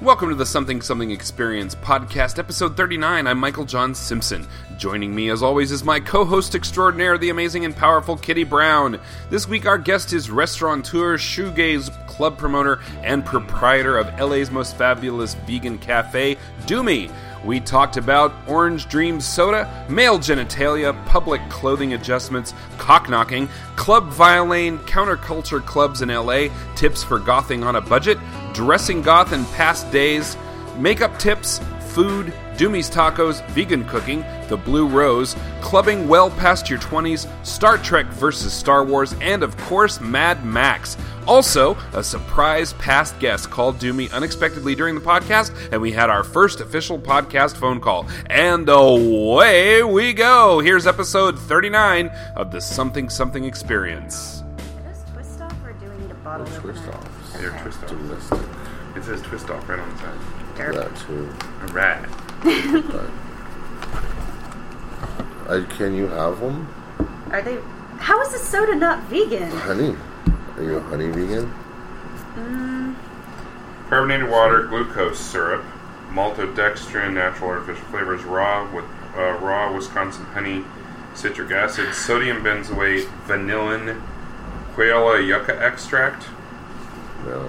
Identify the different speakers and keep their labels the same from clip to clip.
Speaker 1: Welcome to the Something Something Experience podcast, episode 39. I'm Michael John Simpson. Joining me, as always, is my co host extraordinaire, the amazing and powerful Kitty Brown. This week, our guest is restaurateur, shoegaze, club promoter, and proprietor of LA's most fabulous vegan cafe, Doomy. We talked about Orange Dream Soda, male genitalia, public clothing adjustments, cock knocking, club violin, counterculture clubs in LA, tips for gothing on a budget, dressing goth in past days, makeup tips, food, Doomy's tacos, vegan cooking, the Blue Rose, clubbing well past your 20s, Star Trek versus Star Wars, and of course, Mad Max. Also, a surprise past guest called Doomy unexpectedly during the podcast, and we had our first official podcast phone call. And away we go! Here's episode 39 of the Something Something Experience.
Speaker 2: Are those twist off or do we need a bottle
Speaker 3: Those
Speaker 2: opener?
Speaker 3: twist offs.
Speaker 2: Okay.
Speaker 4: They're twist off. It says twist off right on the side.
Speaker 2: Derp.
Speaker 3: That's who.
Speaker 4: All right.
Speaker 3: I, can you have one?
Speaker 2: Are they? How is the soda not vegan?
Speaker 3: Honey. Are you a honey vegan?
Speaker 4: Carbonated water, glucose syrup, maltodextrin, natural artificial flavors, raw with uh, raw Wisconsin honey, citric acid, sodium benzoate, vanillin, quaila yucca extract.
Speaker 3: No.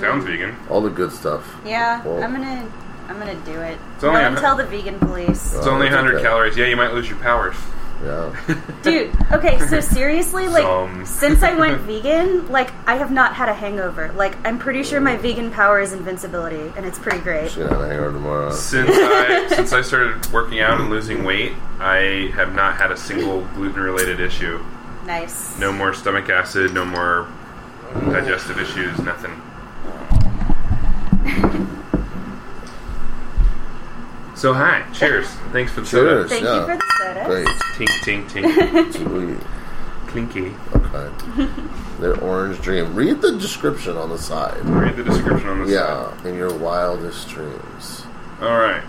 Speaker 4: Sounds vegan.
Speaker 3: All the good stuff.
Speaker 2: Yeah,
Speaker 3: Well,
Speaker 2: I'm gonna, I'm gonna do it.
Speaker 4: It's only
Speaker 2: Don't
Speaker 4: a-
Speaker 2: tell the vegan police,
Speaker 4: It's only
Speaker 3: that's
Speaker 4: 100
Speaker 3: okay.
Speaker 4: calories. Yeah, you might lose your powers.
Speaker 3: Yeah.
Speaker 2: dude. Okay, so seriously, like,
Speaker 4: Some.
Speaker 2: since I went vegan, like, I have not had a hangover. Like, I'm pretty sure my vegan power is invincibility, and it's pretty great.
Speaker 3: She's gonna have a hangover tomorrow.
Speaker 4: Since I since I started working out and losing weight, I have not had a single gluten-related issue.
Speaker 2: Nice.
Speaker 4: No more stomach acid. No more digestive issues. Nothing. So hi, cheers. Thanks for the soda.
Speaker 3: Cheers.
Speaker 2: Thank
Speaker 3: yeah.
Speaker 2: you for the soda.
Speaker 3: Great.
Speaker 4: Tink tink tink.
Speaker 3: Sweet.
Speaker 4: Clinky.
Speaker 3: Okay. Their orange dream. Read the description on the side.
Speaker 4: Read the description on this.
Speaker 3: Yeah. In your wildest dreams.
Speaker 4: All right.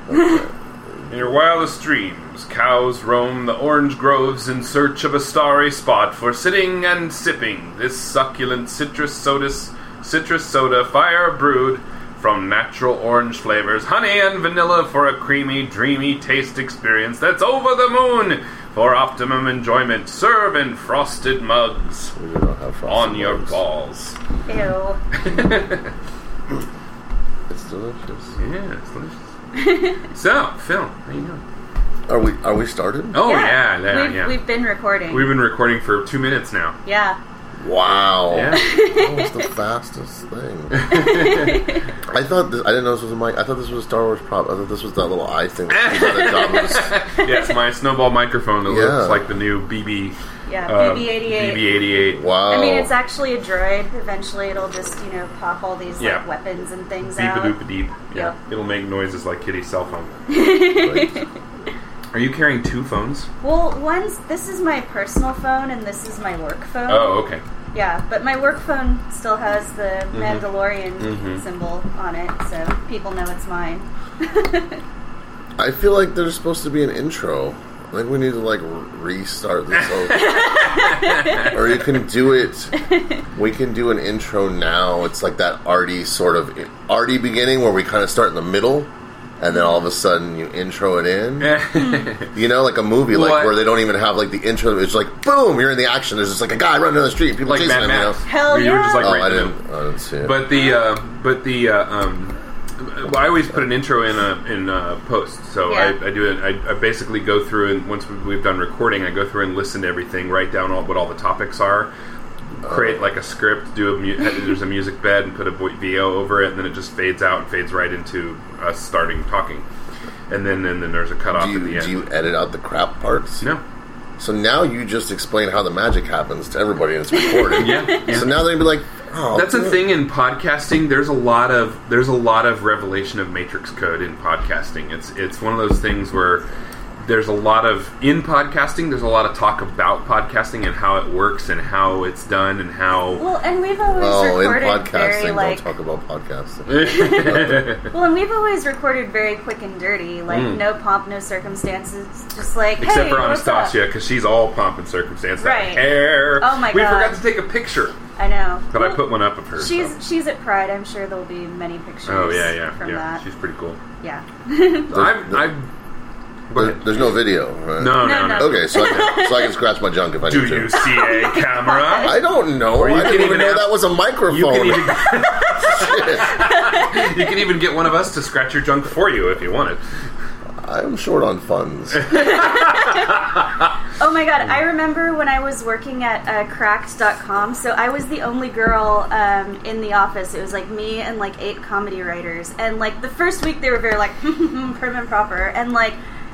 Speaker 4: In your wildest dreams, cows roam the orange groves in search of a starry spot for sitting and sipping this succulent citrus soda, citrus soda fire brewed from natural orange flavors, honey and vanilla for a creamy, dreamy taste experience that's over the moon for optimum enjoyment. Serve in frosted mugs
Speaker 3: We don't have frosted
Speaker 4: on your
Speaker 3: flakes.
Speaker 4: balls.
Speaker 2: Ew.
Speaker 3: It's delicious.
Speaker 4: Yeah, it's delicious. so, Phil, how you doing?
Speaker 3: Are we are we started?
Speaker 4: Oh yeah, yeah,
Speaker 2: we've,
Speaker 4: yeah.
Speaker 2: we've been recording.
Speaker 4: We've been recording for two minutes now.
Speaker 2: yeah.
Speaker 3: Wow.
Speaker 4: Yeah.
Speaker 3: That was Oh, the fastest thing. I thought this, I didn't know this was a mic. I thought this was a Star Wars prop. I thought this was that little eye thing. That comes out of the top of
Speaker 4: yeah, it's my snowball microphone that
Speaker 3: Yeah.
Speaker 4: looks like the new BB.
Speaker 2: Yeah.
Speaker 4: uh,
Speaker 2: BB-88.
Speaker 4: BB-88.
Speaker 3: this. Wow.
Speaker 2: I mean, it's
Speaker 4: Oh.
Speaker 2: actually a droid. Eventually, it'll just you know pop all these
Speaker 4: Yeah.
Speaker 2: like weapons and things
Speaker 4: Beep a
Speaker 2: out.
Speaker 4: doop a deep. Yeah.
Speaker 2: Yep.
Speaker 4: It'll make noises like Kitty's cell phone.
Speaker 3: Like,
Speaker 4: Are you carrying two phones?
Speaker 2: Well, one's this is my personal phone and this is my work phone.
Speaker 4: Oh, okay. Mm-hmm.
Speaker 2: Yeah, but my work phone still has the Mandalorian symbol on it, so people know it's mine.
Speaker 3: I feel like there's supposed to be an intro. I think we need to like restart this. Whole or you can do it. We can do an intro now. It's like that arty sort of arty beginning where we kind of start in the middle, and then all of a sudden you intro it in. You know, like a movie, like
Speaker 4: What?
Speaker 3: where they don't even have like the intro. It's like boom, you're in the action. There's just like a guy running down the street, people
Speaker 4: like
Speaker 3: chasing
Speaker 4: Mad
Speaker 3: him.
Speaker 4: Max.
Speaker 3: You know?
Speaker 2: Hell
Speaker 4: You were just
Speaker 2: yeah.
Speaker 4: like
Speaker 3: Oh,
Speaker 4: right
Speaker 3: I
Speaker 4: in the
Speaker 3: didn't,
Speaker 4: middle.
Speaker 3: I didn't see it.
Speaker 4: But the uh, but the uh, um, well, I always put an intro in a in a post. So
Speaker 2: Yeah.
Speaker 4: I, I do it. I, I basically go through and once we- we've done recording, I go through and listen to everything, write down all what all the topics are, create like a script. Do a mu- there's a music bed and put a vo- VO over it, and then it just fades out and fades right into us starting talking, and then and then there's a cutoff
Speaker 3: do
Speaker 4: at the
Speaker 3: you
Speaker 4: end.
Speaker 3: do you edit out the crap parts?
Speaker 4: no.
Speaker 3: So now you just explain how the magic happens to everybody, and it's recorded.
Speaker 4: Yeah, yeah.
Speaker 3: So now they'd be like, oh,
Speaker 4: That's
Speaker 3: good.
Speaker 4: a thing in podcasting. There's a lot of there's a lot of revelation of matrix code in podcasting. It's it's one of those things where there's a lot of in podcasting. There's a lot of talk about podcasting and how it works and how it's done and how
Speaker 2: Well, and we've always
Speaker 3: Oh, in
Speaker 2: recorded
Speaker 3: podcasting,
Speaker 2: very
Speaker 3: don't
Speaker 2: like
Speaker 3: talk about podcasting.
Speaker 4: yeah
Speaker 2: well, and we've always recorded very quick and dirty, like no pomp, no circumstances, just like
Speaker 4: Mm. except
Speaker 2: hey,
Speaker 4: for
Speaker 2: what's up?
Speaker 4: Anastasia because she's all pomp and circumstance. That
Speaker 2: Right.
Speaker 4: hair.
Speaker 2: Oh my
Speaker 4: We
Speaker 2: God.
Speaker 4: forgot to take a picture.
Speaker 2: I know.
Speaker 4: But I put one up of her.
Speaker 2: She's
Speaker 4: so.
Speaker 2: she's at Pride. I'm sure there'll be many pictures.
Speaker 4: Oh yeah, yeah,
Speaker 2: from
Speaker 4: yeah.
Speaker 2: that.
Speaker 4: She's pretty cool.
Speaker 2: yeah.
Speaker 4: I'm.
Speaker 3: the-
Speaker 4: I'm. Go
Speaker 3: There-
Speaker 4: ahead.
Speaker 3: There's no video, right?
Speaker 4: No,
Speaker 2: No,
Speaker 4: no,
Speaker 2: no.
Speaker 4: no.
Speaker 3: Okay, so I, can, so I can scratch my junk if I
Speaker 4: Do
Speaker 3: need to.
Speaker 4: you see a camera?
Speaker 3: I don't know.
Speaker 4: you
Speaker 3: I
Speaker 4: can
Speaker 3: didn't even
Speaker 4: even
Speaker 3: know
Speaker 4: ask-
Speaker 3: that was a microphone.
Speaker 4: You can even. you can even get one of us to scratch your junk for you if you wanted.
Speaker 3: I'm short on funds.
Speaker 2: Oh my god, I remember when I was working at uh, cracked.com, so I was the only girl um, in the office. It was like me and like eight comedy writers. And like the first week they were very like prim and proper. And like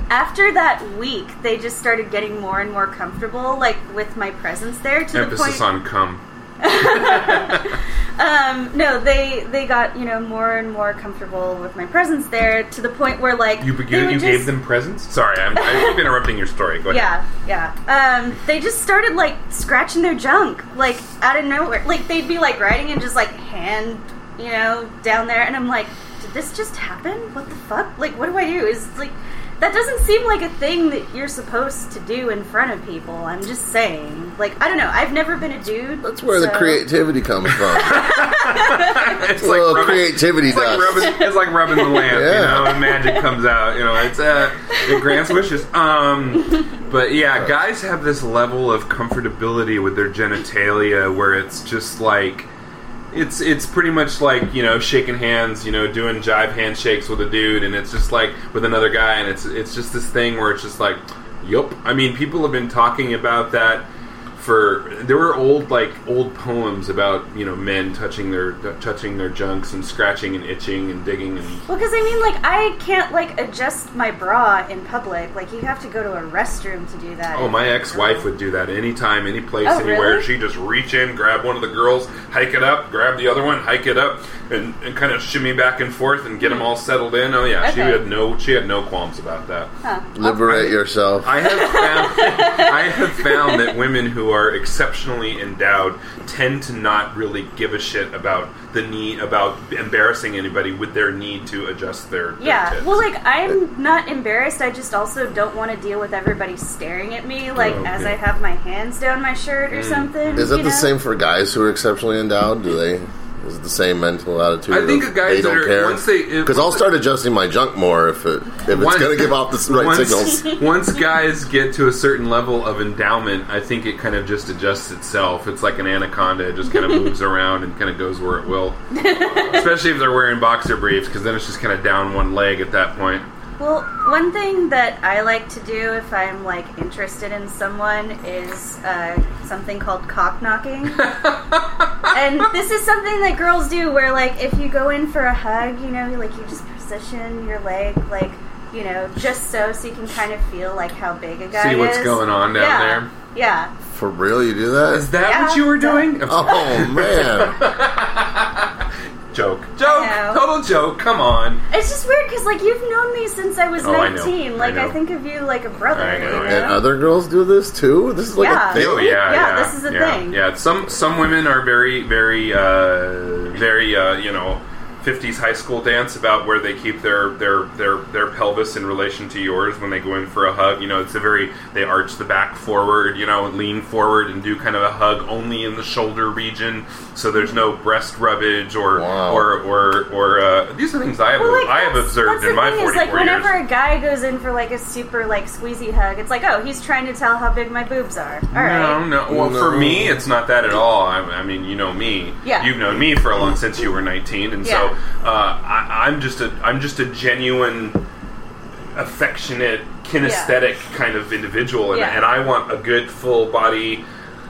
Speaker 2: after that week, they just started getting more and more comfortable like with my presence there to the
Speaker 4: Emphasis
Speaker 2: point
Speaker 4: on come.
Speaker 2: um no, they they got, you know, more and more comfortable with my presence there to the point where like
Speaker 4: You
Speaker 2: they
Speaker 4: begin,
Speaker 2: would
Speaker 4: you
Speaker 2: just-
Speaker 4: gave them presents. Sorry, I'm, I keep interrupting your story. Go ahead.
Speaker 2: Yeah, yeah. Um, they just started like scratching their junk, like out of nowhere. Like they'd be like writing and just like hand, you know, down there, and I'm like, did this just happen? What the fuck? Like, what do I do? Is like that doesn't seem like a thing that you're supposed to do in front of people. I'm just saying. Like, I don't know. I've never been a dude.
Speaker 3: That's where the
Speaker 2: so-
Speaker 3: creativity comes from.
Speaker 4: it's like
Speaker 3: well,
Speaker 4: rubbing,
Speaker 3: creativity
Speaker 4: it's like
Speaker 3: does.
Speaker 4: rubbing, it's like rubbing the lamp,
Speaker 3: Yeah.
Speaker 4: you know, and magic comes out. You know, it's uh, it grants wishes. Um, but yeah, guys have this level of comfortability with their genitalia where it's just like. It's it's pretty much like you know shaking hands, you know doing jive handshakes with a dude, and it's just like with another guy, and it's it's just this thing where it's just like, yup. I mean, people have been talking about that for there were old like old poems about you know men touching their touching their junks and scratching and itching and digging and
Speaker 2: Well, because I mean, like, I can't like adjust my bra in public. Like, you have to go to a restroom to do that.
Speaker 4: oh my ex-wife would do that anytime any place
Speaker 2: Oh,
Speaker 4: anywhere
Speaker 2: really?
Speaker 4: she'd just reach in grab one of the girls hike it up grab the other one hike it up and, and kind of shimmy back and forth and get them all settled in oh yeah she
Speaker 2: Okay.
Speaker 4: had no she had no qualms about that
Speaker 2: Huh.
Speaker 3: Liberate yourself.
Speaker 4: I have found I have found that women who are exceptionally endowed tend to not really give a shit about the need about embarrassing anybody with their need to adjust their, their
Speaker 2: Yeah,
Speaker 4: tits.
Speaker 2: well, like I'm not embarrassed. I just also don't want to deal with everybody staring at me, like
Speaker 4: Oh,
Speaker 2: as
Speaker 4: okay. Mm.
Speaker 2: I have my hands down my shirt or something.
Speaker 3: Is that
Speaker 2: you
Speaker 3: the
Speaker 2: know?
Speaker 3: same for guys who are exceptionally endowed? Do they? Is it the same mental attitude?
Speaker 4: I think
Speaker 3: of
Speaker 4: the guys
Speaker 3: they
Speaker 4: that
Speaker 3: don't
Speaker 4: are-
Speaker 3: care.
Speaker 4: once they- if-
Speaker 3: because I'll start adjusting my junk more if it if it's
Speaker 4: Once-
Speaker 3: going to give off the right
Speaker 4: once,
Speaker 3: signals.
Speaker 4: once guys get to a certain level of endowment, I think it kind of just adjusts itself. It's like an anaconda; it just kind of moves around and kind of goes where it will. Especially if they're wearing boxer briefs, because then it's just kind of down one leg at that point.
Speaker 2: Well, one thing that I like to do if I'm like interested in someone is uh, something called cock knocking. and this is something that girls do where like if you go in for a hug, you know, like you just position your leg like, you know, just so so you can kind of feel like how big a guy is.
Speaker 4: See what's going on down
Speaker 2: yeah.
Speaker 4: there.
Speaker 2: Yeah.
Speaker 3: For real, you do that?
Speaker 4: Is that
Speaker 2: Yeah,
Speaker 4: what you were
Speaker 2: yeah.
Speaker 4: doing?
Speaker 3: oh man,
Speaker 4: Joke.
Speaker 2: No.
Speaker 4: Joke. Total joke. Come on.
Speaker 2: It's just weird because like you've known me since I was
Speaker 4: Oh, I know.
Speaker 2: 19. Like
Speaker 4: I
Speaker 2: I,
Speaker 4: know.
Speaker 2: think of you like a brother.
Speaker 4: I know,
Speaker 2: you
Speaker 4: I
Speaker 3: and
Speaker 4: know.
Speaker 3: other girls do this too. This is like
Speaker 2: Yeah.
Speaker 3: a thing.
Speaker 4: Oh yeah, yeah.
Speaker 2: Yeah, this is a
Speaker 4: yeah,
Speaker 2: thing.
Speaker 4: Yeah, some some women are very, very, uh, very, uh, you know, '50s high school dance about where they keep their their their their pelvis in relation to yours when they go in for a hug. You know, it's a very they arch the back forward, you know, lean forward and do kind of a hug only in the shoulder region, so there's no breast rubbage or
Speaker 3: Wow.
Speaker 4: or or or uh, these are things I have
Speaker 2: Well, like,
Speaker 4: I have
Speaker 2: that's-
Speaker 4: observed
Speaker 2: that's
Speaker 4: in
Speaker 2: the
Speaker 4: my
Speaker 2: thing
Speaker 4: 44
Speaker 2: is, like,
Speaker 4: years.
Speaker 2: Whenever a guy goes in for like a super like squeezy hug, it's like, oh, he's trying to tell how big my boobs are. All right.
Speaker 4: No, no. Well,
Speaker 3: No.
Speaker 4: for me, it's not that at all. I, I mean, you know me.
Speaker 2: Yeah.
Speaker 4: You've known me for a long since you were 19, and so
Speaker 2: Yeah.
Speaker 4: uh, I, I'm just a I'm just a genuine, affectionate, kinesthetic kind of individual, and,
Speaker 2: Yeah.
Speaker 4: and I want a good full body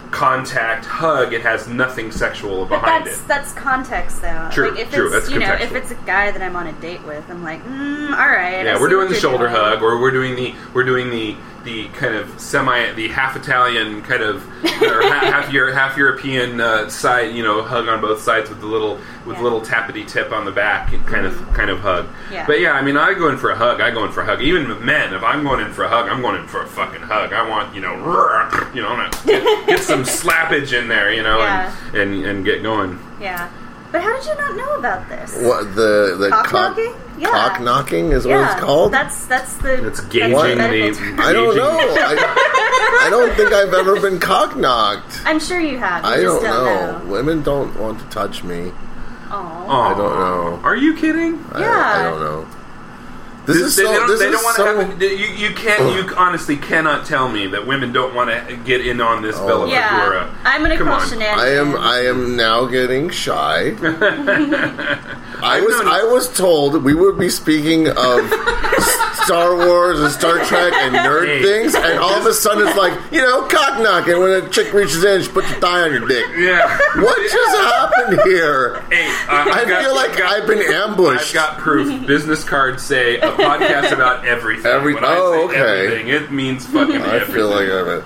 Speaker 4: contact hug. It has nothing sexual
Speaker 2: But
Speaker 4: behind
Speaker 2: that's
Speaker 4: it.
Speaker 2: that's context though.
Speaker 4: True,
Speaker 2: like, if
Speaker 4: true,
Speaker 2: It's,
Speaker 4: that's
Speaker 2: you know,
Speaker 4: contextual.
Speaker 2: if it's a guy that I'm on a date with, I'm like, mm, all right. I
Speaker 4: Yeah,
Speaker 2: see
Speaker 4: we're doing
Speaker 2: what
Speaker 4: the
Speaker 2: you're
Speaker 4: shoulder
Speaker 2: doing.
Speaker 4: hug, or we're doing the we're doing the the kind of semi the half Italian kind of or ha- half Euro, half European uh, side you know hug on both sides with the little with
Speaker 2: Yeah. Mm-hmm.
Speaker 4: little tappity tip on the back and kind of kind of hug.
Speaker 2: Yeah.
Speaker 4: But yeah, I mean, I go in for a hug. I go in for a hug. Even with men, if I'm going in for a hug, I'm going in for a fucking hug. I want you know roar, you know I'm gonna get, get some slappage in there you know and, and and get going.
Speaker 2: Yeah. But how did you not know about this?
Speaker 3: What the the
Speaker 2: Cock
Speaker 3: cock-
Speaker 2: knocking? Yeah.
Speaker 3: Cock knocking is
Speaker 2: yeah.
Speaker 3: what it's called.
Speaker 2: That's that's the.
Speaker 4: It's
Speaker 2: that's
Speaker 4: gauging
Speaker 2: the
Speaker 4: the.
Speaker 2: medical
Speaker 3: What?
Speaker 2: term.
Speaker 3: I don't
Speaker 4: gauging-
Speaker 3: know. I, I don't think I've ever been cock knocked.
Speaker 2: I'm sure you have. You
Speaker 3: I
Speaker 2: just
Speaker 3: don't
Speaker 2: don't
Speaker 3: know. Women don't want to touch me.
Speaker 2: Aw.
Speaker 4: Aw.
Speaker 3: I don't know.
Speaker 4: Are you kidding?
Speaker 3: I- I,
Speaker 2: Yeah.
Speaker 3: don't know. This is
Speaker 4: they,
Speaker 3: so.
Speaker 4: they don't,
Speaker 3: this
Speaker 4: they
Speaker 3: is
Speaker 4: don't want
Speaker 3: so.
Speaker 4: to have. You, you can't. You honestly cannot tell me that women don't want to get in on this
Speaker 3: Oh.
Speaker 4: Bella
Speaker 2: Yeah,
Speaker 4: Figura.
Speaker 2: I'm gonna
Speaker 4: Come
Speaker 2: call
Speaker 4: on.
Speaker 2: shenanigans.
Speaker 3: I am. I am now getting shy. I was.
Speaker 4: known-
Speaker 3: I was told we would be speaking of Star Wars and Star Trek and nerd
Speaker 4: Hey.
Speaker 3: things, and all of a sudden it's like you know cock knocking when a chick reaches in, she puts her thigh on your dick.
Speaker 4: Yeah.
Speaker 3: What just happened here?
Speaker 4: Hey, uh,
Speaker 3: I
Speaker 4: I've got-
Speaker 3: feel like
Speaker 4: got-
Speaker 3: I've been
Speaker 4: I've
Speaker 3: ambushed.
Speaker 4: got proof. Business cards say a podcast about everything.
Speaker 3: Every-
Speaker 4: when I
Speaker 3: oh,
Speaker 4: say
Speaker 3: okay.
Speaker 4: everything, it means fucking
Speaker 3: I
Speaker 4: everything.
Speaker 3: feel like I'm a.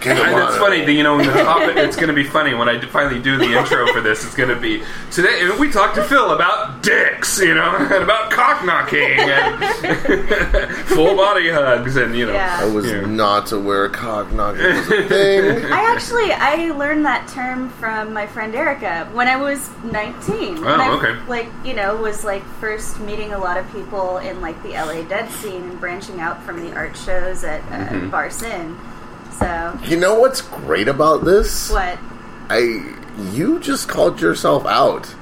Speaker 3: Get
Speaker 4: And
Speaker 3: him
Speaker 4: it's
Speaker 3: on
Speaker 4: funny,
Speaker 3: it.
Speaker 4: that, you know, when the topic, it's going to be funny when I d- finally do the intro for this. It's going to be today. and We talked to Phil about dicks, you know, and about cock knocking and full body hugs, and you know,
Speaker 2: Yeah.
Speaker 3: I was
Speaker 4: Yeah.
Speaker 3: not aware cock knocking was a thing.
Speaker 2: I actually I learned that term from my friend Erica when I was 19.
Speaker 4: Oh,
Speaker 2: When I,
Speaker 4: okay.
Speaker 2: Like you know, was like first meeting a lot of people in like the LA dead scene and branching out from the art shows at uh,
Speaker 3: Mm-hmm.
Speaker 2: Bar Sin. So
Speaker 3: You know what's great about this?
Speaker 2: what?
Speaker 3: I you just called yourself out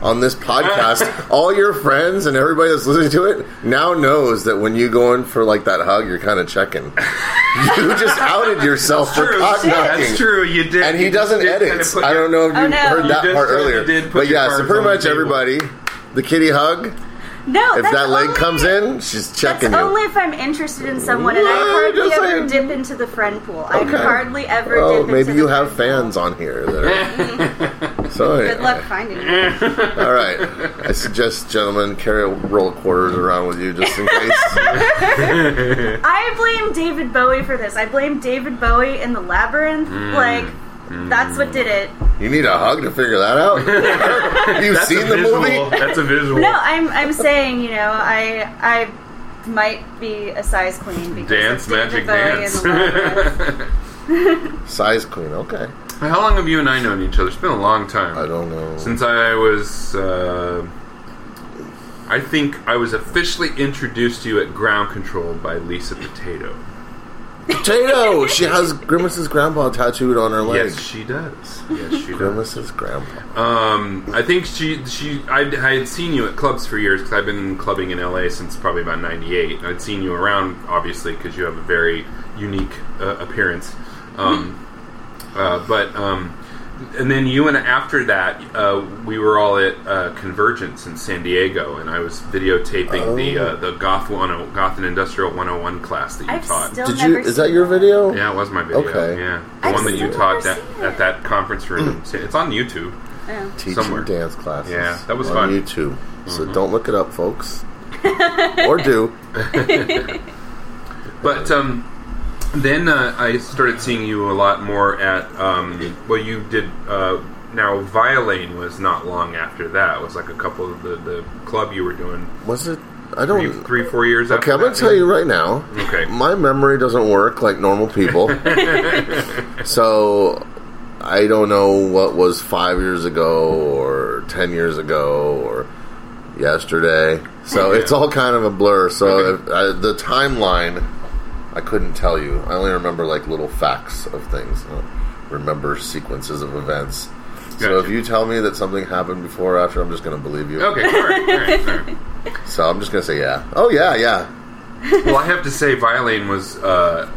Speaker 3: on this podcast. All your friends and everybody that's listening to it now knows that when you go in for like that hug, you're kind of checking. you just outed yourself for
Speaker 4: True.
Speaker 3: cock knocking.
Speaker 4: That's true. You did,
Speaker 3: And he
Speaker 4: you
Speaker 3: doesn't
Speaker 4: did
Speaker 3: edit.
Speaker 4: kind of put
Speaker 3: I
Speaker 4: your-
Speaker 3: don't know if you
Speaker 2: Oh, no.
Speaker 3: heard
Speaker 2: You
Speaker 3: that
Speaker 4: just
Speaker 3: part
Speaker 4: kinda
Speaker 3: earlier.
Speaker 4: did put
Speaker 3: But
Speaker 4: your
Speaker 3: yeah, so
Speaker 4: cards
Speaker 3: pretty
Speaker 4: on the
Speaker 3: much
Speaker 4: table.
Speaker 3: everybody, the kitty hug.
Speaker 2: No,
Speaker 3: If
Speaker 2: that's
Speaker 3: that leg
Speaker 2: only-
Speaker 3: comes in, she's
Speaker 2: That's
Speaker 3: checking you.
Speaker 2: only if I'm interested in someone, and I
Speaker 3: What?
Speaker 2: hardly
Speaker 3: Just
Speaker 2: ever
Speaker 3: saying.
Speaker 2: dip into the friend pool. I
Speaker 3: Okay.
Speaker 2: hardly ever
Speaker 3: Oh,
Speaker 2: dip
Speaker 3: maybe
Speaker 2: into
Speaker 3: you
Speaker 2: the
Speaker 3: have
Speaker 2: friend
Speaker 3: fans on here. That are, so
Speaker 2: pool. Good luck finding them.
Speaker 3: All right, I suggest, gentlemen, carry a roll of quarters around with you just in case.
Speaker 2: I blame David Bowie for this. I blame David Bowie in the labyrinth.
Speaker 4: Mm.
Speaker 2: Like, that's what did it.
Speaker 3: you need a hug to figure that out. Have you
Speaker 4: That's a
Speaker 3: seen the
Speaker 4: visual.
Speaker 3: movie?
Speaker 4: That's a visual.
Speaker 2: No, I'm I'm saying you know I I might be a size queen because
Speaker 4: Dance,
Speaker 2: of
Speaker 4: magic
Speaker 2: David Bowie
Speaker 4: dance.
Speaker 2: in the labyrinth.
Speaker 3: Size Queen. Okay,
Speaker 4: How long have you and I known each other? It's been a long time.
Speaker 3: I don't know.
Speaker 4: Since I was, uh, I think I was officially introduced to you at Ground Control by Lisa Potato.
Speaker 3: Potato. She has Grimace's grandpa tattooed on her leg.
Speaker 4: Yes, she does. Yes, she does.
Speaker 3: Grimace's grandpa.
Speaker 4: Um, I think she she I, I had seen you at clubs for years because I've been clubbing in LA since probably about '98. I'd seen you around obviously because you have a very unique uh, appearance. Um, uh, but um, and then you and after that uh, we were all at uh, Convergence in San Diego, and I was videotaping the
Speaker 3: Oh.
Speaker 4: uh, the Goth one Goth and Industrial 101 class that you
Speaker 2: I've
Speaker 4: taught.
Speaker 2: still
Speaker 3: Did
Speaker 2: never
Speaker 3: you? Is
Speaker 2: seen
Speaker 3: that your video?
Speaker 4: yeah, it was my video.
Speaker 3: Okay. Mm.
Speaker 4: Yeah, the
Speaker 2: I've
Speaker 4: one that you
Speaker 2: still
Speaker 4: taught
Speaker 2: never
Speaker 4: that,
Speaker 2: seen
Speaker 4: at
Speaker 2: it.
Speaker 4: that conference room. it's on YouTube.
Speaker 2: Oh.
Speaker 3: Teaching
Speaker 4: somewhere.
Speaker 3: dance classes.
Speaker 4: Yeah, that was
Speaker 3: on
Speaker 4: fun. Mm-hmm.
Speaker 3: YouTube. So don't look it up, folks. or do.
Speaker 4: But um, then uh, I started seeing you a lot more at um, well, you did uh, now. Violane was not long after that. It was like a couple of the, the club you were doing
Speaker 3: Was it? I
Speaker 4: three,
Speaker 3: don't.
Speaker 4: three four years.
Speaker 3: Oh.
Speaker 4: after
Speaker 3: Okay, I'm gonna
Speaker 4: that.
Speaker 3: tell you right now.
Speaker 4: Okay.
Speaker 3: My memory doesn't work like normal people. so I don't know what was five years ago or ten years ago or yesterday. So it's all kind of a blur. So if, I, the timeline, I couldn't tell you. I only remember like little facts of things. I don't remember sequences of events. So
Speaker 4: Gotcha.
Speaker 3: if you tell me that something happened before or after, I'm just going to believe you.
Speaker 4: Okay, all right, all right, all right.
Speaker 3: So I'm just going to say yeah. Oh yeah, yeah.
Speaker 4: Well, I have to say, Violane was uh,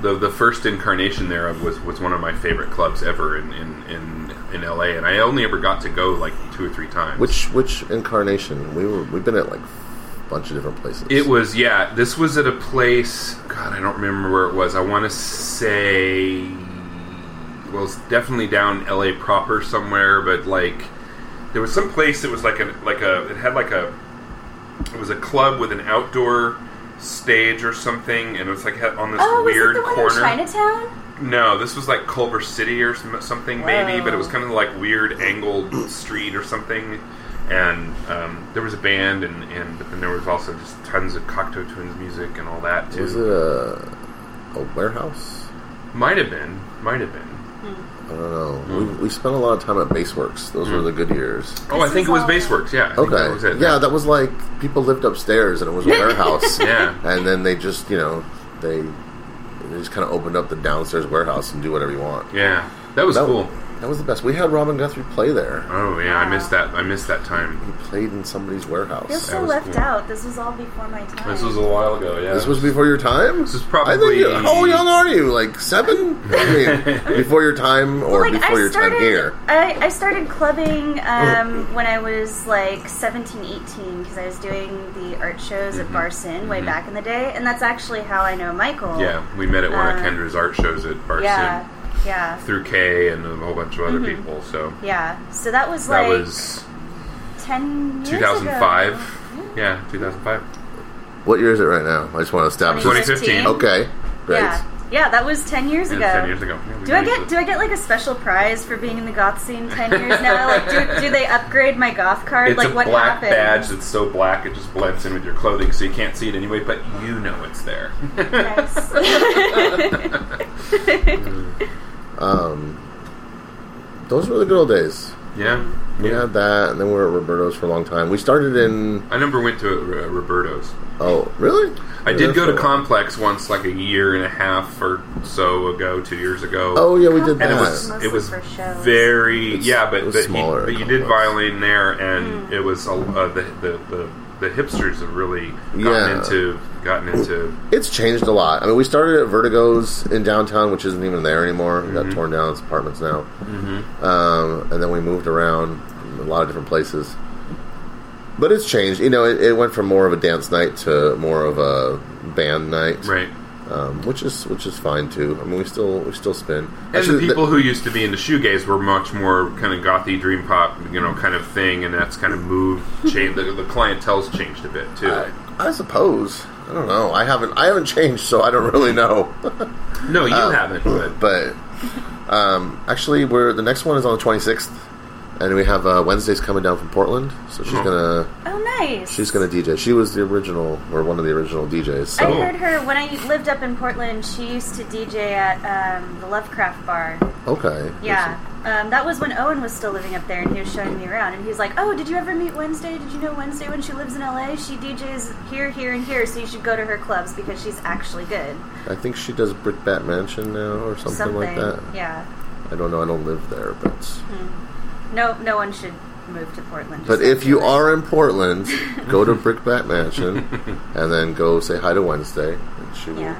Speaker 4: the the first incarnation thereof was, was one of my favorite clubs ever in, in, in, in L.A. And I only ever got to go like two or three times.
Speaker 3: Which which incarnation? We were we've been at like a bunch of different places.
Speaker 4: It was, yeah. This was at a place. God, I don't remember where it was. I want to say, well, it's definitely down L.A. proper somewhere, but like there was some place that was like a like a it had like a it was a club with an outdoor stage or something, and it was like had- on this
Speaker 2: Oh, was
Speaker 4: weird
Speaker 2: it the one
Speaker 4: corner.
Speaker 2: in Chinatown?
Speaker 4: No, this was like Culver City or some- something, maybe,
Speaker 2: Wow.
Speaker 4: but it was kind of like weird angled street or something. And um, there was a band, and, and but then there was also just tons of Cocteau Twins music and all that too.
Speaker 3: Was it a, a warehouse?
Speaker 4: Might have been, might have been.
Speaker 3: I don't know.
Speaker 4: Hmm.
Speaker 3: We, we spent a lot of time at Baseworks. Those were the good years.
Speaker 4: Oh, I
Speaker 2: This
Speaker 4: think
Speaker 2: is
Speaker 4: it was
Speaker 2: all-
Speaker 4: Baseworks. Yeah. I think
Speaker 3: Okay.
Speaker 4: That was it.
Speaker 3: Yeah, that was like people lived upstairs and it was a warehouse.
Speaker 4: Yeah.
Speaker 3: And then they just, you know, they, they just kind of opened up the downstairs warehouse and do whatever you want.
Speaker 4: Yeah. That was
Speaker 3: that,
Speaker 4: cool.
Speaker 3: That was the best. We had Robin Guthrie play there.
Speaker 4: Oh yeah, I missed that. I missed that time.
Speaker 3: He played in somebody's warehouse.
Speaker 2: Feel so
Speaker 4: was
Speaker 2: left
Speaker 4: cool.
Speaker 2: out. This was all before my time.
Speaker 4: This was a while ago. Yeah.
Speaker 3: This was before your time. This
Speaker 4: is probably-
Speaker 3: how young are you? Like seven? I mean, before your time or
Speaker 2: like
Speaker 3: before
Speaker 2: I
Speaker 3: your
Speaker 2: started,
Speaker 3: time here?
Speaker 2: I, I started clubbing um, when I was like 17, 18 because I was doing the art shows
Speaker 4: Mm-hmm.
Speaker 2: at Barson way back in the day, and that's actually how I know Michael.
Speaker 4: Yeah, we met at one of
Speaker 2: Uh,
Speaker 4: Kendra's art shows at Barson
Speaker 2: yeah, yeah,
Speaker 4: through Kay and a whole bunch of other people. So
Speaker 2: yeah. So that was
Speaker 4: that
Speaker 2: like
Speaker 4: was
Speaker 2: ten years
Speaker 4: 2005.
Speaker 2: ago.
Speaker 4: Yeah, 2005.
Speaker 3: What year is it right now? I just want to establish. this.
Speaker 4: 2015.
Speaker 3: Okay, great.
Speaker 2: Yeah, yeah, that was ten years
Speaker 4: Yeah,
Speaker 2: ago.
Speaker 4: Ten years ago. Yeah, we
Speaker 2: Do I
Speaker 4: finished
Speaker 2: get
Speaker 4: it.
Speaker 2: do I get like a special prize for being in the goth scene ten years now? Like, do, do they upgrade my goth card?
Speaker 4: It's
Speaker 2: like,
Speaker 4: a
Speaker 2: what
Speaker 4: black
Speaker 2: happened?
Speaker 4: badge that's so black it just blends in with your clothing, so you can't see it anyway. But you know it's there.
Speaker 3: Um, those were the good old days.
Speaker 4: yeah.
Speaker 3: We had that, and then we were at Roberto's for a long time. We started in.
Speaker 4: I never went to uh, Roberto's.
Speaker 3: Oh, really?
Speaker 4: I
Speaker 3: Yeah,
Speaker 4: did
Speaker 3: that's
Speaker 4: go to
Speaker 3: right.
Speaker 4: Complex once, like a year and a half or so ago, two years ago.
Speaker 3: Oh yeah, we did
Speaker 4: and
Speaker 3: that.
Speaker 4: it was
Speaker 2: Mostly
Speaker 4: it was
Speaker 2: for shows.
Speaker 4: very
Speaker 3: It's-
Speaker 4: yeah, but
Speaker 3: it was
Speaker 4: but,
Speaker 3: smaller
Speaker 4: you,
Speaker 3: at
Speaker 4: but you did
Speaker 3: Complex.
Speaker 4: violin there, and
Speaker 2: Hmm.
Speaker 4: it was a- uh, the, the the the hipsters have really gotten
Speaker 3: Yeah.
Speaker 4: into gotten into
Speaker 3: it's changed a lot. I mean, we started at Vertigo's in downtown, which isn't even there anymore. It
Speaker 4: Mm-hmm.
Speaker 3: got torn down. It's apartments now. Mm-hmm. Um, and then we moved around a lot of different places. But it's changed. You know, it, it went from more of a dance night to more of a band night,
Speaker 4: right.
Speaker 3: um, which is which is fine too. I mean, we still we still spin.
Speaker 4: And the
Speaker 3: Actually,
Speaker 4: people who used to be into shoegaze were much more kind of gothy dream pop, you know, kind of thing, and that's kind of moved. Changed, the, the clientele's changed a bit too.
Speaker 3: I, I suppose. I don't know. I haven't. I haven't changed, so I don't really know.
Speaker 4: no, you
Speaker 3: Uh,
Speaker 4: haven't. But
Speaker 3: but um, actually, we're the next one is on the 26th, and we have uh, Wednesday's coming down from Portland, so she's
Speaker 4: Hmm.
Speaker 3: gonna
Speaker 2: Oh, nice.
Speaker 3: she's gonna DJ. She was the original or one of the original DJs.
Speaker 2: I
Speaker 3: So
Speaker 4: Oh.
Speaker 2: heard her when I lived up in Portland. She used to DJ at um, the Lovecraft Bar.
Speaker 3: okay,
Speaker 2: Yeah, um, that was when Owen was still living up there, and he was showing me around. And he was like, "Oh, did you ever meet Wednesday? Did you know Wednesday when she lives in LA? She DJs here, here, and here. So you should go to her clubs because she's actually good.
Speaker 3: I think she does Brickbat Mansion now or something,
Speaker 2: Something,
Speaker 3: like that.
Speaker 2: yeah. Hmm.
Speaker 3: I don't know. I don't live there, but
Speaker 2: No, no one should move to Portland.
Speaker 3: but
Speaker 2: Just
Speaker 3: if you are in Portland, go to Brickbat Mansion, and then go say hi to Wednesday, and she will.
Speaker 2: Yeah.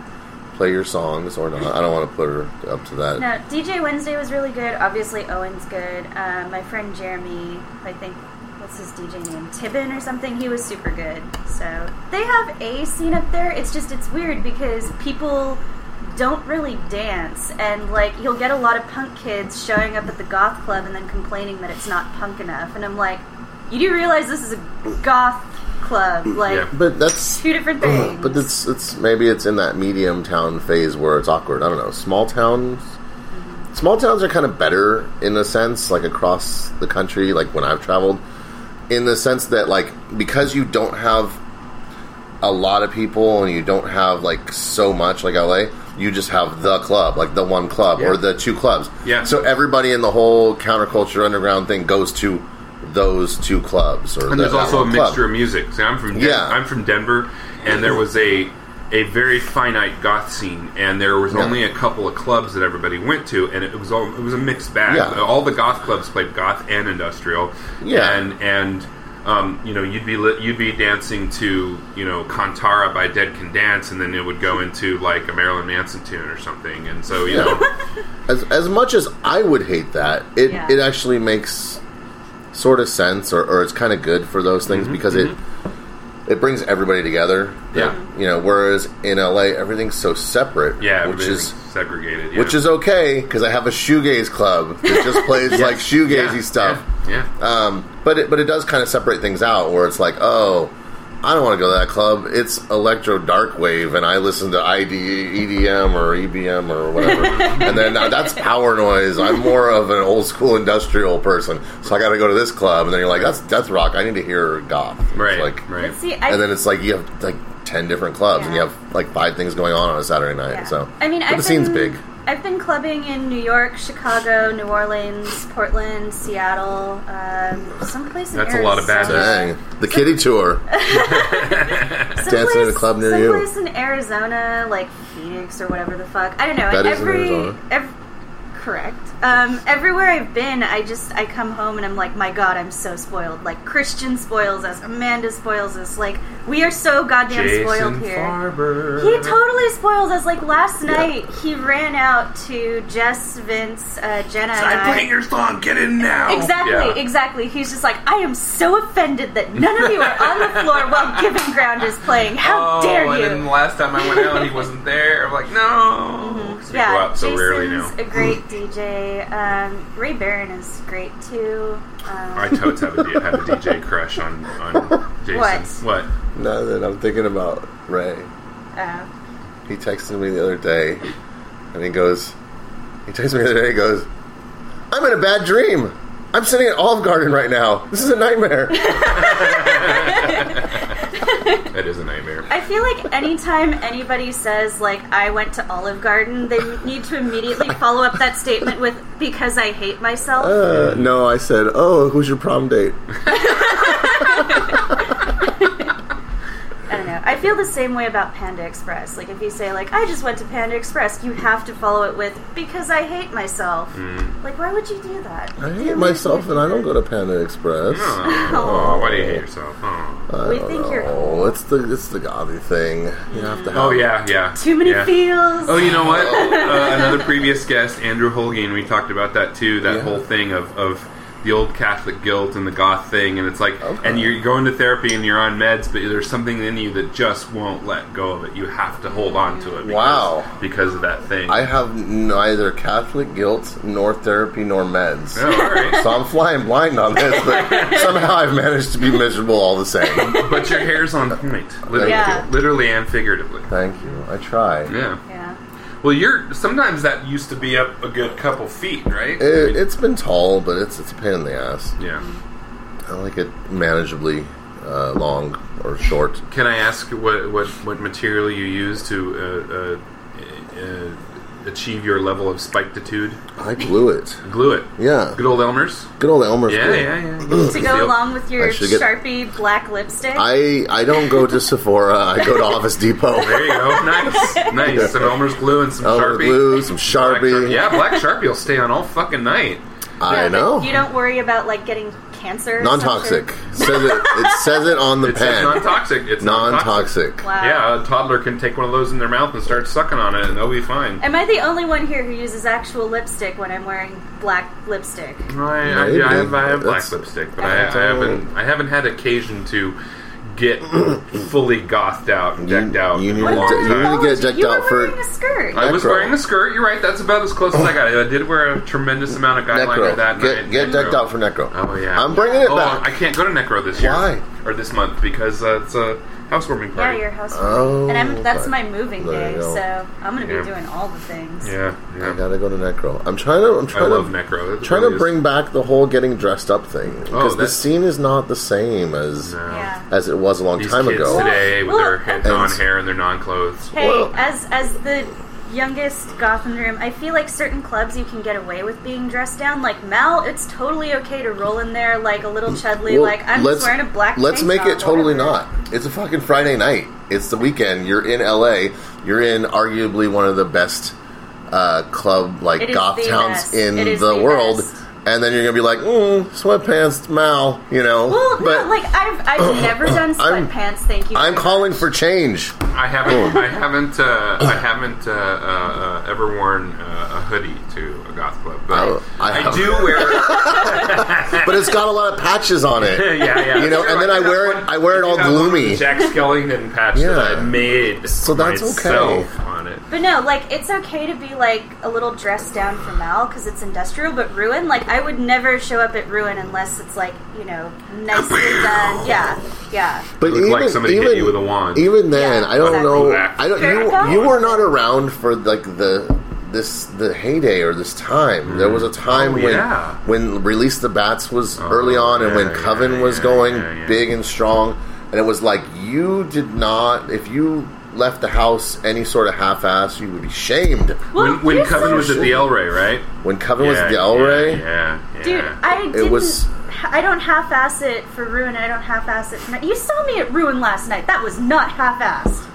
Speaker 3: Play your songs or not. I don't want to put her up to that.
Speaker 2: No, DJ Wednesday was really good. Obviously, Owen's good. Um, my friend Jeremy, I think, what's his DJ name? Tibbin or something. He was super good. So they have a scene up there. It's just it's weird because people don't really dance, and like you'll get a lot of punk kids showing up at the goth club and then complaining that it's not punk enough. And I'm like, you do realize this is a goth club, like
Speaker 4: Yeah.
Speaker 3: But that's
Speaker 2: two different things.
Speaker 3: But it's it's maybe it's in that medium town phase where it's awkward. I don't know. Small towns, small towns are kind of better in a sense, like across the country. Like when I've traveled, in the sense that like because you don't have a lot of people and you don't have like so much like LA, you just have the club, like the one club or
Speaker 4: Yeah.
Speaker 3: the two clubs.
Speaker 4: Yeah.
Speaker 3: So everybody in the whole counterculture underground thing goes to those two clubs. Or
Speaker 4: and
Speaker 3: the-
Speaker 4: there's
Speaker 3: that
Speaker 4: also a
Speaker 3: one club.
Speaker 4: mixture of music. See, I'm from Den-
Speaker 3: Yeah.
Speaker 4: I'm from Denver, and there was a a very finite goth scene, and there was only a couple of clubs that everybody went to, and it was all it was a mixed bag.
Speaker 3: Yeah.
Speaker 4: All the goth clubs played goth and industrial.
Speaker 3: Yeah.
Speaker 4: and and. Um, you know, you'd be li- you'd be dancing to you know Kantara by Dead Can Dance, and then it would go into like a Marilyn Manson tune or something, and so you
Speaker 3: Yeah.
Speaker 4: know,
Speaker 3: as, as much as I would hate that, it,
Speaker 2: Yeah.
Speaker 3: it actually makes sort of sense, or, or it's kind of good for those things because it it brings everybody together.
Speaker 4: Mm-hmm. Yeah.
Speaker 3: you know. Whereas in LA, everything's so separate.
Speaker 4: yeah,
Speaker 3: which is
Speaker 4: everything's segregated, yeah.
Speaker 3: which is okay because I have a shoegaze club that just plays like shoegazy
Speaker 4: yeah,
Speaker 3: stuff.
Speaker 4: Yeah, yeah.
Speaker 3: Um, but it but it does kind of separate things out where it's like, oh, I don't want to go to that club. It's electro dark wave, and I E, listen to ID, EDM or EBM or whatever. and then now that's power noise. I'm more of an old school industrial person, so I got to go to this club. And then you're like, that's death rock. I need to hear goth. It's
Speaker 4: right,
Speaker 3: Like,
Speaker 4: right.
Speaker 2: But see, I
Speaker 3: and then it's like you have like ten different clubs, and you
Speaker 2: Yeah.
Speaker 3: have like five things going on on a Saturday night.
Speaker 2: Yeah.
Speaker 3: So
Speaker 2: I mean,
Speaker 3: but
Speaker 2: I've
Speaker 3: the scene's
Speaker 2: been-
Speaker 3: big.
Speaker 2: I've been clubbing in New York, Chicago, New Orleans, Portland, Seattle, um, someplace in
Speaker 4: That's a lot of bad
Speaker 2: Arizona.
Speaker 3: Dang. The kitty tour. Dancing in a club near you.
Speaker 2: someplace in Arizona, like Phoenix or whatever the fuck. I don't know.
Speaker 3: That is in
Speaker 2: every,
Speaker 3: Arizona.
Speaker 2: ev- correct. Um, everywhere I've been, I just I come home and I'm like, my God, I'm so spoiled. Like Christian spoils us, Amanda spoils us. Like we are so goddamn spoiled
Speaker 4: Jason
Speaker 2: here.
Speaker 4: Farber.
Speaker 2: He totally spoils us. Like last night, he ran out to Jess, Vince, uh, Jenna, and
Speaker 4: I playing
Speaker 2: I.
Speaker 4: your song. Get in now.
Speaker 2: Exactly,
Speaker 4: Yeah.
Speaker 2: exactly. He's just like, I am so offended that none of you are on the floor while Giving Ground is playing. How
Speaker 4: oh,
Speaker 2: dare
Speaker 4: and
Speaker 2: you?
Speaker 4: then last time I went out, he wasn't there. I'm like, no.
Speaker 2: Mm-hmm.
Speaker 4: 'Cause we go out so rarely now.
Speaker 2: Jason's a great DJ. Um, Ray Barron is great too. Um,
Speaker 4: I totes have a, D- have a DJ crush on, on Jason.
Speaker 2: What?
Speaker 4: What?
Speaker 3: Now that I'm thinking about Ray,
Speaker 2: uh,
Speaker 3: he texted me the other day, and he goes, he texted me the other day, he goes, I'm in a bad dream. I'm sitting at Olive Garden right now. This is a nightmare.
Speaker 4: That is a nightmare.
Speaker 2: I feel like anytime anybody says like I went to Olive Garden, they need to immediately follow up that statement with because I hate myself.
Speaker 3: Uh, no, I said, oh, who's your prom date?
Speaker 2: I don't know. I feel the same way about Panda Express. Like if you say like I just went to Panda Express, you have to follow it with because I hate myself.
Speaker 4: Mm.
Speaker 2: Like why would you do that?
Speaker 3: I hate myself, and I don't go to Panda Express.
Speaker 4: Oh, why do you hate yourself? Oh,
Speaker 2: we think you're
Speaker 3: Oh, it's the it's the gobby thing. You have to have.
Speaker 4: oh yeah, yeah.
Speaker 2: too many
Speaker 4: yeah.
Speaker 2: feels.
Speaker 4: Oh, you know what? uh, another previous guest, Andrew Holgain, we talked about that too. That
Speaker 3: Yeah.
Speaker 4: whole thing of, of the old Catholic guilt and the goth thing, and it's like,
Speaker 3: Okay.
Speaker 4: and you're going to therapy and you're on meds, but there's something in you that just won't let go of it. You have to hold on to it. Because,
Speaker 3: Wow.
Speaker 4: Because of that thing.
Speaker 3: I have neither Catholic guilt nor therapy nor meds.
Speaker 4: Oh, all right.
Speaker 3: So I'm flying blind on this, but somehow I've managed to be miserable all the same.
Speaker 4: but your hair's on point, literally,
Speaker 2: Yeah.
Speaker 4: literally and figuratively.
Speaker 3: Thank you. I try.
Speaker 4: Yeah.
Speaker 2: Yeah.
Speaker 4: Well, you're sometimes that used to be up a good couple feet, right?
Speaker 3: It, it's been tall, but it's it's a pain in the ass.
Speaker 4: yeah.
Speaker 3: I like it manageably uh, long or short.
Speaker 4: Can I ask what what, what material you use to uh, uh, uh, achieve your level of spikeditude?
Speaker 3: I glue it.
Speaker 4: Glue it.
Speaker 3: Yeah.
Speaker 4: Good old Elmer's.
Speaker 3: Good old Elmer's
Speaker 4: Yeah,
Speaker 3: glue.
Speaker 4: yeah, yeah.
Speaker 2: to go along with your
Speaker 3: I should get-
Speaker 2: sharpie black lipstick.
Speaker 3: I I don't go to Sephora. I go to Office Depot.
Speaker 4: There you go. Nice, nice. Some Elmer's glue and some
Speaker 3: Elmer's
Speaker 4: Sharpie.
Speaker 3: glue, some
Speaker 4: Black
Speaker 3: Sharpie.
Speaker 4: Sharpie. Yeah, black Sharpie will stay on all fucking night.
Speaker 3: I
Speaker 2: Yeah, but
Speaker 3: know.
Speaker 2: You don't worry about like getting cancer. or
Speaker 3: Non toxic.
Speaker 2: something?
Speaker 3: says it, it says it on the
Speaker 4: It's
Speaker 3: pen.
Speaker 4: non-toxic. It's
Speaker 3: Non
Speaker 4: non-toxic.
Speaker 3: toxic.
Speaker 2: Wow.
Speaker 4: Yeah, a toddler can take one of those in their mouth and start sucking on it, and they'll be fine.
Speaker 2: Am I the only one here who uses actual lipstick when I'm wearing black lipstick?
Speaker 4: I, I,
Speaker 3: Maybe.
Speaker 4: yeah, I have, I have black
Speaker 3: That's-
Speaker 4: lipstick, but I, I haven't. I haven't had occasion to get fully gothed out and decked out.
Speaker 3: you
Speaker 4: in
Speaker 3: need
Speaker 4: a
Speaker 3: to-
Speaker 4: long time.
Speaker 3: you need to
Speaker 2: College,
Speaker 3: get decked
Speaker 2: you were
Speaker 3: out for-
Speaker 2: wearing a skirt.
Speaker 4: I was
Speaker 3: Necro.
Speaker 4: wearing a skirt. You're right. That's about as close as I got. I did wear a tremendous amount of guyliner that
Speaker 3: Necro.
Speaker 4: night.
Speaker 3: Get, get decked
Speaker 4: Necro.
Speaker 3: out for Necro.
Speaker 4: Oh yeah.
Speaker 3: I'm bringing it
Speaker 4: oh,
Speaker 3: back.
Speaker 4: I can't go to Necro this year.
Speaker 3: Why?
Speaker 4: Or this month because uh, it's a housewarming
Speaker 2: yeah,
Speaker 4: party.
Speaker 2: your house.
Speaker 3: Oh,
Speaker 2: and I'm, that's
Speaker 3: okay.
Speaker 2: my moving
Speaker 3: There
Speaker 2: day,
Speaker 3: you go.
Speaker 2: so I'm gonna be
Speaker 4: Yeah.
Speaker 2: doing all the things.
Speaker 4: yeah. yeah.
Speaker 3: I gotta go to Necro. I'm trying to. I'm
Speaker 4: I
Speaker 3: trying
Speaker 4: love
Speaker 3: to.
Speaker 4: Necro. It
Speaker 3: Trying
Speaker 4: really uh,
Speaker 3: to
Speaker 4: is-
Speaker 3: bring back the whole getting dressed up thing because the
Speaker 4: that's-
Speaker 3: scene is not the same as
Speaker 4: No.
Speaker 2: Yeah.
Speaker 3: as it was a long
Speaker 4: These
Speaker 3: time
Speaker 4: kids
Speaker 3: ago.
Speaker 4: today with their
Speaker 2: Well-
Speaker 4: ha- non
Speaker 3: And-
Speaker 4: hair and their non clothes.
Speaker 2: Hey,
Speaker 3: Well-
Speaker 2: as as the youngest Gotham room, I feel like certain clubs you can get away with being dressed down. Like Mal, it's totally okay to roll in there like a little chudley,
Speaker 3: Well,
Speaker 2: like I'm just wearing a black.
Speaker 3: Let's
Speaker 2: tank
Speaker 3: make it
Speaker 2: top,
Speaker 3: totally
Speaker 2: whatever.
Speaker 3: not. It's a fucking Friday night. It's the weekend. You're in LA. You're in arguably one of the best uh, club like
Speaker 2: It is
Speaker 3: goth
Speaker 2: the
Speaker 3: towns
Speaker 2: best.
Speaker 3: in
Speaker 2: It
Speaker 3: the,
Speaker 2: is the
Speaker 3: world.
Speaker 2: best.
Speaker 3: And then you're gonna be like, mm, sweatpants, Mal. You know.
Speaker 2: Well,
Speaker 3: but
Speaker 2: no, like I've I've never done
Speaker 3: I'm-
Speaker 2: sweatpants. thank you.
Speaker 3: I'm
Speaker 2: very
Speaker 3: calling
Speaker 2: much.
Speaker 3: for change.
Speaker 4: I
Speaker 3: Oh.
Speaker 4: haven't. I haven't. Uh, I haven't uh, uh, uh, ever worn uh, a hoodie to a goth club, but
Speaker 3: Oh, I
Speaker 4: I,
Speaker 3: have.
Speaker 4: do wear.
Speaker 3: But it's got a lot of patches on it.
Speaker 4: yeah, yeah.
Speaker 3: You know, and then I wear it- I wear it all gloomy.
Speaker 4: Jack Skellington patch that
Speaker 3: Yeah.
Speaker 4: I made.
Speaker 3: So that's okay.
Speaker 4: myself On it.
Speaker 2: But no, like it's okay to be like a little dressed down for Mal because it's industrial. But Ruin, like I would never show up at Ruin unless it's like you know nicely done. Yeah, yeah.
Speaker 3: But
Speaker 4: It looked
Speaker 3: even,
Speaker 4: like somebody hit
Speaker 3: even,
Speaker 4: you with a wand.
Speaker 3: Even then,
Speaker 2: Yeah,
Speaker 3: I don't
Speaker 2: exactly.
Speaker 3: know.
Speaker 4: Exactly.
Speaker 3: I don't.
Speaker 2: Fair
Speaker 3: You you
Speaker 2: enough.
Speaker 3: were not around for like the this the heyday or this time. There was a time
Speaker 4: Oh,
Speaker 3: when
Speaker 4: yeah. Oh,
Speaker 3: when release the bats was early on, and
Speaker 4: yeah,
Speaker 3: when
Speaker 4: yeah,
Speaker 3: Coven was
Speaker 4: yeah,
Speaker 3: going
Speaker 4: yeah, yeah.
Speaker 3: big and strong, and it was like you did not if you left the house any sort of half-ass, you would be shamed.
Speaker 2: Well,
Speaker 4: when when
Speaker 2: here's
Speaker 4: Coven
Speaker 2: the-
Speaker 4: was at the El Rey, right?
Speaker 3: When Coven Oh, was
Speaker 4: Yeah,
Speaker 3: at the El
Speaker 4: yeah,
Speaker 3: Rey,
Speaker 4: Yeah, yeah.
Speaker 2: Dude, I didn't.
Speaker 3: was-
Speaker 2: I don't half-ass it for Ruin. I don't half-ass it. For, you saw me at Ruin last night. That was not half-assed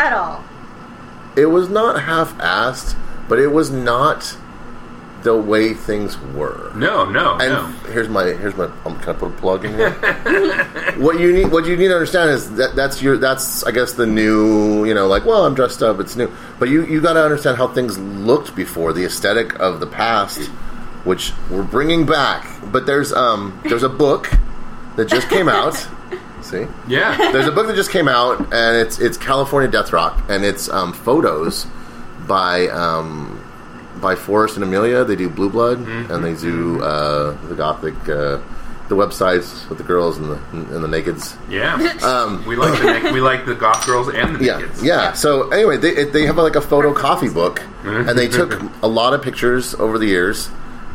Speaker 2: at all.
Speaker 3: it was not half-assed, but it was not the way things were.
Speaker 4: no, no,
Speaker 3: And
Speaker 4: Oh, no.
Speaker 3: here's my here's my. I'm can I put a plug in here? what you need what you need to understand is that that's your that's I guess the new you know like well I'm dressed up it's new but you you got to understand how things looked before the aesthetic of the past, which we're bringing back. But there's um there's a book that just came out. See,
Speaker 4: Yeah.
Speaker 3: there's a book that just came out, and it's it's California Death Rock, and it's um, photos by um, by Forrest and Amelia. They do Blue Blood,
Speaker 4: Mm-hmm.
Speaker 3: and they do uh, the gothic, uh, the websites with the girls and the and the nakeds.
Speaker 4: Yeah. we like the neck, we like the goth girls and the
Speaker 3: Um, Yeah,
Speaker 4: kids.
Speaker 3: yeah. So anyway, they it- they have like a photo coffee book,
Speaker 4: Mm-hmm.
Speaker 3: and they took a lot of pictures over the years,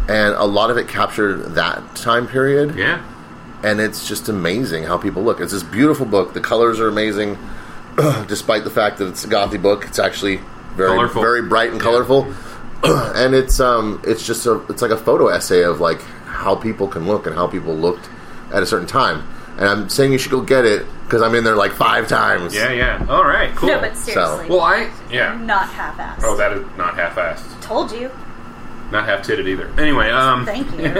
Speaker 3: and a lot of it captured that time period.
Speaker 4: Yeah.
Speaker 3: and it's just amazing how people look. It's this beautiful book. The colors are amazing, despite the fact that it's a gothy book. It's actually very
Speaker 4: Colorful.
Speaker 3: very bright and colorful, and it's um it's just a it's like a photo essay of like how people can look and how people looked at a certain time. And I'm saying you should go get it because I'm in there like five times.
Speaker 4: Yeah, yeah. All right, cool.
Speaker 2: No, but seriously,
Speaker 4: well, I yeah.
Speaker 2: not half-assed.
Speaker 4: Oh, that is not half-assed.
Speaker 2: Told you.
Speaker 4: Not half-titted either. Anyway, um
Speaker 2: Thank you.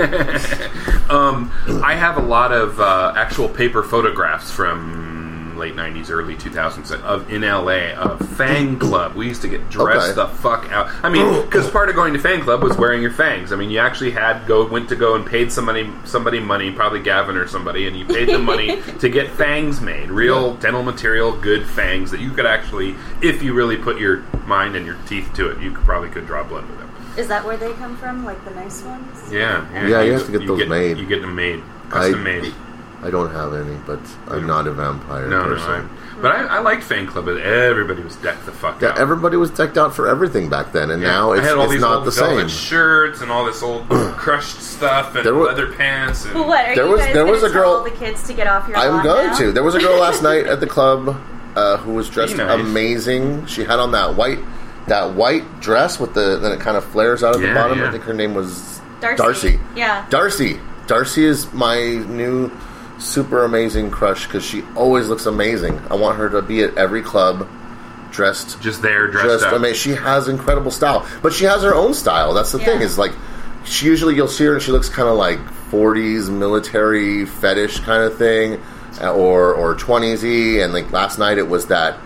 Speaker 4: Um, I have a lot of uh, actual paper photographs from late '90s, early 2000s of in LA of Fang Club. We used to get dressed
Speaker 3: Okay.
Speaker 4: the fuck out. I mean, because part of going to Fang Club was wearing your fangs. I mean, you actually had go went to go and paid somebody somebody money, probably Gavin or somebody, and you paid them money to get fangs made, real dental material, good fangs that you could actually, if you really put your mind and your teeth to it, you could, probably could draw blood with them.
Speaker 2: Is that where they come from? Like the nice ones?
Speaker 4: Yeah,
Speaker 3: Yeah, you have to get those made.
Speaker 4: You get them made,
Speaker 3: I,
Speaker 4: custom made.
Speaker 3: I don't have any, but I'm not a vampire
Speaker 4: No, no,
Speaker 3: person.
Speaker 4: I, but I, I liked fan club. But everybody was decked the fuck
Speaker 3: yeah,
Speaker 4: out.
Speaker 3: everybody was decked out for everything back then, and
Speaker 4: Yeah.
Speaker 3: now
Speaker 4: I
Speaker 3: it's,
Speaker 4: had all
Speaker 3: it's
Speaker 4: these
Speaker 3: not
Speaker 4: old
Speaker 3: the
Speaker 4: velvet
Speaker 3: same.
Speaker 4: Shirts and all this old crushed stuff and
Speaker 3: There were-
Speaker 4: leather pants. And,
Speaker 2: Well, what are
Speaker 3: There
Speaker 2: you
Speaker 3: was-
Speaker 2: guys
Speaker 3: there
Speaker 2: gonna
Speaker 3: was a
Speaker 2: tell
Speaker 3: girl-
Speaker 2: all the kids to get off your
Speaker 3: I'm
Speaker 2: lawn
Speaker 3: going
Speaker 2: now?
Speaker 3: to. There was a girl last night at the club uh, who was dressed
Speaker 4: Be nice.
Speaker 3: amazing. She had on that white that white dress with the then it kind of flares out at
Speaker 4: Yeah,
Speaker 3: the bottom.
Speaker 4: yeah.
Speaker 3: I think her name was
Speaker 2: Darcy. Yeah.
Speaker 3: Darcy. Darcy is my new super amazing crush because she always looks amazing. I want her to be at every club dressed
Speaker 4: just there dressed
Speaker 3: just
Speaker 4: up.
Speaker 3: amazing. She has incredible style, but she has her own style. That's the
Speaker 2: Yeah.
Speaker 3: thing is like she usually you'll see her and she looks kind of like 40s military fetish kind of thing, uh, or or 20s y. And like last night it was that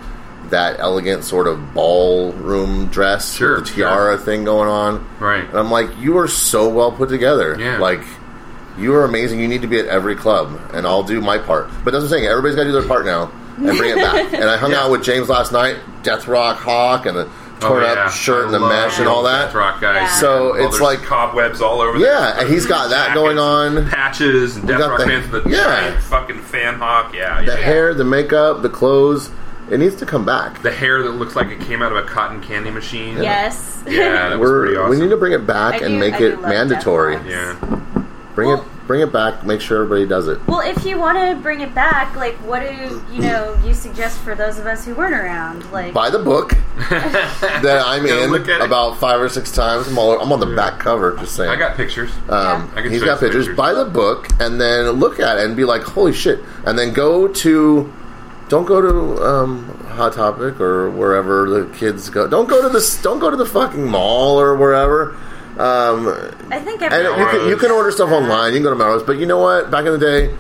Speaker 3: that elegant sort of ballroom dress
Speaker 4: Sure,
Speaker 3: with the tiara thing going on.
Speaker 4: Right.
Speaker 3: and I'm like, you are so well put together.
Speaker 4: Yeah.
Speaker 3: like. You are amazing. You need to be at every club, and I'll do my part. But that's what I'm saying. Everybody's got to do their part now and bring it back. and I hung out with James last night, Death Rock Hawk, and the torn
Speaker 4: Oh, yeah.
Speaker 3: up shirt and
Speaker 4: I
Speaker 3: the
Speaker 4: love
Speaker 3: mesh and
Speaker 4: those
Speaker 3: all that.
Speaker 4: Death Rock guys.
Speaker 2: Yeah.
Speaker 3: So
Speaker 4: All
Speaker 3: it's
Speaker 4: there's
Speaker 3: like-
Speaker 4: cobwebs all over.
Speaker 3: Yeah,
Speaker 4: there.
Speaker 3: and he's got that
Speaker 4: Jackets,
Speaker 3: going on.
Speaker 4: Patches and Death
Speaker 3: got
Speaker 4: Rock
Speaker 3: the-
Speaker 4: pants with the
Speaker 3: yeah.
Speaker 4: giant fucking fan hawk. Yeah,
Speaker 3: The
Speaker 4: yeah.
Speaker 3: hair, the makeup, the clothes. It needs to come back.
Speaker 4: The hair that looks like it came out of a cotton candy machine.
Speaker 2: Yes.
Speaker 4: Yeah, that was pretty
Speaker 3: We're,
Speaker 4: awesome.
Speaker 3: we need to bring it back
Speaker 2: I
Speaker 3: and
Speaker 2: do-
Speaker 3: make
Speaker 2: I do
Speaker 3: it
Speaker 2: love
Speaker 3: mandatory.
Speaker 2: Death Rock.
Speaker 4: yeah.
Speaker 3: Bring
Speaker 2: Well-
Speaker 3: it bring it back. Make sure everybody does it.
Speaker 2: Well, if you want to bring it back, like, what do you know? You suggest for those of us who weren't around, like,
Speaker 3: Buy the book that I'm
Speaker 4: Go
Speaker 3: in
Speaker 4: look at it.
Speaker 3: about five or six times. I'm, all, I'm on the back cover. Just saying.
Speaker 4: I got pictures.
Speaker 3: Um,
Speaker 4: I can
Speaker 3: he's
Speaker 4: show
Speaker 3: got
Speaker 4: you
Speaker 3: pictures.
Speaker 4: pictures.
Speaker 3: Buy the book and then look at it and be like, "Holy shit!" And then go to, don't go to um, Hot Topic or wherever the kids go. Don't go to this. Don't go to the fucking mall or wherever. Um,
Speaker 2: I think
Speaker 3: and
Speaker 2: everyone.
Speaker 3: you can, you can order stuff online. You can go to Melrose, but you know what? Back in the day,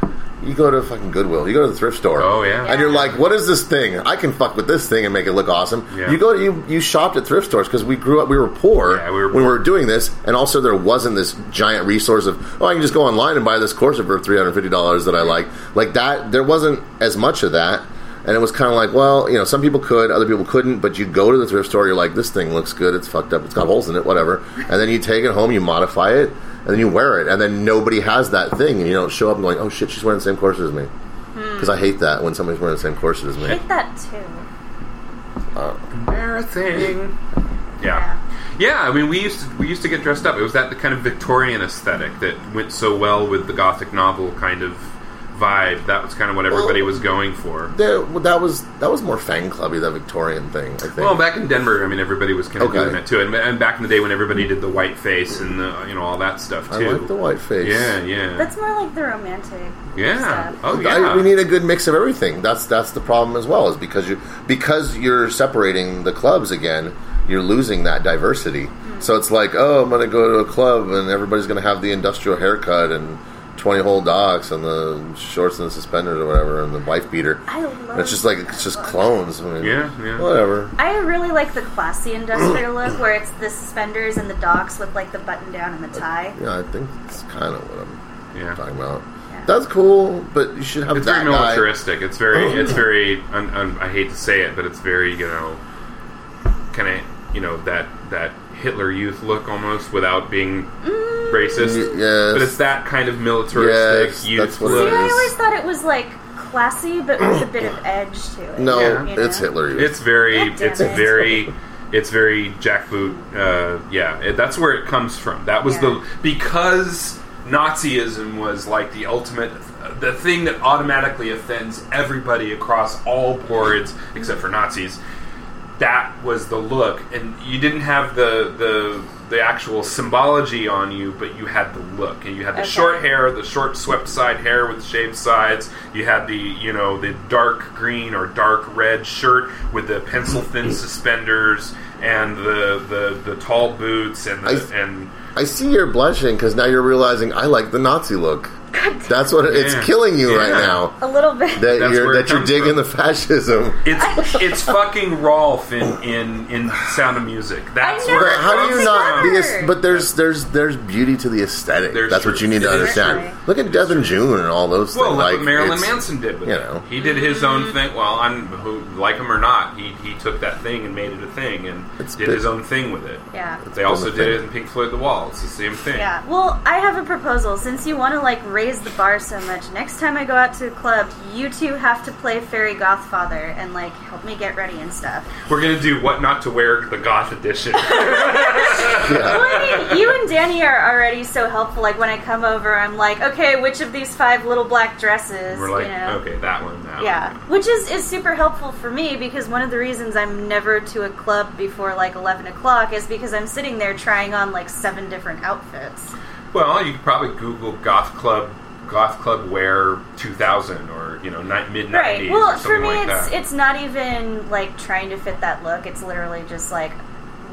Speaker 3: you go to fucking Goodwill. You go to the thrift store.
Speaker 4: Oh, yeah.
Speaker 3: And you're like, what is this thing? I can fuck with this thing and make it look awesome.
Speaker 4: Yeah.
Speaker 3: You go to you you shopped at thrift stores because we grew up. We were poor
Speaker 4: Yeah, we were
Speaker 3: when we were doing this, and also there wasn't this giant resource of oh, I can just go online and buy this corset for three hundred fifty dollars that I like. Like that, there wasn't as much of that. And it was kind of like, well, you know, some people could, other people couldn't. But you go to the thrift store, you're like, this thing looks good. It's fucked up. It's got holes in it, whatever. And then you take it home, you modify it, and then you wear it. And then nobody has that thing, and you don't show up and going, oh shit, she's wearing the same corset as me. Because I hate that when somebody's wearing the same corset as
Speaker 2: I
Speaker 3: me.
Speaker 2: think that too.
Speaker 4: Embarrassing. Yeah.
Speaker 2: Yeah.
Speaker 4: Yeah, I mean, we used to, we used to get dressed up. It was that the kind of Victorian aesthetic that went so well with the Gothic novel kind of vibe. That was kind of what everybody was going for.
Speaker 3: There, well, that was that was more fan clubby, that Victorian thing. I think.
Speaker 4: Well, back in Denver, I mean, everybody was kind of
Speaker 3: Okay.
Speaker 4: doing that too, and, and back in the day when everybody did the white face and the, you know all that stuff
Speaker 3: I
Speaker 4: too.
Speaker 3: like the white face.
Speaker 4: Yeah, yeah,
Speaker 2: That's more like the romantic.
Speaker 4: yeah.
Speaker 2: stuff.
Speaker 4: Oh
Speaker 3: I-
Speaker 4: yeah.
Speaker 3: we need a good mix of everything. That's that's the problem as well. Is because you because you're separating the clubs again, you're losing that diversity.
Speaker 4: Hmm.
Speaker 3: So it's like, oh, I'm going to go to a club and everybody's going to have the industrial haircut and twenty hole docks and the shorts and the suspenders or whatever and the wife beater.
Speaker 2: I love.
Speaker 3: And it's just like it's just clones. I mean,
Speaker 4: Yeah, yeah.
Speaker 3: Whatever.
Speaker 2: I really like the classy industrial look where it's the suspenders and the docks with like the button down and the tie.
Speaker 3: Yeah, I think that's kind of what I'm
Speaker 4: Yeah.
Speaker 3: talking about. That's cool, but you should have
Speaker 4: It's
Speaker 3: that
Speaker 4: very
Speaker 3: guy. Oh.
Speaker 4: militaristic. It's very, it's very. Un, un, I hate to say it, but it's very, you know, kind of, you know, that that Hitler Youth look almost without being racist.
Speaker 3: Y- Mm. yes.
Speaker 4: But it's that kind of militaristic
Speaker 3: Yes,
Speaker 4: youth
Speaker 3: that's what it
Speaker 2: See,
Speaker 4: look.
Speaker 2: I
Speaker 3: is.
Speaker 2: always thought it was like classy, but with a bit of edge to it.
Speaker 3: No,
Speaker 4: Yeah.
Speaker 2: you
Speaker 3: it's
Speaker 2: know?
Speaker 3: Hitler.
Speaker 4: It's very,
Speaker 2: God damn
Speaker 4: it's
Speaker 2: it.
Speaker 4: very, it's very jackboot. Uh, yeah, it, that's where it comes from. That was
Speaker 2: Yeah.
Speaker 4: the because Nazism was like the ultimate, the thing that automatically offends everybody across all boards except for Nazis. That was the look, and you didn't have the the the actual symbology on you, but you had the look, and you had the
Speaker 2: Okay.
Speaker 4: short hair, the short swept side hair with shaved sides. You had the you know the dark green or dark red shirt with the pencil thin suspenders and the, the the tall boots and the,
Speaker 3: I-
Speaker 4: and
Speaker 3: I see you're blushing because now you're realizing I like the Nazi look. That's what it's
Speaker 4: Yeah.
Speaker 3: killing you right
Speaker 4: Yeah.
Speaker 3: now.
Speaker 2: A little bit.
Speaker 3: That
Speaker 4: That's
Speaker 3: you're
Speaker 4: where it
Speaker 3: that you're
Speaker 4: comes
Speaker 3: digging
Speaker 4: from.
Speaker 3: the fascism.
Speaker 4: it's it's fucking Rolf in in, in Sound of Music. That's
Speaker 2: know.
Speaker 4: where it
Speaker 3: But how do
Speaker 4: comes
Speaker 3: you not?
Speaker 4: from.
Speaker 3: The, aes- but there's there's there's beauty to the aesthetic.
Speaker 4: There's
Speaker 3: That's
Speaker 4: true.
Speaker 3: what you need to
Speaker 4: It is
Speaker 3: understand.
Speaker 2: true.
Speaker 3: Look at Devin June and all those.
Speaker 4: Well,
Speaker 3: things.
Speaker 4: like,
Speaker 3: like
Speaker 4: what Marilyn
Speaker 3: it's-
Speaker 4: Manson did with
Speaker 3: you
Speaker 4: it.
Speaker 3: know.
Speaker 4: He did his own thing. Well, I'm who, like him or not, he, he took that thing and made it a thing and
Speaker 3: It's
Speaker 4: did
Speaker 3: been-
Speaker 4: his own thing with it.
Speaker 2: Yeah. It's
Speaker 4: They also
Speaker 3: been a
Speaker 4: did
Speaker 3: thing.
Speaker 4: it in Pink Floyd The Wall. It's the same thing.
Speaker 2: Yeah. Well, I have a proposal. Since you want to like raise the bar so much, next time I go out to a club, you two have to play Fairy Godfather and like help me get ready and stuff.
Speaker 4: We're gonna do what not to wear the goth edition.
Speaker 3: Yeah.
Speaker 2: Well, I mean, you and Danny are already so helpful. Like when I come over, I'm like, okay, which of these five little black dresses?
Speaker 4: We're like,
Speaker 2: you know?
Speaker 4: okay, that one, that
Speaker 2: Yeah,
Speaker 4: one.
Speaker 2: which is, is super helpful for me because one of the reasons I'm never to a club before like 11 o'clock is because I'm sitting there trying on like seven different outfits.
Speaker 4: Well, you could probably Google goth club, goth club wear 2000 or you know ni- mid 90s.
Speaker 2: Right. Well,
Speaker 4: or
Speaker 2: for
Speaker 4: something
Speaker 2: me,
Speaker 4: like
Speaker 2: it's
Speaker 4: that.
Speaker 2: it's not even like trying to fit that look. It's literally just like,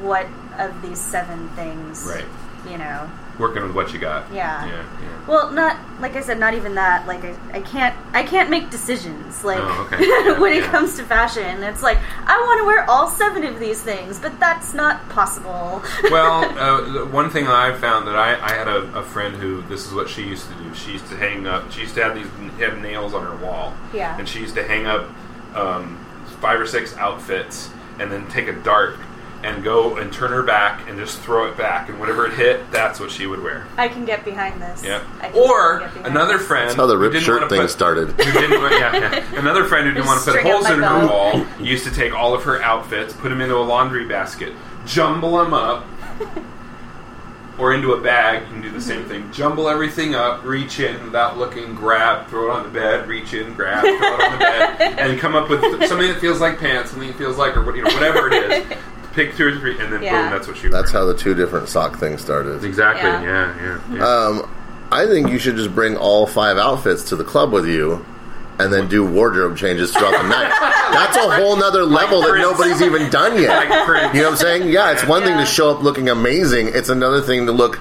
Speaker 2: what of these seven things?
Speaker 4: Right.
Speaker 2: You know.
Speaker 4: working with what you got.
Speaker 2: Yeah.
Speaker 4: Yeah. yeah.
Speaker 2: Well, not like I said, not even that. Like I, I can't, I can't make decisions. Like
Speaker 4: Oh, okay. Yeah,
Speaker 2: when it
Speaker 4: yeah.
Speaker 2: comes to fashion, it's like I want to wear all seven of these things, but that's not possible.
Speaker 4: well, uh, the one thing I found that I, I had a, a friend who this is what she used to do. She used to hang up. She used to have these n- have nails on her wall.
Speaker 2: Yeah.
Speaker 4: And she used to hang up um, five or six outfits, and then take a dart and go and turn her back and just throw it back, and whatever it hit, that's what she would wear.
Speaker 2: I can get behind this.
Speaker 4: Yeah.
Speaker 2: I can
Speaker 4: Or
Speaker 2: get behind
Speaker 4: another
Speaker 2: this.
Speaker 4: friend.
Speaker 3: That's how the
Speaker 4: who
Speaker 3: ripped
Speaker 4: didn't
Speaker 3: shirt
Speaker 4: wanna
Speaker 3: thing
Speaker 4: put-
Speaker 3: started.
Speaker 4: who didn't want, yeah, yeah. Another friend who didn't want to put
Speaker 2: String up
Speaker 4: holes
Speaker 2: my
Speaker 4: in her
Speaker 2: belt.
Speaker 4: wall used to take all of her outfits, put them into a laundry basket, jumble them up, or into a bag. You can do the same
Speaker 2: Mm-hmm.
Speaker 4: thing. Jumble everything up, reach in without looking, grab, throw it on the bed, reach in, grab, throw it on the bed, and come up with something that feels like pants, something that feels like, or what- you know, whatever it is. Pick two or three, and then
Speaker 2: Yeah.
Speaker 4: boom, that's what she. wears.
Speaker 3: That's how the two different sock things started.
Speaker 4: Exactly.
Speaker 2: Yeah.
Speaker 4: Yeah. Yeah. yeah.
Speaker 3: Um, I think you should just bring all five outfits to the club with you, and then do wardrobe changes throughout the night. That's a whole nother level that
Speaker 4: Prince.
Speaker 3: nobody's even done yet.
Speaker 4: Like Prince.
Speaker 3: You know what I'm saying? Yeah, it's one thing
Speaker 2: Yeah.
Speaker 3: to show up looking amazing. It's another thing to look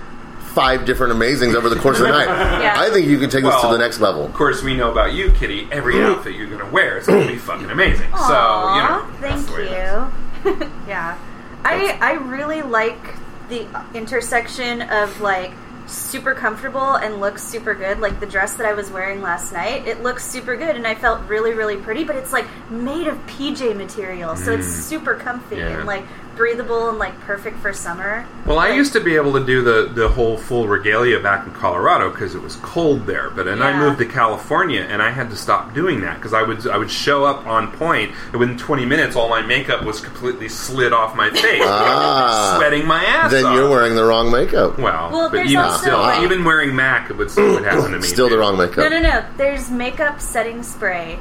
Speaker 3: five different amazings over the course of the night.
Speaker 2: Yeah.
Speaker 3: I think you can take this to
Speaker 4: Well,
Speaker 3: the next level.
Speaker 4: Of course, we know about you, Kitty. Every outfit you're going to wear is going to be fucking amazing. so, you know.
Speaker 2: Aw,
Speaker 4: that's
Speaker 2: thank
Speaker 4: the way it is.
Speaker 2: you. yeah, I I really like the intersection of like super comfortable and looks super good. Like the dress that I was wearing last night, it looks super good, and I felt really really pretty. But it's like made of PJ material, so it's super comfy
Speaker 4: Mm. Yeah.
Speaker 2: and like breathable and like perfect for summer.
Speaker 4: Well, I used to be able to do the, the whole full regalia back in Colorado because it was cold there. But then I
Speaker 2: Yeah.
Speaker 4: moved to California and I had to stop doing that because I would I would show up on point and within 20 minutes all my makeup was completely slid off my face,
Speaker 3: Ah.
Speaker 4: sweating my ass.
Speaker 3: Then
Speaker 4: off.
Speaker 3: Ah. you're wearing the wrong makeup.
Speaker 4: well,
Speaker 2: Well,
Speaker 4: but
Speaker 2: there's
Speaker 4: even
Speaker 2: also
Speaker 4: still,
Speaker 2: like-
Speaker 4: even wearing Mac would still would happen to me.
Speaker 3: Still the wrong makeup.
Speaker 2: No, no, no. There's makeup setting spray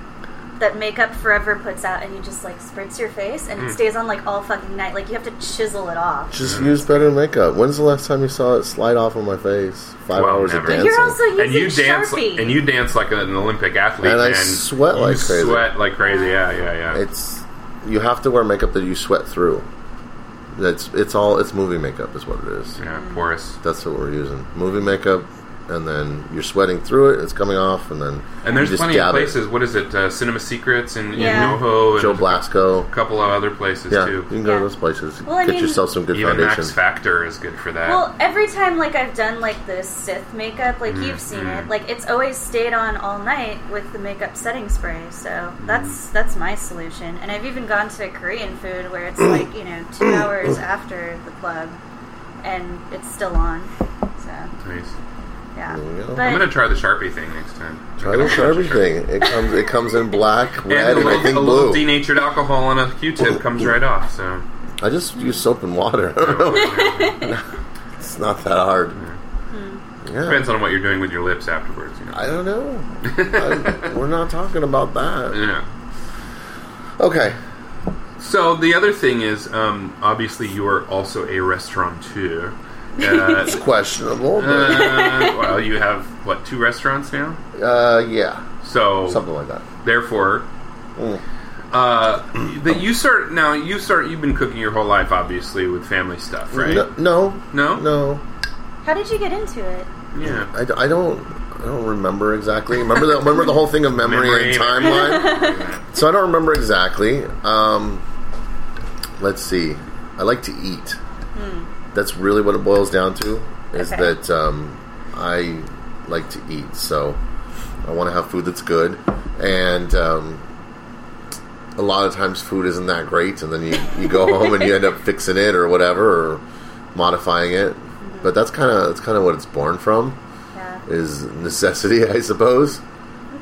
Speaker 2: that Makeup Forever puts out, and you just like spritz your face,
Speaker 4: Mm.
Speaker 2: and it stays on like all fucking night. Like you have to chisel it off.
Speaker 3: Just use better makeup. When's the last time you saw it slide off on my face? Five
Speaker 4: Well,
Speaker 3: hours
Speaker 4: never.
Speaker 3: of
Speaker 4: But
Speaker 3: dancing.
Speaker 2: You're also using
Speaker 4: And you dance,
Speaker 2: Sharpie.
Speaker 4: and you dance like an Olympic athlete,
Speaker 3: And I sweat
Speaker 4: you
Speaker 3: like crazy.
Speaker 4: Sweat like crazy. Yeah, yeah, yeah.
Speaker 3: it's you have to wear makeup that you sweat through. That's it's all it's movie makeup is what it is.
Speaker 4: yeah, porous.
Speaker 3: That's what we're using. Movie makeup, and then you're sweating through it. It's coming off, and then
Speaker 4: And there's
Speaker 3: you just
Speaker 4: plenty of
Speaker 3: dab it.
Speaker 4: places. What is it? Uh, Cinema Secrets and
Speaker 2: Yeah.
Speaker 4: in Novo and
Speaker 3: Joe
Speaker 4: there's
Speaker 3: Blasco.
Speaker 4: a couple of other places
Speaker 3: Yeah, you
Speaker 4: too.
Speaker 3: can go
Speaker 2: Yeah.
Speaker 3: to those places.
Speaker 2: Well, I
Speaker 3: Get
Speaker 2: mean-
Speaker 3: yourself some good
Speaker 4: Even
Speaker 3: foundation.
Speaker 4: Max Factor is good for that.
Speaker 2: Well, every time like I've done like the Sith makeup, like
Speaker 3: Mm,
Speaker 2: you've seen it, like it's always stayed on all night with the makeup setting spray. So
Speaker 3: Mm.
Speaker 2: that's that's my solution. And I've even gone to Korean food where it's like you know two hours after the club, and it's still on. So
Speaker 4: Nice.
Speaker 2: yeah,
Speaker 3: There we go.
Speaker 4: I'm
Speaker 2: but
Speaker 4: gonna try the Sharpie thing next time.
Speaker 3: Try this for everything. It comes it comes in black, red,
Speaker 4: And a
Speaker 3: and I
Speaker 4: little,
Speaker 3: think
Speaker 4: a little
Speaker 3: blue.
Speaker 4: denatured alcohol on a Q-tip comes right off. So
Speaker 3: I just use soap and water. I don't know. It's not that hard.
Speaker 2: Hmm.
Speaker 3: Yeah.
Speaker 4: depends on what you're doing with your lips afterwards. You know.
Speaker 3: I don't know. I- we're not talking about that.
Speaker 4: yeah.
Speaker 3: Okay.
Speaker 4: So the other thing is, um, obviously, you are also a restaurateur. Uh,
Speaker 3: Questionable. But,
Speaker 4: uh, well, you have what two restaurants now?
Speaker 3: uh, yeah.
Speaker 4: So
Speaker 3: Something like that.
Speaker 4: therefore,
Speaker 3: Mm.
Speaker 4: uh, that you start now. You start. You've been cooking your whole life, obviously, with family stuff, right?
Speaker 3: No.
Speaker 4: No?
Speaker 3: No. no.
Speaker 2: how did you get into it?
Speaker 4: Yeah.
Speaker 3: I, d- I don't I don't remember exactly. Remember the remember the whole thing of memory,
Speaker 4: Memory.
Speaker 3: and timeline. so I don't remember exactly. Um, let's see. I like to eat. That's really what it boils down to. Is
Speaker 2: Okay.
Speaker 3: that um, I like to eat. So I want to have food that's good and. Um, a lot of times food isn't that great and then you, you go home and you end up fixing it or whatever or modifying it but that's kind of that's kind of what it's born from
Speaker 2: Yeah.
Speaker 3: is necessity, I suppose.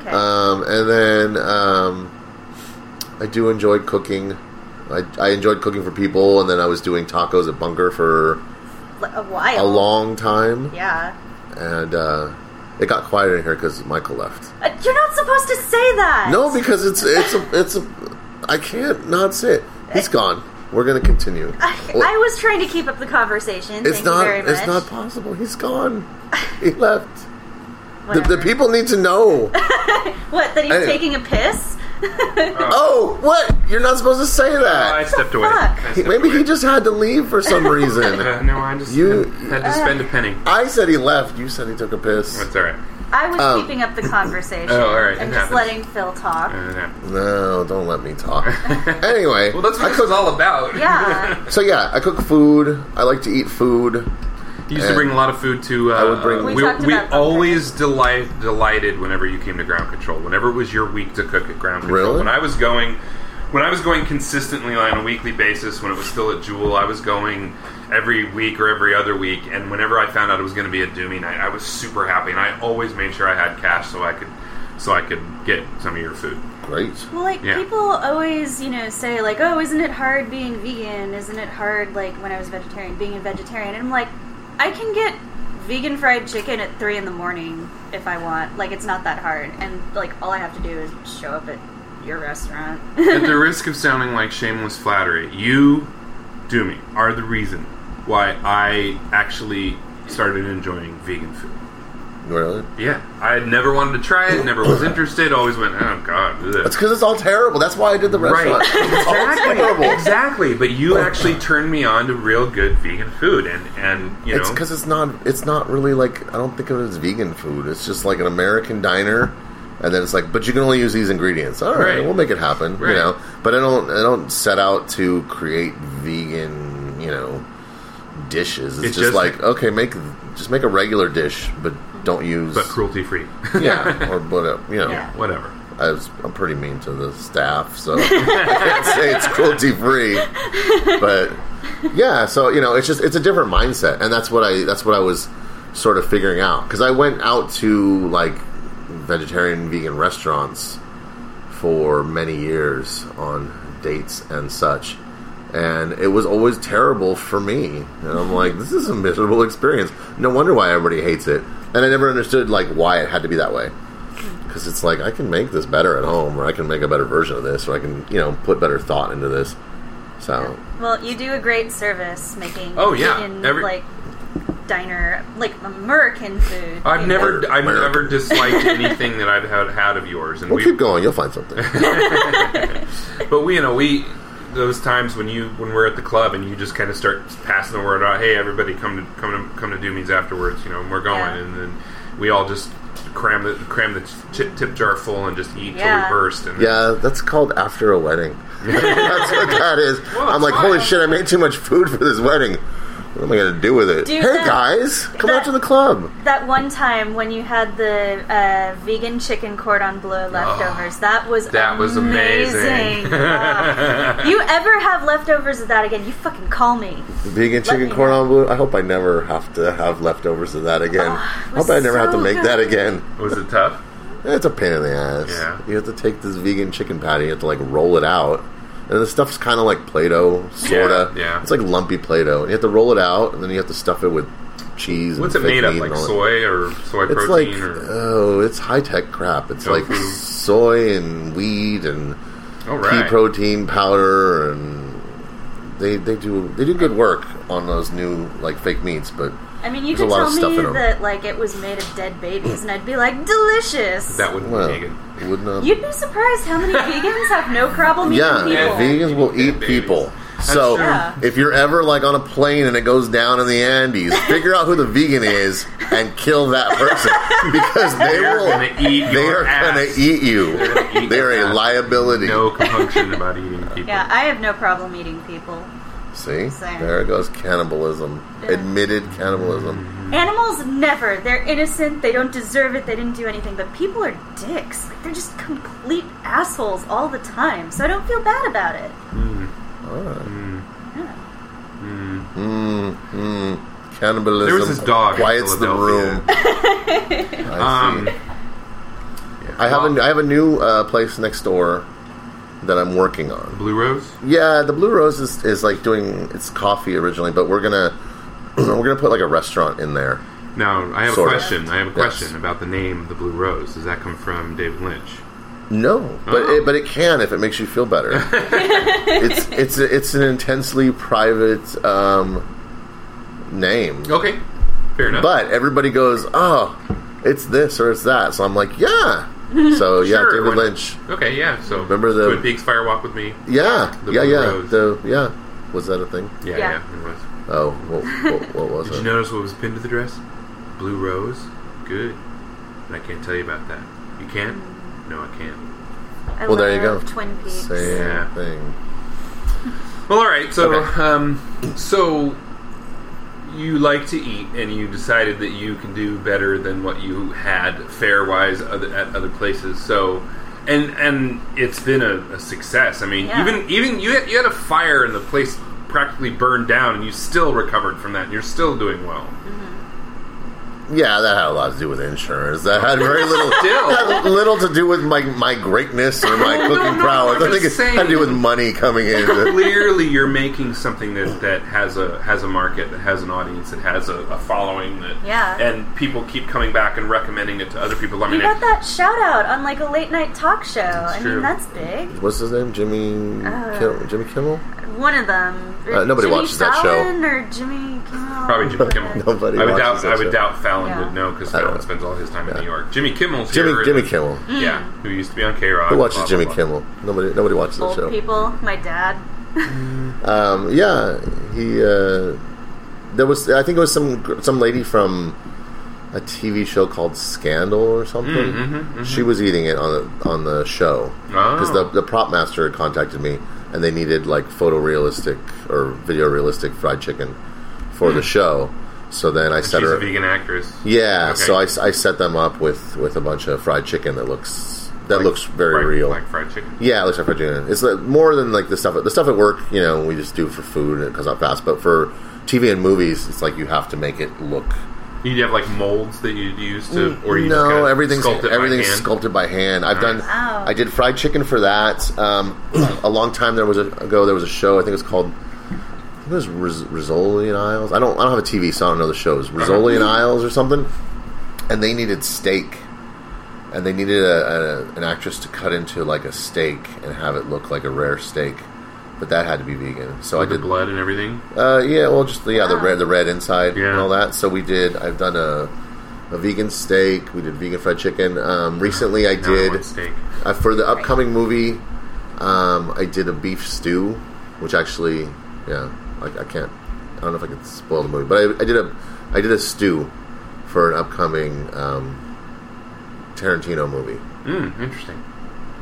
Speaker 2: Okay.
Speaker 3: Um, and then um, I do enjoy cooking. I, I enjoyed cooking for people, and then I was doing tacos at Bunker for
Speaker 2: Like, a while.
Speaker 3: a long time,
Speaker 2: Yeah.
Speaker 3: and uh, it got quieter in here because Michael left.
Speaker 2: Uh, you're not supposed to say that.
Speaker 3: No, because it's it's a it's a I can't not say it. He's gone. We're gonna continue.
Speaker 2: I, I was trying to keep up the conversation.
Speaker 3: it's
Speaker 2: Thank
Speaker 3: not
Speaker 2: you very much.
Speaker 3: it's not possible. He's gone. He left. The,
Speaker 2: Whatever.
Speaker 3: the people need to know.
Speaker 2: What? That he's
Speaker 3: I-
Speaker 2: taking a piss?
Speaker 3: oh, what? You're not supposed to say that.
Speaker 4: I stepped away.
Speaker 2: fuck?
Speaker 4: I
Speaker 3: He-
Speaker 4: stepped
Speaker 3: maybe
Speaker 4: away.
Speaker 3: he just had to leave for some reason.
Speaker 4: Uh, no, I just
Speaker 3: You-
Speaker 4: had, had to spend a penny.
Speaker 3: I said he left. You said he took a piss.
Speaker 4: That's all right.
Speaker 2: I was
Speaker 3: Um,
Speaker 2: keeping up the conversation.
Speaker 4: Oh, all right,
Speaker 2: I'm
Speaker 4: it
Speaker 2: just
Speaker 4: happens.
Speaker 2: letting Phil talk.
Speaker 4: Uh, yeah.
Speaker 3: No, don't let me talk. anyway,
Speaker 4: Well, that's
Speaker 3: I
Speaker 4: what this
Speaker 3: cook.
Speaker 4: was all about.
Speaker 2: Yeah.
Speaker 3: So yeah, I cook food. I like to eat food.
Speaker 4: You used to bring a lot of food to. Uh,
Speaker 3: I would bring-
Speaker 4: We,
Speaker 3: We
Speaker 2: talked
Speaker 4: we
Speaker 2: about that,
Speaker 4: always delight, delighted whenever you came to ground control. Whenever it was your week to cook at ground control.
Speaker 3: Really?
Speaker 4: When I was going, when I was going consistently on a weekly basis, when it was still at Jewel, I was going every week or every other week. And whenever I found out it was going to be a Doomy night, I was super happy, and I always made sure I had cash so I could so I could get some of your food.
Speaker 3: Great.
Speaker 2: Well, like,
Speaker 4: Yeah.
Speaker 2: people always, you know, say, like, oh, isn't it hard being vegan? Isn't it hard, like, when I was vegetarian, being a vegetarian? And I'm like, I can get vegan fried chicken at 3 in the morning if I want. Like, it's not that hard. And, like, all I have to do is show up at your restaurant.
Speaker 4: at the risk of sounding like shameless flattery, you, Doomy, are the reason why I actually started enjoying vegan food.
Speaker 3: Really?
Speaker 4: Yeah, I had never wanted to try it, never was interested, always went, oh god. ugh."
Speaker 3: That's because it's all terrible. That's why I did the restaurant. It's all
Speaker 4: Exactly,
Speaker 3: terrible.
Speaker 4: exactly. But you actually turned me on to real good vegan food, and and you
Speaker 3: It's
Speaker 4: know,
Speaker 3: because it's not. It's not really like I don't think of it as vegan food. It's just like an American diner, and then it's like, but you can only use these ingredients. All right,
Speaker 4: Right.
Speaker 3: we'll make it happen.
Speaker 4: Right.
Speaker 3: You know, but I don't. I don't set out to create vegan. You know, dishes. It's,
Speaker 4: It's
Speaker 3: just
Speaker 4: just-
Speaker 3: like okay, make just make a regular dish, but don't use.
Speaker 4: but cruelty free.
Speaker 3: yeah, or but uh, you know,
Speaker 2: Yeah.
Speaker 4: Whatever.
Speaker 3: I was, I'm pretty mean to the staff, so I can't say it's cruelty free. But yeah, so you know, it's just it's a different mindset, and that's what I that's what I was sort of figuring out because I went out to like vegetarian vegan restaurants for many years on dates and such, and it was always terrible for me. And I'm like, this is a miserable experience. No wonder why everybody hates it. And I never understood like why it had to be that way. Because it's like I can make this better at home, or I can make a better version of this, or I can you know put better thought into this. So
Speaker 2: Well, you do a great service making.
Speaker 4: Oh, yeah.
Speaker 2: vegan,
Speaker 4: Every-
Speaker 2: like diner, like American food.
Speaker 4: I've
Speaker 2: you
Speaker 4: never,
Speaker 2: know.
Speaker 4: I've
Speaker 3: American.
Speaker 4: never disliked anything that I've had, had of yours, and
Speaker 3: we'll
Speaker 4: we,
Speaker 3: keep going. You'll find something.
Speaker 4: but we, you know, we those times when you when we're at the club and you just kind of start passing the word out, hey, everybody, come to come to come to do means afterwards, you know, and we're going,
Speaker 2: Yeah.
Speaker 4: and then we all just cram the cram the tip, tip jar full and just eat till
Speaker 2: Yeah.
Speaker 4: we burst, and
Speaker 3: yeah, that's called after a wedding. that's what that is.
Speaker 4: Well,
Speaker 3: I'm like,
Speaker 4: it's
Speaker 3: holy
Speaker 4: fine.
Speaker 3: shit! I made too much food for this wedding. What am I gonna do with it?
Speaker 2: Dude,
Speaker 3: hey
Speaker 2: that-
Speaker 3: guys, come
Speaker 2: that-
Speaker 3: out to the club.
Speaker 2: That one time when you had the uh, vegan chicken cordon
Speaker 3: Oh,
Speaker 2: bleu leftovers, that was
Speaker 4: that was amazing.
Speaker 2: Ah. you ever have leftovers of that again? You fucking call me. me
Speaker 3: Vegan chicken
Speaker 2: know. Oh,
Speaker 3: cordon bleu. I hope I never have to have leftovers of that again. I
Speaker 2: was
Speaker 3: hope I never have to
Speaker 2: so
Speaker 3: make
Speaker 2: good.
Speaker 3: that again.
Speaker 4: was it tough?
Speaker 3: It's a pain in the ass.
Speaker 4: Yeah.
Speaker 3: You have to take this vegan chicken patty, you have to like roll it out. And the stuff's kind of like Play Doh, sorta.
Speaker 4: Yeah, yeah.
Speaker 3: It's like lumpy Play Doh. And you have to roll it out, and then you have to stuff it with cheese
Speaker 4: What's it
Speaker 3: and fake
Speaker 4: made of?
Speaker 3: meat
Speaker 4: Like
Speaker 3: and all that.
Speaker 4: soy or soy
Speaker 3: It's like,
Speaker 4: protein or
Speaker 3: oh, it's high tech crap. It's like
Speaker 4: Tofu.
Speaker 3: soy and wheat and
Speaker 4: all
Speaker 3: uh, pea
Speaker 4: right.
Speaker 3: protein powder, and they, they do they do good work on those new like fake meats, but
Speaker 2: I mean, you
Speaker 3: There's
Speaker 2: could
Speaker 3: a lot of
Speaker 2: tell
Speaker 3: stuff in
Speaker 2: me
Speaker 3: 'em.
Speaker 2: that like it was made of dead babies, and I'd be like, delicious.
Speaker 4: that wouldn't
Speaker 3: well,
Speaker 4: be vegan.
Speaker 3: would not.
Speaker 2: You'd be surprised how many vegans have no problem eating
Speaker 3: Yeah,
Speaker 2: people.
Speaker 3: vegans will
Speaker 4: Yeah,
Speaker 3: eat
Speaker 4: babies.
Speaker 3: people.
Speaker 4: That's
Speaker 3: So
Speaker 4: true.
Speaker 2: Yeah.
Speaker 3: if you're ever like on a plane and it goes down in the Andes, figure out who the vegan is and kill that person because they
Speaker 4: They're
Speaker 3: will.
Speaker 4: gonna eat
Speaker 3: They
Speaker 4: your
Speaker 3: are going
Speaker 4: ass.
Speaker 3: to eat you.
Speaker 4: gonna eat
Speaker 3: They
Speaker 4: your
Speaker 3: are a
Speaker 4: ass.
Speaker 3: liability.
Speaker 4: No compunction about eating people.
Speaker 2: Yeah, I have no problem eating people.
Speaker 3: See,
Speaker 2: Same.
Speaker 3: there goes cannibalism.
Speaker 2: Yeah.
Speaker 3: Admitted cannibalism.
Speaker 2: Animals never. They're innocent. They don't deserve it. They didn't do anything. But people are dicks. Like, they're just complete assholes all the time. So I don't feel bad about it.
Speaker 4: Mm.
Speaker 3: All
Speaker 4: Hmm.
Speaker 3: right. Ah.
Speaker 2: Yeah.
Speaker 3: Mm, mm. Cannibalism.
Speaker 4: There was this dog in
Speaker 3: Quiets the room. I see.
Speaker 4: Um,
Speaker 3: I have a, I have a new uh, place next door that I'm working on.
Speaker 4: Blue Rose.
Speaker 3: Yeah, the Blue Rose is, is like doing it's coffee originally, but we're gonna we're gonna put like a restaurant in there.
Speaker 4: Now, I have
Speaker 3: Sort
Speaker 4: a
Speaker 3: of.
Speaker 4: question. I have a
Speaker 3: Yes.
Speaker 4: question about the name The Blue Rose. Does that come from David Lynch?
Speaker 3: No, but
Speaker 4: Oh.
Speaker 3: it, but it can if it makes you feel better. it's it's it's an intensely private um, name,
Speaker 4: Okay. Fair enough.
Speaker 3: but everybody goes, oh, it's this or it's that. So I'm like, yeah. So yeah,
Speaker 4: Sure, why
Speaker 3: David
Speaker 4: not?
Speaker 3: Lynch.
Speaker 4: Okay, yeah. So
Speaker 3: Remember the-
Speaker 4: Twin Peaks Fire Walk with Me?
Speaker 3: Yeah,
Speaker 4: The
Speaker 3: yeah,
Speaker 4: Blue
Speaker 3: yeah.
Speaker 4: Rose.
Speaker 3: The yeah, was that a thing?
Speaker 4: Yeah, yeah.
Speaker 2: Yeah.
Speaker 4: it was.
Speaker 3: Oh, what, what, what was
Speaker 4: Did
Speaker 3: it?
Speaker 4: you notice what was pinned to the dress? Blue Rose. Good. But I can't tell you about that. You can? No, I can't.
Speaker 2: I
Speaker 3: Well, there you
Speaker 2: love
Speaker 3: go.
Speaker 2: Twin Peaks.
Speaker 3: Same
Speaker 4: Yeah.
Speaker 3: thing.
Speaker 4: Well, all right. So,
Speaker 3: Okay.
Speaker 4: um, so you like to eat, and you decided that you can do better than what you had fare wise other, at other places. So, and and it's been a, a success. I mean,
Speaker 2: Yeah.
Speaker 4: even even you had, you had a fire, and the place practically burned down, and you still recovered from that. And you're still doing well.
Speaker 3: Yeah, that had a lot to do with insurance. That had very little,
Speaker 4: Still.
Speaker 3: that had little to do with my my greatness or my
Speaker 4: Oh, No, no,
Speaker 3: cooking
Speaker 4: no,
Speaker 3: prowess.
Speaker 4: I'm
Speaker 3: I think it
Speaker 4: just
Speaker 3: had to do with
Speaker 4: saying.
Speaker 3: money coming in.
Speaker 4: Clearly, you're making something that, that has a has a market, that has an audience, that has a, a following, that
Speaker 2: Yeah.
Speaker 4: and people keep coming back and recommending it to other people. I mean,
Speaker 2: You
Speaker 4: it-
Speaker 2: got that shout out on like a late night talk show. I
Speaker 4: true.
Speaker 2: mean, that's big.
Speaker 3: What's his name? Jimmy
Speaker 2: Uh,
Speaker 3: Kim- Jimmy Kimmel?
Speaker 2: One of them.
Speaker 3: Uh, nobody
Speaker 2: Jimmy
Speaker 3: watches that show.
Speaker 2: Fallon Or Jimmy Kimmel.
Speaker 4: Probably Jimmy Kimmel.
Speaker 3: Nobody
Speaker 4: I would
Speaker 3: watches
Speaker 4: doubt.
Speaker 3: that
Speaker 4: I would
Speaker 3: show.
Speaker 4: doubt Fallon
Speaker 2: Yeah.
Speaker 4: would know because
Speaker 3: I don't
Speaker 4: Fallon
Speaker 3: know.
Speaker 4: spends all his time
Speaker 3: Yeah.
Speaker 4: in New York. Jimmy Kimmel's here.
Speaker 3: Jimmy Jimmy
Speaker 4: and-
Speaker 3: Kimmel.
Speaker 2: Mm.
Speaker 4: Yeah, who used to be on K Rock.
Speaker 3: Who watches Jimmy Kimmel? Nobody nobody watches that
Speaker 2: Old
Speaker 3: show.
Speaker 2: people. My dad.
Speaker 3: Um, yeah, he. Uh, there was I think it was some gr- some lady from a TV show called Scandal or something.
Speaker 4: Mm-hmm,
Speaker 2: Mm-hmm.
Speaker 3: She was eating it on the on the show. because the,
Speaker 4: Oh.
Speaker 3: the prop master had contacted me and they needed like photorealistic or video realistic fried chicken for the show so then i set
Speaker 4: She's
Speaker 3: her
Speaker 4: a Hmm. vegan actress.
Speaker 3: yeah
Speaker 4: Okay.
Speaker 3: so I, s- I set them up with with a bunch of fried chicken that looks that looks very
Speaker 4: Fried-
Speaker 3: real
Speaker 4: Like fried chicken.
Speaker 3: yeah it looks like fried chicken it's like, more than like the stuff the stuff at work you know we just do for food and it comes out fast but for tv and movies it's like you have to make it look
Speaker 4: You have like molds that you would use to, or you just
Speaker 3: Mm, no,
Speaker 4: kinda
Speaker 3: everything's
Speaker 4: sculpt it
Speaker 3: everything's
Speaker 4: by hand?
Speaker 3: sculpted by hand. I've done.
Speaker 2: Wow.
Speaker 3: I did fried chicken for that. Um, a long time there was a, ago. There was a show. I think it was called There's Riz- Rizzoli and Isles. I don't. I don't have a TV, so I don't know the shows.
Speaker 4: Uh-huh.
Speaker 3: Rizzoli and Isles or something. And they needed steak, and they needed a, a, an actress to cut into like a steak and have it look like a rare steak, but that had to be vegan. So I
Speaker 4: the
Speaker 3: did.
Speaker 4: blood and everything.
Speaker 3: Uh, yeah, well, just yeah, the
Speaker 2: Ah.
Speaker 3: red, the red inside and
Speaker 4: Yeah.
Speaker 3: all that. So we did. I've done a a vegan steak. We did vegan fried chicken. Um, recently, I
Speaker 4: Now I
Speaker 3: did
Speaker 4: want steak.
Speaker 3: uh, for the upcoming movie. Um, I did a beef stew, which actually, yeah, I, I can't. I don't know if I can spoil the movie, but I, I did a I did a stew for an upcoming um, Tarantino movie.
Speaker 4: Mm, interesting.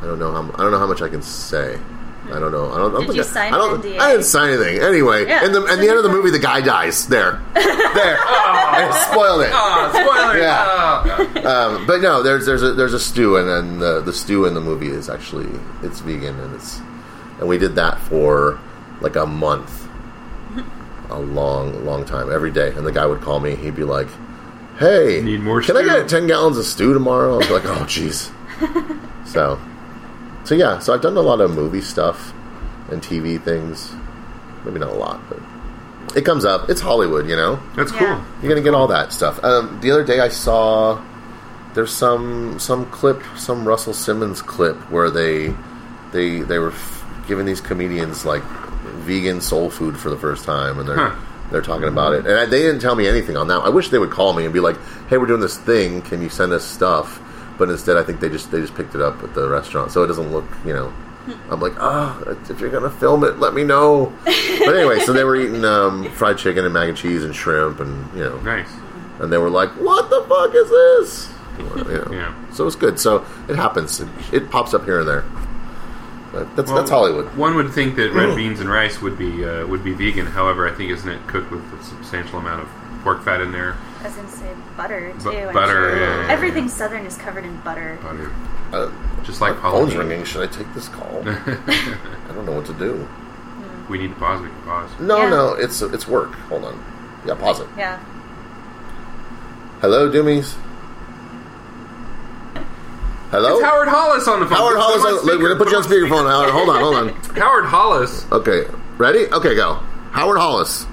Speaker 3: I don't know how I don't know how much I can say. I don't know. I don't. I don't
Speaker 2: Did
Speaker 3: think
Speaker 2: you
Speaker 3: I,
Speaker 2: sign
Speaker 3: I don't-
Speaker 2: an NDA?
Speaker 3: I didn't sign anything. Anyway,
Speaker 2: Yeah,
Speaker 3: in the at
Speaker 2: so
Speaker 3: the end of the
Speaker 2: you-
Speaker 3: movie, the guy dies. There, there. I spoiled it.
Speaker 4: Ah, spoiler!
Speaker 3: Yeah.
Speaker 4: Ah.
Speaker 3: Um, but no, there's there's a there's a stew, and then the the stew in the movie is actually it's vegan, and it's and we did that for like a month, a long long time every day. And the guy would call me. He'd be like, "Hey,
Speaker 4: Need more
Speaker 3: Can I
Speaker 4: stew?"
Speaker 3: get ten gallons of stew tomorrow?" I'd be like, "Oh, jeez." so, so yeah, so I've done a lot of movie stuff and TV things. Maybe not a lot, but it comes up. It's Hollywood, you know.
Speaker 4: That's
Speaker 2: Yeah.
Speaker 4: cool.
Speaker 3: You're gonna get all that stuff. Um, the other day, I saw there's some some clip, some Russell Simmons clip where they they they were f- giving these comedians like vegan soul food for the first time, and they're
Speaker 4: Huh.
Speaker 3: they're talking about it. And I, they didn't tell me anything on that. I wish they would call me and be like, "Hey, we're doing this thing. Can you send us stuff?" But instead, I think they just they just picked it up at the restaurant, so it doesn't look you know. I'm like, ah, if you're gonna film it, let me know. But anyway, so they were eating um, fried chicken and mac and cheese and shrimp, and you know,
Speaker 4: Nice.
Speaker 3: and they were like, "What the fuck is this?" You know.
Speaker 4: Yeah.
Speaker 3: So it's good. So it happens. It, it pops up here and there. But that's
Speaker 4: Well,
Speaker 3: that's Hollywood.
Speaker 4: One would think that red beans and rice would be uh, would be vegan. However, I think isn't it cooked with a substantial amount of pork fat in there?
Speaker 2: I was gonna say butter too.
Speaker 4: Bu-
Speaker 2: I'm
Speaker 4: butter,
Speaker 2: sure.
Speaker 4: yeah, yeah, yeah.
Speaker 2: Everything southern is covered in butter.
Speaker 4: Butter,
Speaker 3: Uh,
Speaker 4: just like
Speaker 3: phone's
Speaker 4: Polynesian.
Speaker 3: ringing. Should I take this call? I don't know what to do.
Speaker 4: We need to pause. We can pause.
Speaker 3: No,
Speaker 2: Yeah.
Speaker 3: no, it's it's work. Hold on. Yeah, pause it.
Speaker 2: Yeah.
Speaker 3: Hello, Doomies. Hello,
Speaker 4: It's Howard Hollis on the phone.
Speaker 3: Howard
Speaker 4: Put
Speaker 3: Hollis.
Speaker 4: him on
Speaker 3: on- Look, we're gonna put you on
Speaker 4: speaker.
Speaker 3: speakerphone, Howard. Hold on, hold on.
Speaker 4: Howard Hollis.
Speaker 3: Okay, ready? Okay, go. Howard Hollis.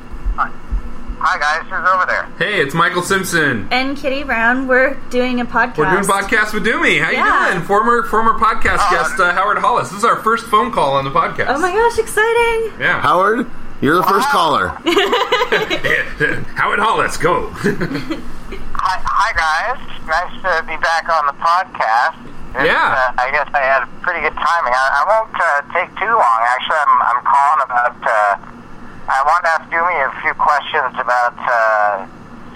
Speaker 5: Hi guys, who's over there?
Speaker 4: Hey, it's Michael Simpson.
Speaker 2: And Kitty Brown, we're doing a podcast.
Speaker 4: We're doing podcast with Doomy. How
Speaker 2: Yeah.
Speaker 4: you doing? Former former podcast
Speaker 3: Ah.
Speaker 5: Howard.
Speaker 4: guest uh, Howard Hollis. This is our first phone call on the podcast.
Speaker 2: Oh my gosh, exciting!
Speaker 4: Yeah.
Speaker 3: Howard, you're the first caller.
Speaker 4: Howard Hollis, go.
Speaker 5: Hi, hi guys, nice to be back on the podcast. It's,
Speaker 4: Yeah.
Speaker 5: uh, I guess I had pretty good timing. I, I won't uh, take too long. Actually, I'm I'm calling about. Uh, I wanted to ask Doomy a few questions about uh,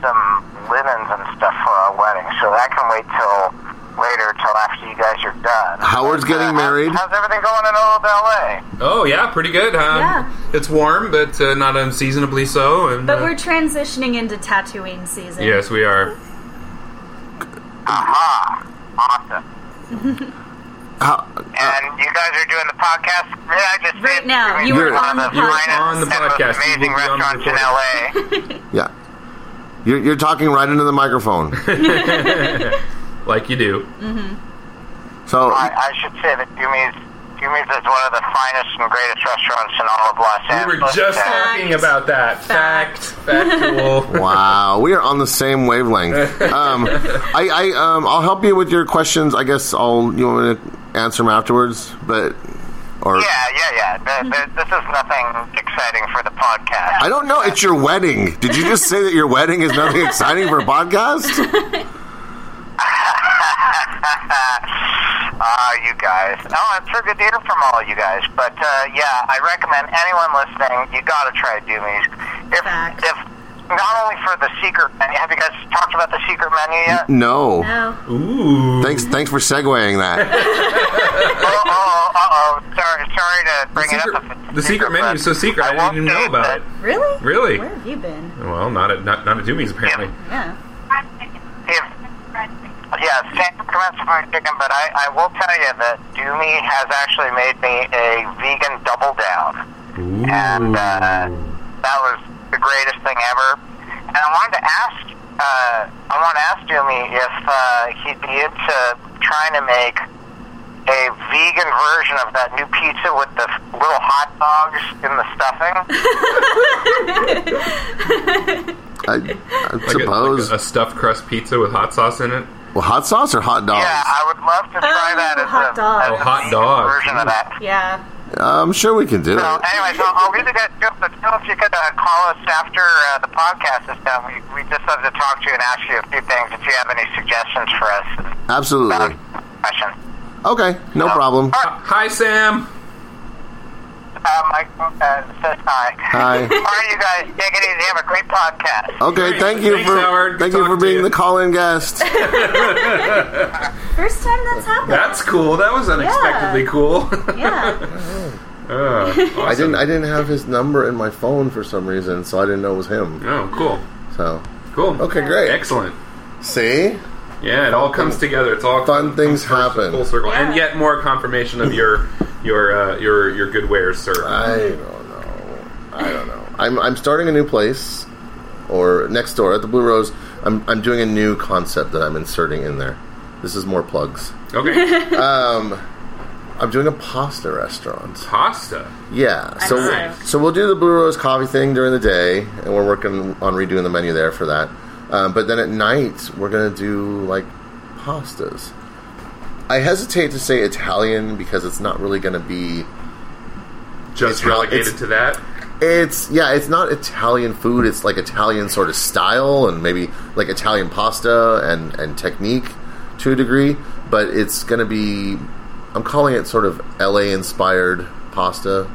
Speaker 5: some linens and stuff for our wedding, so that can wait till later, till after you guys are done.
Speaker 3: Howard's
Speaker 5: But, uh,
Speaker 3: getting
Speaker 5: how's-
Speaker 3: married.
Speaker 5: How's everything going in old LA?
Speaker 4: oh yeah, pretty good. Um,
Speaker 2: Yeah.
Speaker 4: It's warm, but uh, not unseasonably so. And
Speaker 2: But
Speaker 4: uh,
Speaker 2: we're transitioning into Tatooine season.
Speaker 4: yes, we are.
Speaker 5: Aha! Awesome.
Speaker 3: How, uh,
Speaker 5: And you guys are doing the podcast. Yeah, I just
Speaker 2: Right
Speaker 5: did.
Speaker 2: now,
Speaker 5: I mean,
Speaker 2: you
Speaker 3: are
Speaker 5: one
Speaker 2: on
Speaker 5: of
Speaker 2: the You're
Speaker 5: finest
Speaker 4: on the
Speaker 5: and most
Speaker 4: podcast. You
Speaker 5: Amazing
Speaker 4: will be on the
Speaker 5: restaurants in LA.
Speaker 3: Yeah. You're, you're talking right into the microphone.
Speaker 4: Like you do.
Speaker 3: So,
Speaker 5: I, I should say that Jimmy's Jimmy's is one of the finest and greatest restaurants in all of Los
Speaker 4: We
Speaker 5: Angeles.
Speaker 4: were just
Speaker 5: Uh,
Speaker 4: talking about that. Fact. Factual.
Speaker 3: wow, we are on the same wavelength. Um, I, I, um, I'll help you with your questions. I guess I'll you want me to answer them afterwards, but or
Speaker 5: yeah, yeah, yeah. The, the, this is nothing exciting for the podcast.
Speaker 3: I don't know. It's your wedding. Did you just say that your wedding is nothing exciting for a podcast?
Speaker 5: Ah, you guys. Oh, it's so good to hear from all of you guys. But uh, yeah, I recommend anyone listening, you gotta try Doomies. If,
Speaker 2: Facts.
Speaker 5: if not only for the secret menu, have you guys talked about the secret menu yet?
Speaker 3: No.
Speaker 2: Oh,
Speaker 4: Ooh.
Speaker 3: Thanks, thanks for segueing that.
Speaker 5: oh, oh, oh, oh, sorry, sorry to bring
Speaker 4: secret-
Speaker 5: it up. if it's
Speaker 4: the secret menu is so secret, I
Speaker 5: won't
Speaker 4: didn't even know
Speaker 5: do
Speaker 4: about
Speaker 5: but
Speaker 4: it.
Speaker 2: really?
Speaker 4: Really?
Speaker 2: Where have you been?
Speaker 4: Well, not at not, not at Doomy's apparently.
Speaker 2: Yeah.
Speaker 5: If, yeah, Sam comments fried chicken, but I, I will tell you that Doomy has actually made me a vegan double down.
Speaker 4: Ooh.
Speaker 5: and uh, that was the greatest thing ever. And I wanted to ask, uh, I want to ask Jimmy if uh, he'd be into trying to make a vegan version of that new pizza with the f- little hot dogs in the stuffing.
Speaker 3: I, I
Speaker 4: Like a, like
Speaker 3: suppose.
Speaker 4: a- a stuffed crust pizza with hot sauce in it.
Speaker 3: well, hot sauce or hot dogs?
Speaker 5: Yeah, I would love to try
Speaker 2: Oh,
Speaker 5: that as
Speaker 2: hot
Speaker 5: a, as
Speaker 2: dog.
Speaker 5: a
Speaker 4: Oh, hot
Speaker 5: vegan
Speaker 4: dog.
Speaker 5: version of that.
Speaker 2: Yeah.
Speaker 3: I'm sure we can do
Speaker 5: So,
Speaker 3: it.
Speaker 5: anyway, so I'll leave you guys to it, but still, if you could uh, call us after uh, the podcast is done, we, we just love to talk to you and ask you a few things if you have any suggestions for us. Uh,
Speaker 3: Absolutely.
Speaker 5: Question.
Speaker 3: Okay, no problem.
Speaker 5: All right,
Speaker 4: Hi, Sam.
Speaker 5: uh, Mike uh, says hi.
Speaker 3: Hi.
Speaker 5: All right, you guys, take it easy. Have a great podcast.
Speaker 3: Okay,
Speaker 4: Great.
Speaker 3: thank you
Speaker 4: Thanks,
Speaker 3: for
Speaker 4: Howard.
Speaker 3: thank
Speaker 4: Good
Speaker 3: you for
Speaker 4: talking to
Speaker 3: being
Speaker 4: you.
Speaker 3: the call-in guest.
Speaker 2: First time that's happened.
Speaker 4: That's cool. That was unexpectedly cool.
Speaker 2: yeah.
Speaker 4: Oh,
Speaker 3: I didn't I didn't have his number in my phone for some reason, so I didn't know it was him.
Speaker 4: oh, cool.
Speaker 3: So
Speaker 4: Cool.
Speaker 3: okay, great.
Speaker 4: Excellent.
Speaker 3: See,
Speaker 4: Yeah, it all comes together. It's all
Speaker 3: fun things
Speaker 4: full
Speaker 3: happen.
Speaker 4: circle,
Speaker 2: Yeah.
Speaker 4: and yet more confirmation of your your uh, your your good wares, sir.
Speaker 3: I don't know. I don't know. I'm I'm starting a new place, or next door at the Blue Rose. I'm I'm doing a new concept that I'm inserting in there. This is more plugs.
Speaker 4: okay,
Speaker 3: I'm doing a pasta restaurant.
Speaker 4: pasta.
Speaker 3: Yeah. So
Speaker 2: Excellent.
Speaker 3: so we'll do the Blue Rose coffee thing during the day, and we're working on redoing the menu there for that. Um, but then at night, we're gonna do like pastas. I hesitate to say Italian because it's not really gonna be.
Speaker 4: Just
Speaker 3: It's-
Speaker 4: relegated
Speaker 3: it's-
Speaker 4: to that.
Speaker 3: It's yeah, it's not Italian food. It's like Italian sort of style and maybe like Italian pasta and and technique to a degree. But it's gonna be. I'm calling it sort of LA inspired pasta.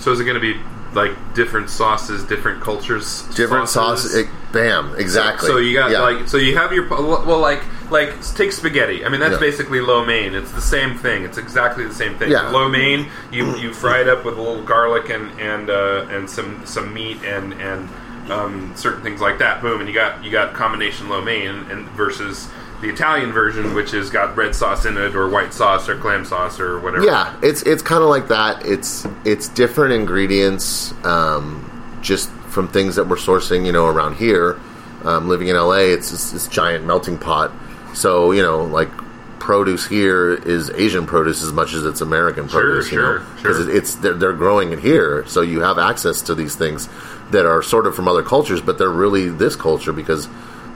Speaker 4: So is it going to be like different sauces, different cultures,
Speaker 3: different
Speaker 4: sauces?
Speaker 3: sauce. It, bam, exactly.
Speaker 4: So you got
Speaker 3: Yeah.
Speaker 4: like so you have your well like like take spaghetti. I mean that's
Speaker 3: Yeah.
Speaker 4: basically lo mein. It's the same thing. It's exactly the same thing.
Speaker 3: Yeah.
Speaker 4: Lo mein, you you fry it up with a little garlic and and uh, and some some meat and and um, certain things like that. Boom, and you got you got combination lo mein and versus the Italian version, which has got red sauce in it or white sauce or clam sauce or whatever.
Speaker 3: yeah, it's it's kind of like that. It's it's different ingredients, um, just from things that we're sourcing, you know, around here. Um, living in LA, it's this, this giant melting pot. So you know, like produce here is Asian produce as much as it's American produce. you
Speaker 4: sure,
Speaker 3: know,
Speaker 4: sure.
Speaker 3: 'Cause it- it's they're, they're growing it here, so you have access to these things that are sort of from other cultures, but they're really this culture because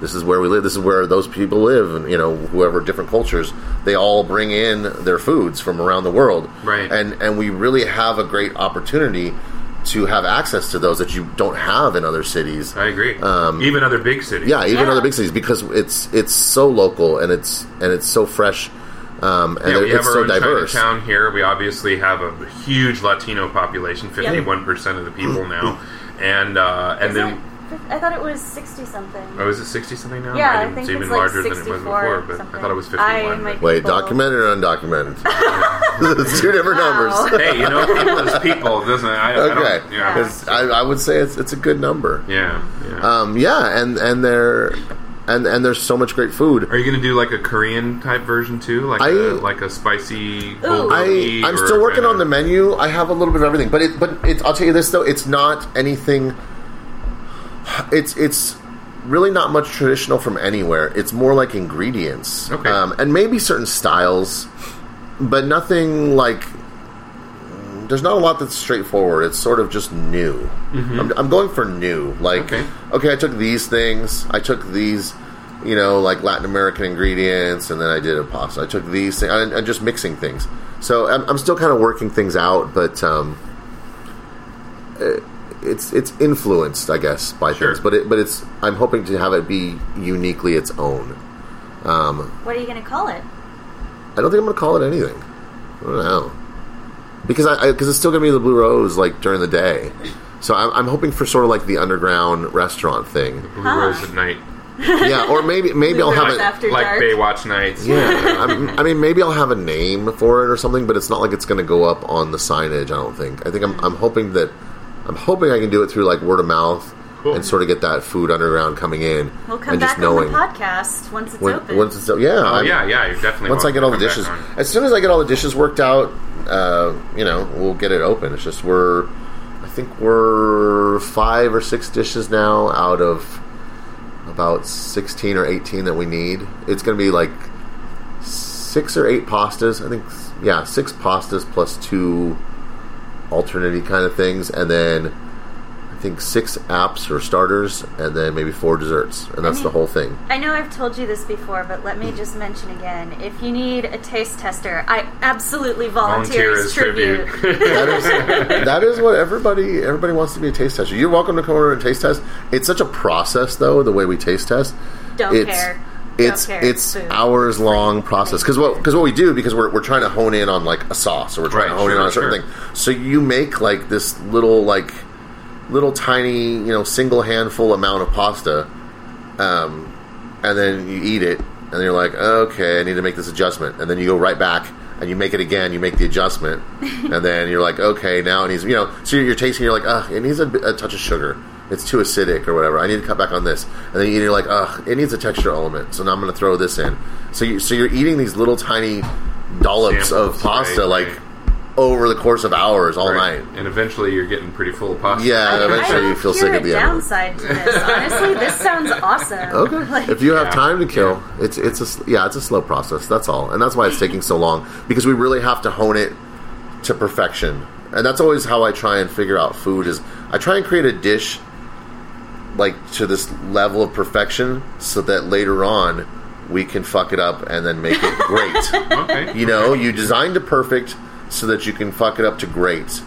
Speaker 3: this is where we live. This is where those people live, and you know, whoever different cultures, they all bring in their foods from around the world,
Speaker 4: Right.
Speaker 3: And and we really have a great opportunity to have access to those that you don't have in other cities.
Speaker 4: I agree. Even other big cities.
Speaker 3: Um, Yeah, even
Speaker 2: Yeah.
Speaker 3: other big cities because it's it's so local and it's and it's so fresh, um, and
Speaker 4: Yeah, we have
Speaker 3: it's
Speaker 4: our
Speaker 3: so
Speaker 4: own
Speaker 3: diverse.
Speaker 4: Chinatown here. We obviously have a huge Latino population, fifty-one percent of the people now, and uh, and
Speaker 2: Is
Speaker 4: then
Speaker 2: it- I thought it was 60 something.
Speaker 4: oh, is it sixty something now?
Speaker 2: Yeah, I
Speaker 4: didn't- it's
Speaker 2: think it's
Speaker 4: even
Speaker 2: like
Speaker 4: larger than it was
Speaker 2: 64
Speaker 4: before, but I
Speaker 2: something.
Speaker 4: thought it was
Speaker 2: I
Speaker 4: fifty-one. but-
Speaker 2: might-
Speaker 3: Wait,
Speaker 2: Well-
Speaker 3: documented or undocumented? it's two different
Speaker 2: Wow.
Speaker 3: numbers.
Speaker 4: hey, you know, people is people, doesn't it? I, I
Speaker 3: Okay,
Speaker 4: don't, yeah,
Speaker 3: yeah. I, I would say it's it's a good number.
Speaker 4: yeah, yeah.
Speaker 3: Um, yeah, and and there, and and there's so much great food.
Speaker 4: Are you gonna do like a Korean type version too, like
Speaker 3: I-
Speaker 4: a, like a spicy? bulgogi
Speaker 3: I I'm
Speaker 4: or
Speaker 3: still working
Speaker 4: kinda-
Speaker 3: on the menu. I have a little bit of everything, but it but it's I'll tell you this though, it's not anything. It's it's really not much traditional from anywhere. It's more like ingredients,
Speaker 4: Okay.
Speaker 3: um, and maybe certain styles, but nothing like. There's not a lot that's straightforward. It's sort of just new. I'm, I'm going for new. Like,
Speaker 4: Okay.
Speaker 3: okay. I took these things. I took these, you know, like Latin American ingredients, and then I did a pasta. I took these things. I'm just mixing things. So I'm, I'm still kind of working things out, but um, eh, it's it's influenced, I guess, by
Speaker 4: Sure.
Speaker 3: things. But it, but it's I'm hoping to have it be uniquely its own. Um,
Speaker 2: What are you going to call it?
Speaker 3: I don't think I'm going to call it anything. I don't know because I because it's still going to be the Blue Rose like during the day. So I'm, I'm hoping for sort of like the underground restaurant thing.
Speaker 4: Blue Rose at night,
Speaker 3: Yeah, or maybe maybe I'll have
Speaker 2: Rose
Speaker 3: it.
Speaker 2: After
Speaker 4: like
Speaker 2: dark.
Speaker 4: Baywatch nights.
Speaker 3: Yeah, I'm, I mean, maybe I'll have a name for it or something, but it's not like it's going to go up on the signage. I don't think. I think I'm, I'm hoping that I'm hoping I can do it through like word of mouth
Speaker 4: Cool.
Speaker 3: and sort of get that food underground coming in
Speaker 2: We'll come
Speaker 3: and
Speaker 2: back
Speaker 3: just
Speaker 2: on
Speaker 3: knowing
Speaker 2: the podcast once it's
Speaker 3: when,
Speaker 2: open.
Speaker 3: once it's yeah,
Speaker 4: Oh
Speaker 3: I'm-
Speaker 4: yeah, yeah. You're definitely
Speaker 3: once I get all the
Speaker 4: welcome to
Speaker 3: dishes.
Speaker 4: come back on.
Speaker 3: As soon as I get all the dishes worked out, uh, you know, we'll get it open. It's just we're, I think we're five or six dishes now out of about sixteen or eighteen that we need. It's going to be like six or eight pastas. I think, s- yeah, six pastas plus two alternate kind of things, and then I think six apps or starters, and then maybe four desserts, and that's the whole thing.
Speaker 2: I know I've told you this before, but let me just mention again: if you need a taste tester, I absolutely volunteer,
Speaker 4: Volunteer
Speaker 2: as
Speaker 4: is
Speaker 2: tribute.
Speaker 4: tribute.
Speaker 3: That is that is what everybody everybody wants to be a taste tester. You're welcome to come over and taste test. It's such a process though, the way we taste test.
Speaker 2: Don't
Speaker 3: it's,
Speaker 2: care.
Speaker 3: It's
Speaker 2: Don't care.
Speaker 3: it's
Speaker 2: Food.
Speaker 3: hours long process because what because what we do because we're, we're trying to hone in on like a sauce or we're trying
Speaker 4: Right,
Speaker 3: to hone in
Speaker 4: sure,
Speaker 3: on a certain
Speaker 4: sure.
Speaker 3: thing. So you make like this little like little tiny you know single handful amount of pasta, um, and then you eat it and you're like okay I need to make this adjustment and then you go right back and you make it again you make the adjustment and then you're like okay now it needs you know so you're, you're tasting you're like ugh it needs a, bit- a touch of sugar it's too acidic or whatever I need to cut back on this and then you eat it you're like ugh it needs a texture element so now I'm gonna throw this in so you so you're eating these little tiny dollops
Speaker 4: Samples,
Speaker 3: of pasta
Speaker 4: right,
Speaker 3: like
Speaker 4: right.
Speaker 3: over the course of hours all
Speaker 4: Right.
Speaker 3: night
Speaker 4: And eventually you're getting pretty full of pasta.
Speaker 3: yeah and
Speaker 2: I
Speaker 3: eventually
Speaker 2: don't
Speaker 3: you feel
Speaker 2: hear
Speaker 3: sick at
Speaker 2: a
Speaker 3: the end of it.
Speaker 2: downside to this. Honestly, this sounds awesome.
Speaker 3: Okay.
Speaker 2: Like,
Speaker 3: if you have
Speaker 4: Yeah.
Speaker 3: time to kill, it's it's a s- yeah, it's a slow process. That's all, and that's why it's taking so long because we really have to hone it to perfection. And that's always how I try and figure out food is I try and create a dish like to this level of perfection so that later on we can fuck it up and then make it great.
Speaker 4: Okay.
Speaker 3: You know, you designed it perfect so that you can fuck it up to great,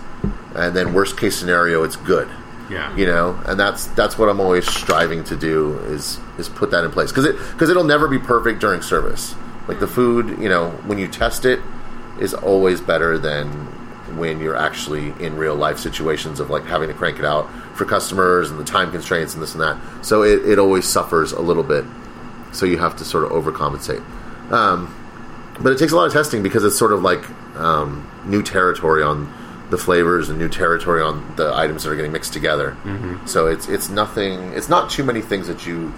Speaker 3: and then worst case scenario, it's good.
Speaker 4: Yeah.
Speaker 3: You know, and that's that's what I'm always striving to do is is put that in place because it because it'll never be perfect during service. Like the food, you know, when you test it, is always better than when you're actually in real life situations of like having to crank it out for customers and the time constraints and this and that. So it, it always suffers a little bit. So you have to sort of overcompensate. Um, but it takes a lot of testing because it's sort of like um, new territory on the flavors and new territory on the items that are getting mixed together. So it's it's nothing. It's not too many things that you.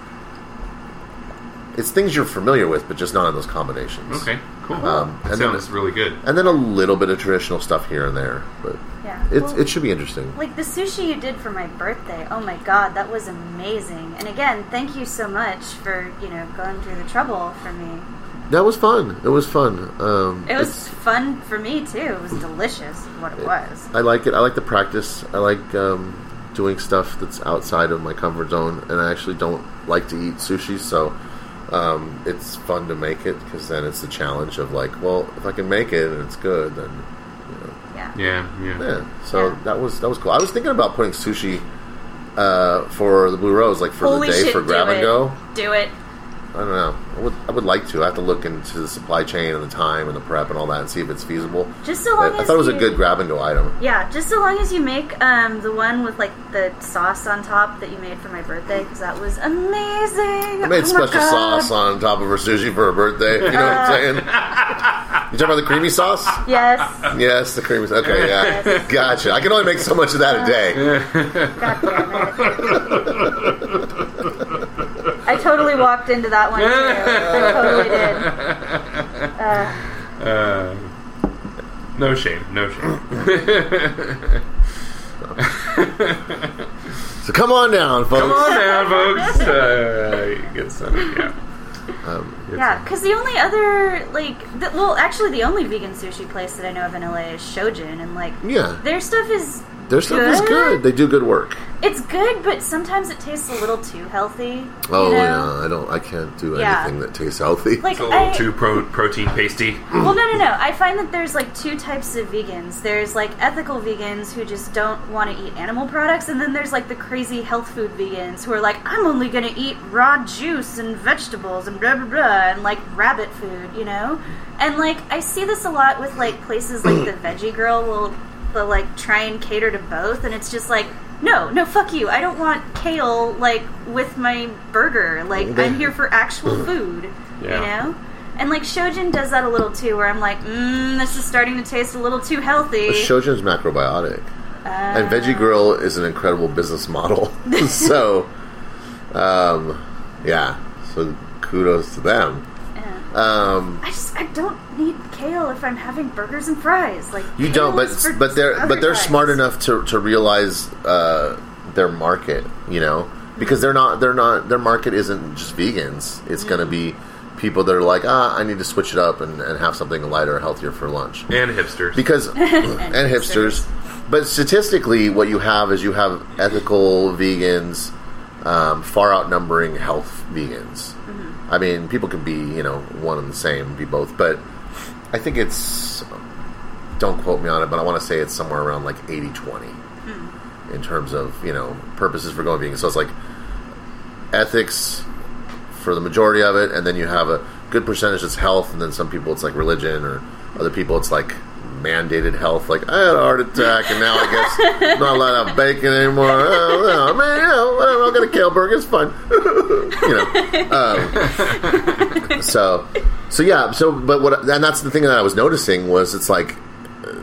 Speaker 3: It's things you're familiar with, but just not in those combinations.
Speaker 4: Okay. Cool.
Speaker 3: Um, and then-
Speaker 4: Sounds really good.
Speaker 3: And then a little bit of traditional stuff here and there, but
Speaker 2: yeah.
Speaker 3: it's,
Speaker 2: Well,
Speaker 3: it should be interesting.
Speaker 2: Like the sushi you did for my birthday. Oh my god, that was amazing. And again, thank you so much for, you know, going through the trouble for me.
Speaker 3: That was fun. It was fun. Um,
Speaker 2: It was
Speaker 3: it's-
Speaker 2: fun for me too. It was delicious what it was.
Speaker 3: I like it. I like the practice. I like um, doing stuff that's outside of my comfort zone, and I actually don't like to eat sushi, so um, it's fun to make it because then it's the challenge of like, well, if I can make it and it's good, then
Speaker 2: Yeah.
Speaker 4: Yeah. Yeah.
Speaker 3: yeah. So
Speaker 2: Yeah.
Speaker 3: that was that was cool. I was thinking about putting sushi uh, for the Blue Rose, like for
Speaker 2: Holy
Speaker 3: the day
Speaker 2: shit,
Speaker 3: for grab
Speaker 2: do
Speaker 3: and
Speaker 2: it.
Speaker 3: go.
Speaker 2: Do it.
Speaker 3: I don't know. I would, I would like to. I have to look into the supply chain and the time and the prep and all that and see if it's feasible.
Speaker 2: Just so long
Speaker 3: But I
Speaker 2: as
Speaker 3: thought it was a
Speaker 2: you-
Speaker 3: good grab and go item.
Speaker 2: Yeah, just so long as you make um, the one with like the sauce on top that you made for my birthday, because that was amazing.
Speaker 3: I made
Speaker 2: Oh my
Speaker 3: special
Speaker 2: God.
Speaker 3: sauce on top of her sushi for her birthday. You know what I'm saying? You talking about the creamy sauce?
Speaker 2: Yes.
Speaker 3: Yes, the creamy. sauce. Okay, yeah, gotcha. I can only make so much of that a day.
Speaker 2: God damn it. I totally walked into that one too. I totally did.
Speaker 4: Uh, no shame. No shame.
Speaker 3: So come on down, folks.
Speaker 4: Come on down, folks. Uh, good stuff. Yeah.
Speaker 3: Um,
Speaker 2: Yeah, because the only other like, the, well, actually, the only vegan sushi place that I know of in LA is Shojin, and like,
Speaker 3: yeah,
Speaker 2: their stuff is
Speaker 3: their stuff is good. They do good work.
Speaker 2: It's good, but sometimes it tastes a little too healthy.
Speaker 3: Oh
Speaker 2: you know?
Speaker 3: yeah, I don't. I can't do
Speaker 2: Yeah.
Speaker 3: anything that tastes healthy.
Speaker 2: Like
Speaker 4: It's a little
Speaker 2: I,
Speaker 4: too pro- protein pasty.
Speaker 2: Well, no, no, no. I find that there's like two types of vegans. There's like ethical vegans who just don't want to eat animal products, and then there's like the crazy health food vegans who are like, I'm only going to eat raw juice and vegetables and blah, blah, blah, and like rabbit food, you know? And like, I see this a lot with like places like the Veggie Girl will, will like try and cater to both, and it's just like, no, no, fuck you. I don't want kale like with my burger. Like, I'm here for actual food,
Speaker 4: Yeah.
Speaker 2: you know? And like Shojin does that a little too, where I'm like, mm, this is starting to taste a little too healthy. Uh,
Speaker 3: Shojin's macrobiotic,
Speaker 2: Oh.
Speaker 3: and Veggie Grill is an incredible business model. so, um, yeah. So kudos to them.
Speaker 2: Yeah.
Speaker 3: Um,
Speaker 2: I just I don't need kale if I'm having burgers and fries. Like
Speaker 3: You
Speaker 2: kale
Speaker 3: don't, but
Speaker 2: is for
Speaker 3: but they're
Speaker 2: other
Speaker 3: but they're
Speaker 2: guys.
Speaker 3: smart enough to to realize uh, their market, you know, because they're not they're not their market isn't just vegans. It's going to be people that are like, ah, I need to switch it up and, and have something lighter, healthier for lunch.
Speaker 4: and hipsters.
Speaker 3: Because and, hipsters. but statistically, what you have is you have ethical vegans um, far outnumbering health vegans. I mean, people can be you know one and the same, be both, but I think it's don't quote me on it, but I want to say it's somewhere around like 80 20 in terms of you know purposes for going vegan. So it's like ethics for the majority of it, and then you have a good percentage that's health, and then some people it's like religion, or other people it's like mandated health. Like I had a heart attack, and now I guess I'm not allowed to have bacon anymore. Oh, well, I mean, you know, whatever, I'll get a kale burger. It's fine, you know. Um, so, so yeah. So, but what? And that's the thing that I was noticing was it's like uh,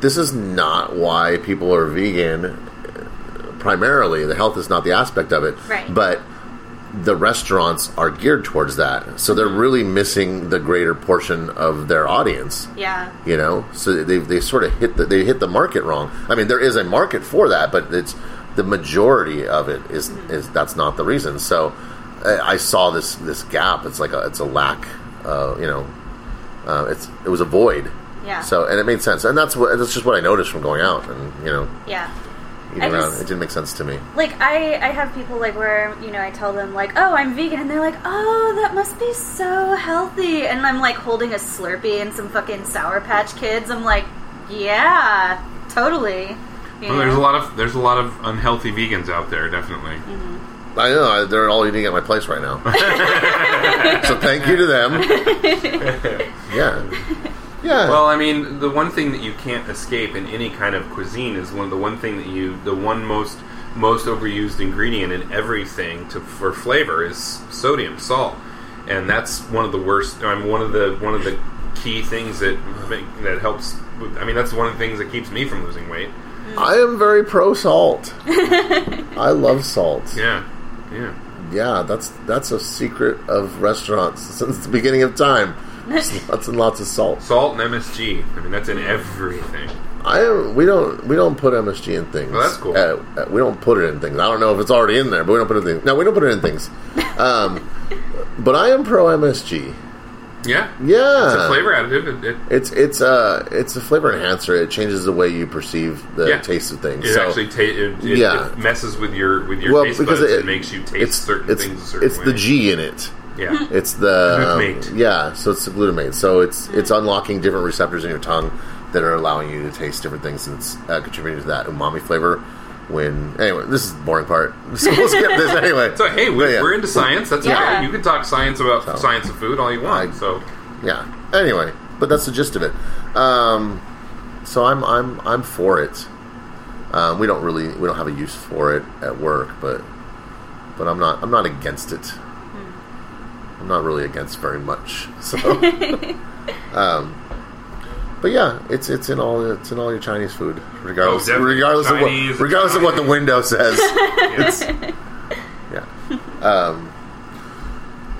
Speaker 3: this is not why people are vegan uh, primarily the health is not the aspect of it
Speaker 2: Right.
Speaker 3: but the restaurants are geared towards that so they're really missing the greater portion of their audience
Speaker 2: Yeah.
Speaker 3: you know so they, they sort of hit the they hit the market wrong i mean there is a market for that but it's the majority of it is
Speaker 2: Mm-hmm.
Speaker 3: is that's not the reason so I, I saw this this gap it's like a, it's a lack uh, you know uh, it's it was a void
Speaker 2: Yeah.
Speaker 3: so and it made sense and that's what that's just what i noticed from going out and you know
Speaker 2: Yeah.
Speaker 3: eating
Speaker 2: I
Speaker 3: around
Speaker 2: just-
Speaker 3: it didn't make sense to me
Speaker 2: like I, I have people like where you know I tell them like oh I'm vegan and they're like oh that must be so healthy and I'm like holding a Slurpee and some fucking Sour Patch Kids I'm like yeah totally you
Speaker 4: Well, there's
Speaker 2: know?
Speaker 4: a lot of there's a lot of unhealthy vegans out there, definitely.
Speaker 3: i know I, they're all eating at my place right now so thank you to them
Speaker 4: Mm-hmm.
Speaker 3: yeah yeah
Speaker 4: Well, I mean, the one thing that you can't escape in any kind of cuisine is one of the one thing that you the one most most overused ingredient in everything to for flavor is sodium, salt, and that's one of the worst. I mean, one of the one of the key things that make- that helps. with- I mean, that's one of the things that keeps me from losing weight.
Speaker 3: i am very pro salt i love salt
Speaker 4: Yeah, yeah.
Speaker 3: yeah that's that's a secret of restaurants since the beginning of time Just lots and lots of salt
Speaker 4: Salt and MSG. I mean, that's in everything.
Speaker 3: I don't. We don't. We don't put MSG in things.
Speaker 4: Well, Oh, that's cool.
Speaker 3: Uh, uh, we don't put it in things. I don't know if it's already in there, but we don't put it in things. No, we don't put it in things. Um, but I am pro MSG.
Speaker 4: Yeah,
Speaker 3: Yeah,
Speaker 4: It's a flavor additive. It, it,
Speaker 3: It's it's a it's a flavor enhancer. It changes the way you perceive the
Speaker 4: Yeah.
Speaker 3: taste of things.
Speaker 4: It
Speaker 3: so,
Speaker 4: actually ta- it, it,
Speaker 3: yeah.
Speaker 4: it messes with your with your taste buds and makes you taste
Speaker 3: it's,
Speaker 4: certain
Speaker 3: it's,
Speaker 4: things a certain
Speaker 3: It's
Speaker 4: way.
Speaker 3: the G in it.
Speaker 4: Yeah.
Speaker 3: It's the um,
Speaker 4: Glutamate.
Speaker 3: yeah. So it's the glutamate. So it's it's unlocking different receptors in your tongue that are allowing you to taste different things and it's uh, contributing to that umami flavor. When anyway, this is the boring part. So we'll skip this anyway.
Speaker 4: So hey, we,
Speaker 3: But yeah.
Speaker 4: we're into science. That's
Speaker 2: Yeah.
Speaker 4: yeah. You can talk science about
Speaker 3: So.
Speaker 4: science of food all you want.
Speaker 3: I-
Speaker 4: so
Speaker 3: yeah. Anyway, but that's the gist of it. Um, so I'm I'm I'm for it. Um, we don't really we don't have a use for it at work, but but I'm not I'm not against it. I'm not really against very much. So, um, but yeah, it's it's in all it's in all your Chinese food, regardless
Speaker 4: Oh, definitely.
Speaker 3: regardless of
Speaker 4: Chinese,
Speaker 3: what regardless of what the
Speaker 4: Italian.
Speaker 3: window says. It's- yeah. Um,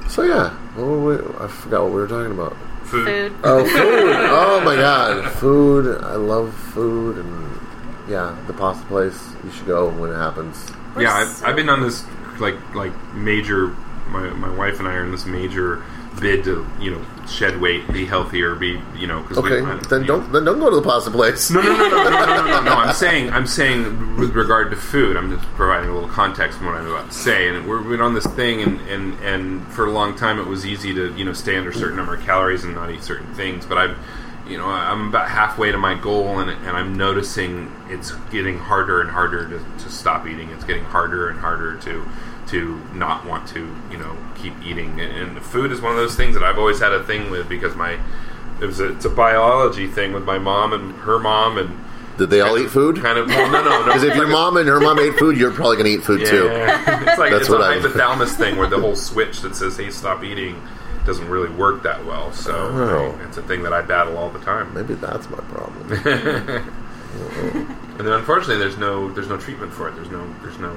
Speaker 3: so yeah, what were we, I forgot what we were talking about.
Speaker 4: food.
Speaker 2: food
Speaker 3: Oh, food! oh my God, food! I love food, and yeah, the pasta place. You should go when it happens.
Speaker 2: We're
Speaker 4: Yeah, I've,
Speaker 2: so-
Speaker 4: I've been on this like like major. My, my wife and I are in this major bid to you know shed weight, be healthier, be you know because
Speaker 3: Okay,
Speaker 4: we, I-
Speaker 3: then
Speaker 4: you
Speaker 3: don't then don't go to the pasta place.
Speaker 4: No, no, no, no, no, no, no, no, no. I'm saying, I'm saying, with regard to food, I'm just providing a little context from what I'm about to say. And we're, we're on this thing, and, and and for a long time, it was easy to you know stay under a certain number of calories and not eat certain things. But I'm, you know, I'm about halfway to my goal, and and I'm noticing it's getting harder and harder to, to stop eating. It's getting harder and harder to to not want to you know keep eating. And, and food is one of those things that I've always had a thing with because my it was a, it's a biology thing with my mom and her mom and
Speaker 3: Did they all eat food?
Speaker 4: kind of well, no no no
Speaker 3: Because if your mom and her mom ate food, you're probably gonna eat food
Speaker 4: yeah,
Speaker 3: too.
Speaker 4: it's like
Speaker 3: That's
Speaker 4: it's
Speaker 3: what
Speaker 4: a
Speaker 3: I-
Speaker 4: hypothalamus thing where the whole switch that says hey stop eating doesn't really work that well so
Speaker 3: Oh.
Speaker 4: it's a thing that I battle all the time
Speaker 3: Maybe that's my problem.
Speaker 4: and then unfortunately there's no there's no treatment for it there's no there's no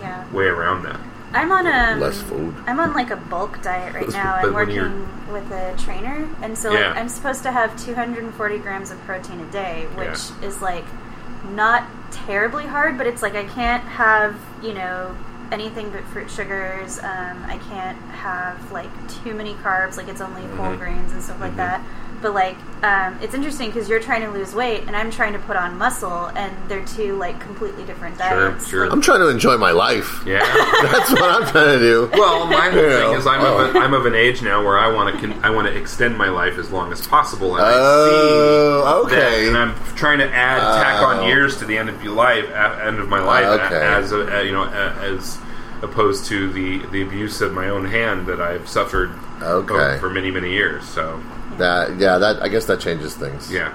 Speaker 2: yeah
Speaker 4: way around that
Speaker 2: I'm on a
Speaker 3: Less food.
Speaker 2: I'm on like a bulk diet right now. I'm
Speaker 4: But when
Speaker 2: working
Speaker 4: you're-
Speaker 2: with a trainer, and so like,
Speaker 4: Yeah.
Speaker 2: I'm supposed to have 240 grams of protein a day, which
Speaker 4: Yeah.
Speaker 2: is like not terribly hard, but it's like I can't have you know anything but fruit sugars. Um, I can't have like too many carbs. Like it's only whole
Speaker 4: Mhm.
Speaker 2: grains and stuff like
Speaker 4: Mhm.
Speaker 2: that. But like, um, it's interesting because you're trying to lose weight and I'm trying to put on muscle, and they're two like completely different
Speaker 4: Sure,
Speaker 2: diets.
Speaker 4: sure.
Speaker 3: I'm trying to enjoy my life.
Speaker 4: Yeah.
Speaker 3: That's what I'm trying to do.
Speaker 4: well, my whole
Speaker 3: Yeah. Oh.
Speaker 4: thing is I'm of, a, I'm of an age now where I want to con- I want to extend my life as long as possible. And
Speaker 3: Oh,
Speaker 4: I see that,
Speaker 3: okay.
Speaker 4: and I'm trying to add tack
Speaker 3: Oh.
Speaker 4: on years to the end of your life, a- end of my life, a-
Speaker 3: Okay.
Speaker 4: as a, a- you know a- as opposed to the the abuse of my own hand that I've suffered
Speaker 3: Okay.
Speaker 4: over- for many many years. So
Speaker 3: That yeah, that I guess that changes things.
Speaker 4: yeah,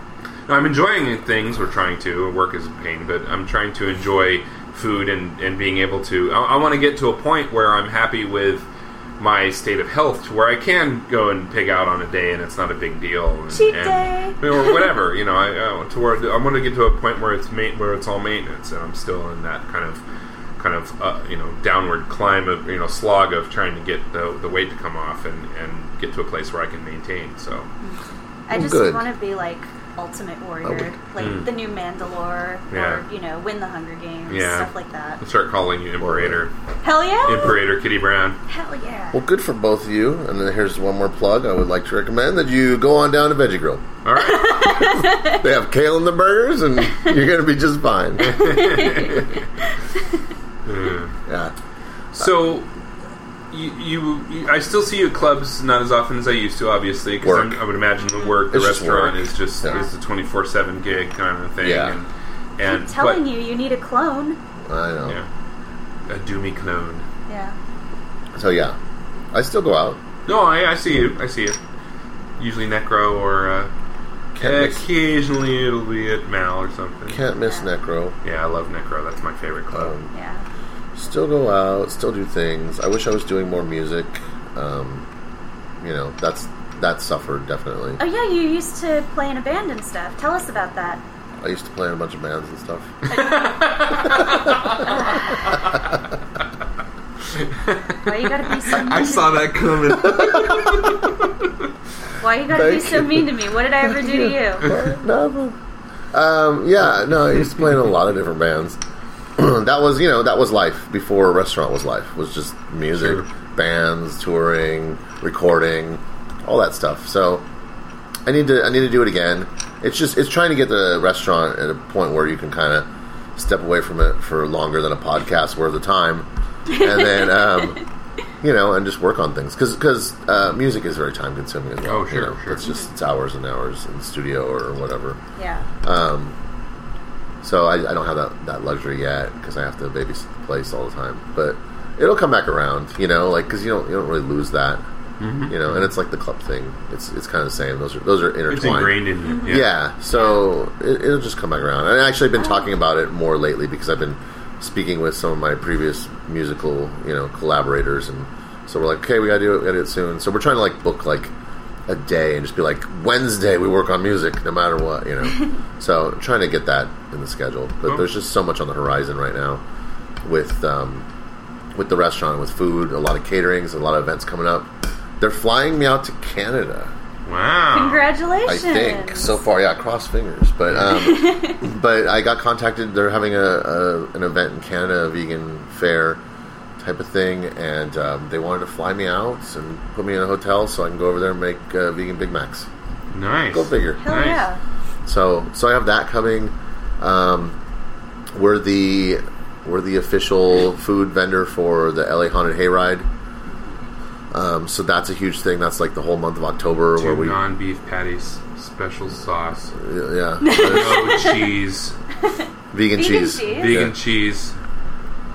Speaker 4: no, I'm enjoying things. We're trying to work is a pain, but I'm trying to enjoy food and and being able to. I, I want to get to a point where I'm happy with my state of health to where I can go and pig out on a day and it's not a big deal. And,
Speaker 2: Cheat
Speaker 4: and- or whatever, you know. I, I to where I want to get to a point where it's ma- where it's all maintenance, and I'm still in that kind of kind of uh, you know downward climb of you know slog of trying to get the, the weight to come off and, and get to a place where I can maintain. So
Speaker 2: I just
Speaker 3: Good.
Speaker 2: want to be like Ultimate Warrior, like the new Mandalore,
Speaker 4: Mm. Yeah.
Speaker 2: or you know, win the Hunger Games,
Speaker 4: Yeah.
Speaker 2: stuff like that.
Speaker 4: I'll start calling you Imperator.
Speaker 2: Hell yeah!
Speaker 4: Imperator Kitty Brown.
Speaker 2: Hell yeah!
Speaker 3: Well, good for both of you. And then here's one more plug. I would like to recommend that you go on down to Veggie Grill.
Speaker 4: All right.
Speaker 3: They have kale in the burgers, and you're going to be just fine. yeah.
Speaker 4: So you, you, you- I still see you at clubs not as often as I used to, obviously,
Speaker 3: Work.
Speaker 4: because I would imagine the work, the
Speaker 3: It's just
Speaker 4: restaurant
Speaker 3: work.
Speaker 4: is just
Speaker 3: Yeah.
Speaker 4: is the twenty four seven gig kind of thing.
Speaker 3: Yeah.
Speaker 4: And, and
Speaker 2: I'm telling
Speaker 4: but-
Speaker 2: you, you need a clone.
Speaker 3: I know.
Speaker 4: yeah, a doomy clone.
Speaker 2: Yeah.
Speaker 3: So, yeah. I still go out.
Speaker 4: No, I, I see you. I see you. Usually Necro or uh,
Speaker 3: Can't,
Speaker 4: occasionally it'll be at Mal or something.
Speaker 3: miss, can't miss Necro.
Speaker 4: Yeah, I love Necro. That's my favorite club.
Speaker 3: Um,
Speaker 2: Yeah.
Speaker 3: still go out, still do things. I wish I was doing more music. Um, you know, that's that suffered definitely.
Speaker 2: Oh yeah, you used to play in a band and stuff. Tell us about that.
Speaker 3: I used to play in a bunch of bands and stuff.
Speaker 2: Why you gotta be so mean?
Speaker 6: I saw that coming.
Speaker 2: Why you gotta be
Speaker 3: Thank
Speaker 2: so
Speaker 3: you.
Speaker 2: mean to me? What did I ever do to you?
Speaker 3: Never. Um, yeah, no, I used to play in a lot of different bands. that was, you know, that was life before restaurant was life. Was just music,
Speaker 4: Sure.
Speaker 3: bands, touring, recording, all that stuff. So I need to I need to do it again. It's just it's trying to get the restaurant at a point where you can kind of step away from it for longer than a podcast worth of time, and then um, you know, and just work on things because uh, music is very time consuming as well.
Speaker 4: Oh,
Speaker 3: you
Speaker 4: sure,
Speaker 3: know.
Speaker 4: sure.
Speaker 3: It's just it's hours and hours in the studio or whatever.
Speaker 4: Ah,
Speaker 2: Yeah.
Speaker 3: Um, so I, I don't have that, that luxury yet because I have to babysit the place all the time. But it'll come back around, you know, like because you don't you don't really lose that, you know. And it's like the club thing; it's it's kind of the same. Those are those are intertwined.
Speaker 4: Mm-hmm. It's ingrained in you.
Speaker 3: Yeah. so it, it'll just come back around. And I actually been talking about it more lately because I've been speaking with some of my previous musical, you know, collaborators, and so we're like, okay, we gotta do it, we gotta do it soon. So we're trying to like book like a day and just be like Wednesday we work on music no matter what, you know. so trying to get that in the schedule, but
Speaker 4: Cool.
Speaker 3: there's just so much on the horizon right now with um, with the restaurant, with food, a lot of caterings, a lot of events coming up. They're flying me out to Canada.
Speaker 4: Wow.
Speaker 3: I
Speaker 2: Congratulations.
Speaker 3: think so far, yeah. Cross fingers, but um, but I got contacted. They're having a, a an event in Canada, a vegan fair type of thing, and um, they wanted to fly me out and put me in a hotel so I can go over there and make uh, vegan Big Macs.
Speaker 4: Nice.
Speaker 3: Go figure.
Speaker 2: Hell
Speaker 4: Nice.
Speaker 2: yeah.
Speaker 3: So so I have that coming. Um, we're the we're the official food vendor for the LA Haunted Hayride. Um, so that's a huge thing. That's like the whole month of October where
Speaker 4: Two
Speaker 3: we
Speaker 4: non-beef patties, special sauce,
Speaker 3: yeah
Speaker 4: no cheese,
Speaker 3: vegan,
Speaker 2: Vegan
Speaker 3: cheese.
Speaker 2: cheese?
Speaker 4: vegan
Speaker 3: Yeah.
Speaker 4: cheese.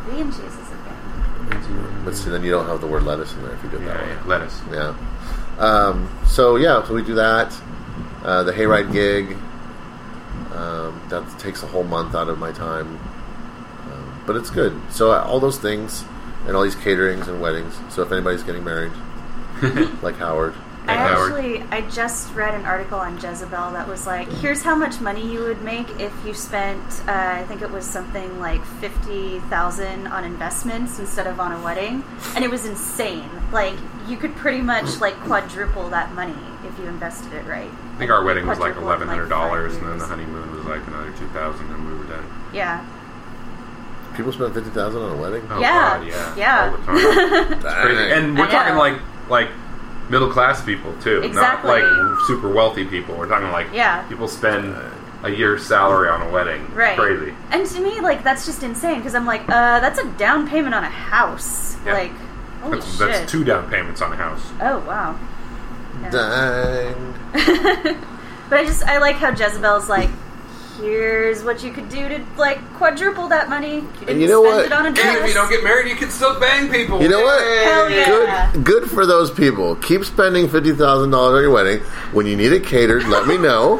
Speaker 2: Vegan cheese is a thing.
Speaker 3: But see, then you don't have the word lettuce in there if you do it that
Speaker 4: Yeah,
Speaker 3: way.
Speaker 4: yeah, lettuce.
Speaker 3: Yeah. Um, so yeah, so we do that. Uh, the hayride gig. Um, that takes a whole month out of my time, um, but it's good. So uh, all those things and all these caterings and weddings. So if anybody's getting married, like Howard,
Speaker 2: I
Speaker 4: Hey, Howard.
Speaker 2: actually, I just read an article on Jezebel that was like, here's how much money you would make if you spent, uh, I think it was something like fifty thousand on investments instead of on a wedding, and it was insane. Like you could pretty much like quadruple that money if you invested it right.
Speaker 4: I think our wedding was like
Speaker 2: Quadruple
Speaker 4: eleven
Speaker 2: in, like,
Speaker 4: hundred dollars,
Speaker 2: five
Speaker 4: and then the
Speaker 2: years.
Speaker 4: honeymoon was like another two thousand, and we were done.
Speaker 2: Yeah.
Speaker 3: People spend fifty thousand on a wedding.
Speaker 4: Oh,
Speaker 2: Yeah.
Speaker 4: God, yeah.
Speaker 2: Yeah.
Speaker 4: All the time. It's crazy. And we're
Speaker 2: I
Speaker 4: talking
Speaker 2: know.
Speaker 4: like like middle class people too,
Speaker 2: Exactly.
Speaker 4: not like super wealthy people. We're talking like
Speaker 2: Yeah.
Speaker 4: people spend a year's salary on a wedding. It's
Speaker 2: Right.
Speaker 4: Crazy.
Speaker 2: And to me, like that's just insane because I'm like, uh, that's a down payment on a house.
Speaker 4: Yeah.
Speaker 2: Like, holy
Speaker 4: That's,
Speaker 2: shit.
Speaker 4: that's two down payments on a house.
Speaker 2: Oh wow. Yeah.
Speaker 3: Dang.
Speaker 2: But I just I like how Jezebel's like, here's what you could do to like quadruple that money. You didn't
Speaker 3: you know
Speaker 2: spend
Speaker 3: what?
Speaker 2: it on a dress.
Speaker 1: Even if you don't get married, you can still bang people.
Speaker 3: You know what?
Speaker 2: Hell yeah.
Speaker 3: Good, good for those people. Keep spending fifty thousand dollars on your wedding. When you need it catered, let me know.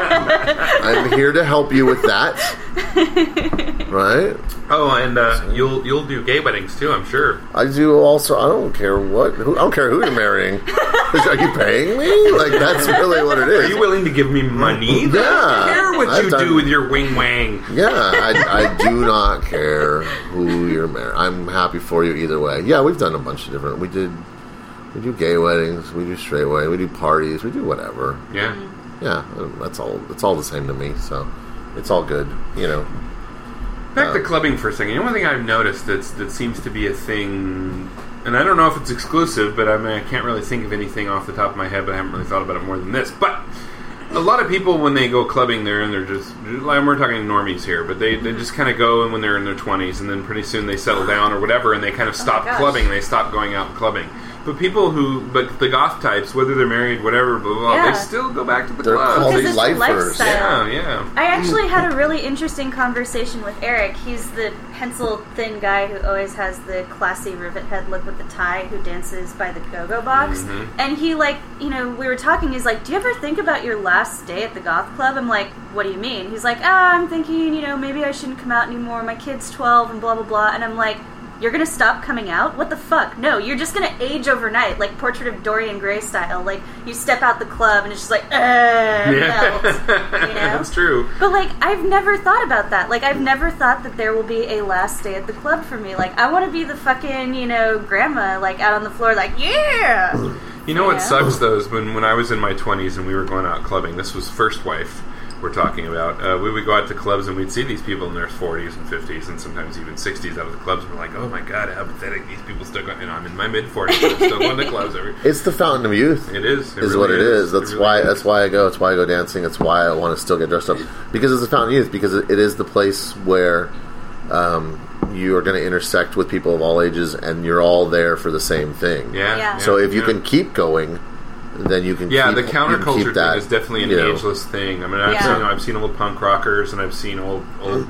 Speaker 3: I'm here to help you with that. Right?
Speaker 4: Oh, and uh, you'll you'll do gay weddings too, I'm sure.
Speaker 3: I do also. I don't care what. Who, I don't care who you're marrying. Are you paying me? Like that's really what it
Speaker 4: Are
Speaker 3: is.
Speaker 4: you willing to give me money?
Speaker 3: Yeah.
Speaker 4: I don't care what
Speaker 3: I've
Speaker 4: you
Speaker 3: done-
Speaker 4: do with your wing wang.
Speaker 3: Yeah, I, I do not care who you're married. I'm happy for you either way. Yeah, we've done a bunch of different. We did. We do gay weddings. We do straight weddings. We do parties. We do whatever.
Speaker 4: Yeah.
Speaker 3: Yeah, that's all. It's all the same to me. So it's all good. You know.
Speaker 4: Back
Speaker 2: Uh,
Speaker 4: to clubbing for a second. The only thing I've noticed that's, that seems to be a thing, and I don't know if it's exclusive, but I mean, I can't really think of anything off the top of my head, but I haven't really thought about it more than this. But a lot of people, when they go clubbing, they're in their just, like, we're talking normies here, but they,
Speaker 2: Mm-hmm.
Speaker 4: they just kind of go and when they're in their 20s, and then pretty soon they settle down or whatever, and they kind of stop
Speaker 2: Oh gosh.
Speaker 4: clubbing, they stop going out and clubbing. But people who, but the goth types, whether they're married, whatever, blah, blah, blah,
Speaker 2: Yeah.
Speaker 4: they still go back to the
Speaker 3: They're
Speaker 4: club.
Speaker 3: called-
Speaker 2: Because
Speaker 3: these
Speaker 2: it's a
Speaker 3: lifers.
Speaker 2: lifestyle.
Speaker 4: Yeah, yeah.
Speaker 2: I actually had a really interesting conversation with Eric. He's the pencil thin guy who always has the classy rivet head look with the tie who dances by the go go box. And he, like, you know, we were talking. He's like, Do you ever think about your last day at the goth club? I'm like, What do you mean? He's like, Ah, I'm thinking, you know, maybe I shouldn't come out anymore. My kid's 12 and blah, blah, blah. And I'm like, you're gonna stop coming out? What the fuck? No, you're just gonna age overnight, like Portrait of Dorian Gray style. Like you step out the club and it's just like, uh,
Speaker 4: Yeah.
Speaker 2: melt, you know?
Speaker 4: That's true.
Speaker 2: But like I've never thought about that. Like I've never thought that there will be a last day at the club for me. Like I want to be the fucking you know grandma like out on the floor like yeah.
Speaker 4: You know what
Speaker 2: Yeah.
Speaker 4: sucks though is when, when I was in my 20s and we were going out clubbing, this was first wife we're talking about, uh, we would go out to clubs and we'd see these people in their 40s and 50s and sometimes even 60s out of the clubs and we're like, oh my god, how pathetic these people still go. You know, I'm in my mid 40s and I'm still going to clubs. Every,
Speaker 3: It's the fountain of youth.
Speaker 4: it is. It
Speaker 3: is
Speaker 4: really
Speaker 3: what it is. That's
Speaker 4: It really
Speaker 3: why.
Speaker 4: is.
Speaker 3: That's why I go. That's why I go dancing. That's why I want to still get dressed up because it's a fountain of youth. Because it it is the place where um, you are going to intersect with people of all ages, and you're all there for the same thing.
Speaker 4: Yeah.
Speaker 2: Yeah.
Speaker 4: yeah,
Speaker 3: So if you
Speaker 4: yeah.
Speaker 3: can keep going, then you can.
Speaker 4: Yeah,
Speaker 3: keep,
Speaker 4: the
Speaker 3: you can keep
Speaker 4: counterculture thing
Speaker 3: that,
Speaker 4: is definitely an
Speaker 3: you know.
Speaker 4: ageless thing. I mean, I've,
Speaker 2: Yeah.
Speaker 4: seen, I've seen old punk rockers, and I've seen old old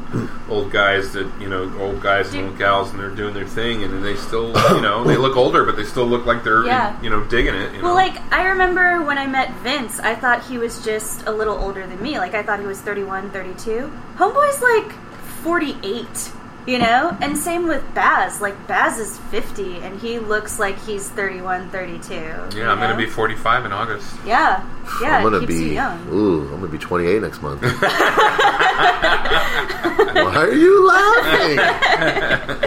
Speaker 4: old guys that you know, old guys and old gals, and they're doing their thing, and they still, you know, they look older, but they still look like they're,
Speaker 2: Yeah.
Speaker 4: you know, digging it. You know?
Speaker 2: Well, like I remember when I met Vince, I thought he was just a little older than me. Like I thought he was 31, 32. Homeboy's like 48, you know? And same with Baz. Like Baz is 50 and he looks like he's 31, 32.
Speaker 4: yeah, I'm gonna be 45 in August.
Speaker 2: Yeah. Yeah,
Speaker 3: I'm gonna
Speaker 2: it keeps you
Speaker 3: be.
Speaker 2: young.
Speaker 3: Ooh, I'm gonna be 28 next month. Why are you laughing?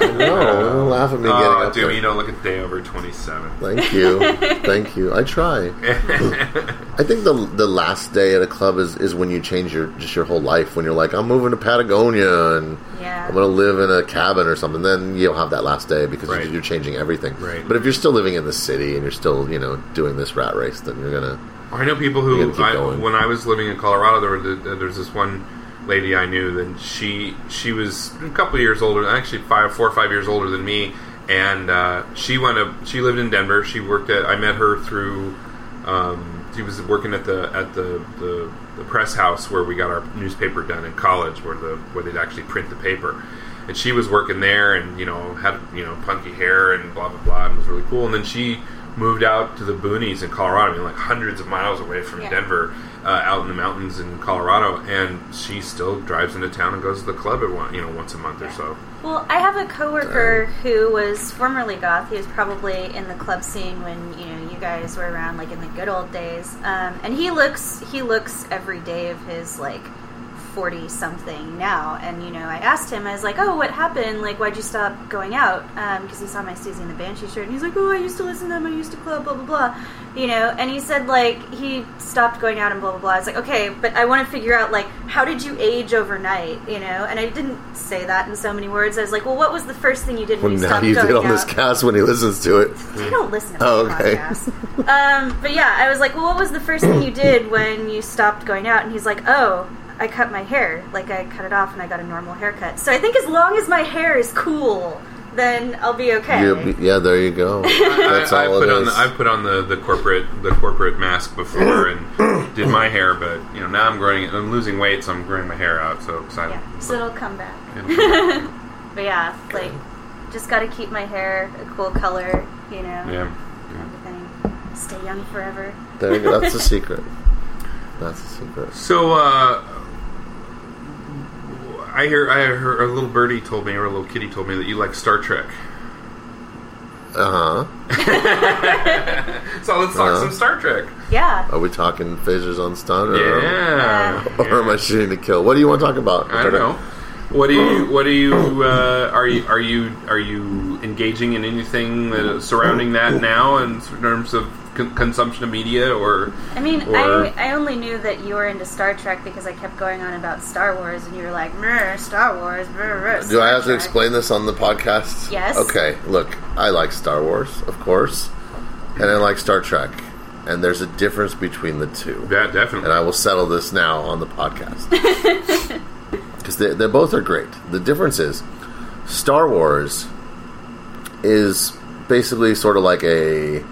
Speaker 3: I know. Don't laugh at me getting
Speaker 4: Oh,
Speaker 3: up
Speaker 4: dude,
Speaker 3: there.
Speaker 4: you don't look a day over 27.
Speaker 3: Thank you, thank you. I try. I think the the last day at a club is, is when you change your just your whole life. When you're like, I'm moving to Patagonia and
Speaker 2: Yeah.
Speaker 3: I'm gonna live in a cabin or something. Then you don't have that last day because
Speaker 4: Right.
Speaker 3: you're changing everything.
Speaker 4: Right.
Speaker 3: But if you're still living in the city and you're still you know doing this rat race, then you're gonna
Speaker 4: I know people
Speaker 3: You
Speaker 4: who,
Speaker 3: gotta keep
Speaker 4: I,
Speaker 3: going.
Speaker 4: when I was living in Colorado, there, were, there was this one lady I knew, and she she was a couple of years older, actually five, four or five years older than me, and uh, she went up. She lived in Denver. She worked at. I met her through. Um, she was working at the at the, the the press house where we got our newspaper done in college, where the where they'd actually print the paper. And she was working there, and you know had you know punky hair and blah blah blah, and was really cool. And then she moved out to the boonies in Colorado, I mean, like hundreds of miles away from
Speaker 2: Yeah.
Speaker 4: Denver, uh, out in the mountains in Colorado, and she still drives into town and goes to the club at one, you know, once a month or so.
Speaker 2: Well, I have a coworker who was formerly goth. He was probably in the club scene when you know you guys were around, like in the good old days. Um, and he looks he looks every day of his like 40 something now. And, you know, I asked him, I was like, oh, what happened? Like, why'd you stop going out? Because he saw my Susie and the Banshee shirt. And he's like, oh, I used to listen to them. I used to club, blah, blah, blah. You know, and he said, like, he stopped going out and blah, blah, blah. I was like, okay, but I want to figure out, like, how did you age overnight? You know, and I didn't say that in so many words. I was like, well, what was the first thing you did when
Speaker 3: Well,
Speaker 2: you
Speaker 3: now
Speaker 2: stopped
Speaker 3: you
Speaker 2: going
Speaker 3: did on
Speaker 2: out?
Speaker 3: this cast when he listens to it.
Speaker 2: I don't listen to
Speaker 3: Oh,
Speaker 2: my
Speaker 3: okay.
Speaker 2: podcasts. Um, but yeah, I was like, well, what was the first thing you did when you stopped going out? And he's like, oh, I cut my hair. Like, I cut it off and I got a normal haircut. So I think as long as my hair is cool, then I'll be okay.
Speaker 3: You'll be- yeah, there you go. That's
Speaker 4: I, I
Speaker 3: all
Speaker 4: put
Speaker 3: it
Speaker 4: on the,
Speaker 3: is.
Speaker 4: I put on the, the corporate the corporate mask before and did my hair, but you know now I'm growing it. I'm losing weight, so I'm growing my hair out. So excited.
Speaker 2: yeah, so it'll come back.
Speaker 4: It'll-
Speaker 2: But yeah, like, just gotta keep my hair a cool color, you know?
Speaker 4: yeah.
Speaker 2: Everything. Stay young forever.
Speaker 3: There you go. That's the secret. That's the secret.
Speaker 4: So uh, I hear I heard a little birdie told me or a little kitty told me that you like Star Trek.
Speaker 3: Uh huh.
Speaker 4: So let's talk
Speaker 3: Uh-huh.
Speaker 4: some Star Trek.
Speaker 2: Yeah.
Speaker 3: Are we talking phasers on stun? Or,
Speaker 4: Yeah.
Speaker 3: Or am I shooting to kill? What do you want to talk about?
Speaker 4: I don't know. What do you? What do you? Uh, are you? Are you? Are you engaging in anything that is surrounding that now in terms of con- consumption of media or?
Speaker 2: I mean,
Speaker 4: Or-
Speaker 2: I, I only knew that you were into Star Trek because I kept going on about Star Wars, and you were like, "Meh, Star Wars." Meh, meh,
Speaker 3: Do
Speaker 2: Star
Speaker 3: I have to
Speaker 2: Trek."
Speaker 3: explain this on the podcast?
Speaker 2: Yes.
Speaker 3: Okay, look, I like Star Wars, of course, and I like Star Trek, and there's a difference between the two.
Speaker 4: Yeah, definitely.
Speaker 3: And I will settle this now on the podcast. Because they, they both are great. The difference is Star Wars is basically sort of like a.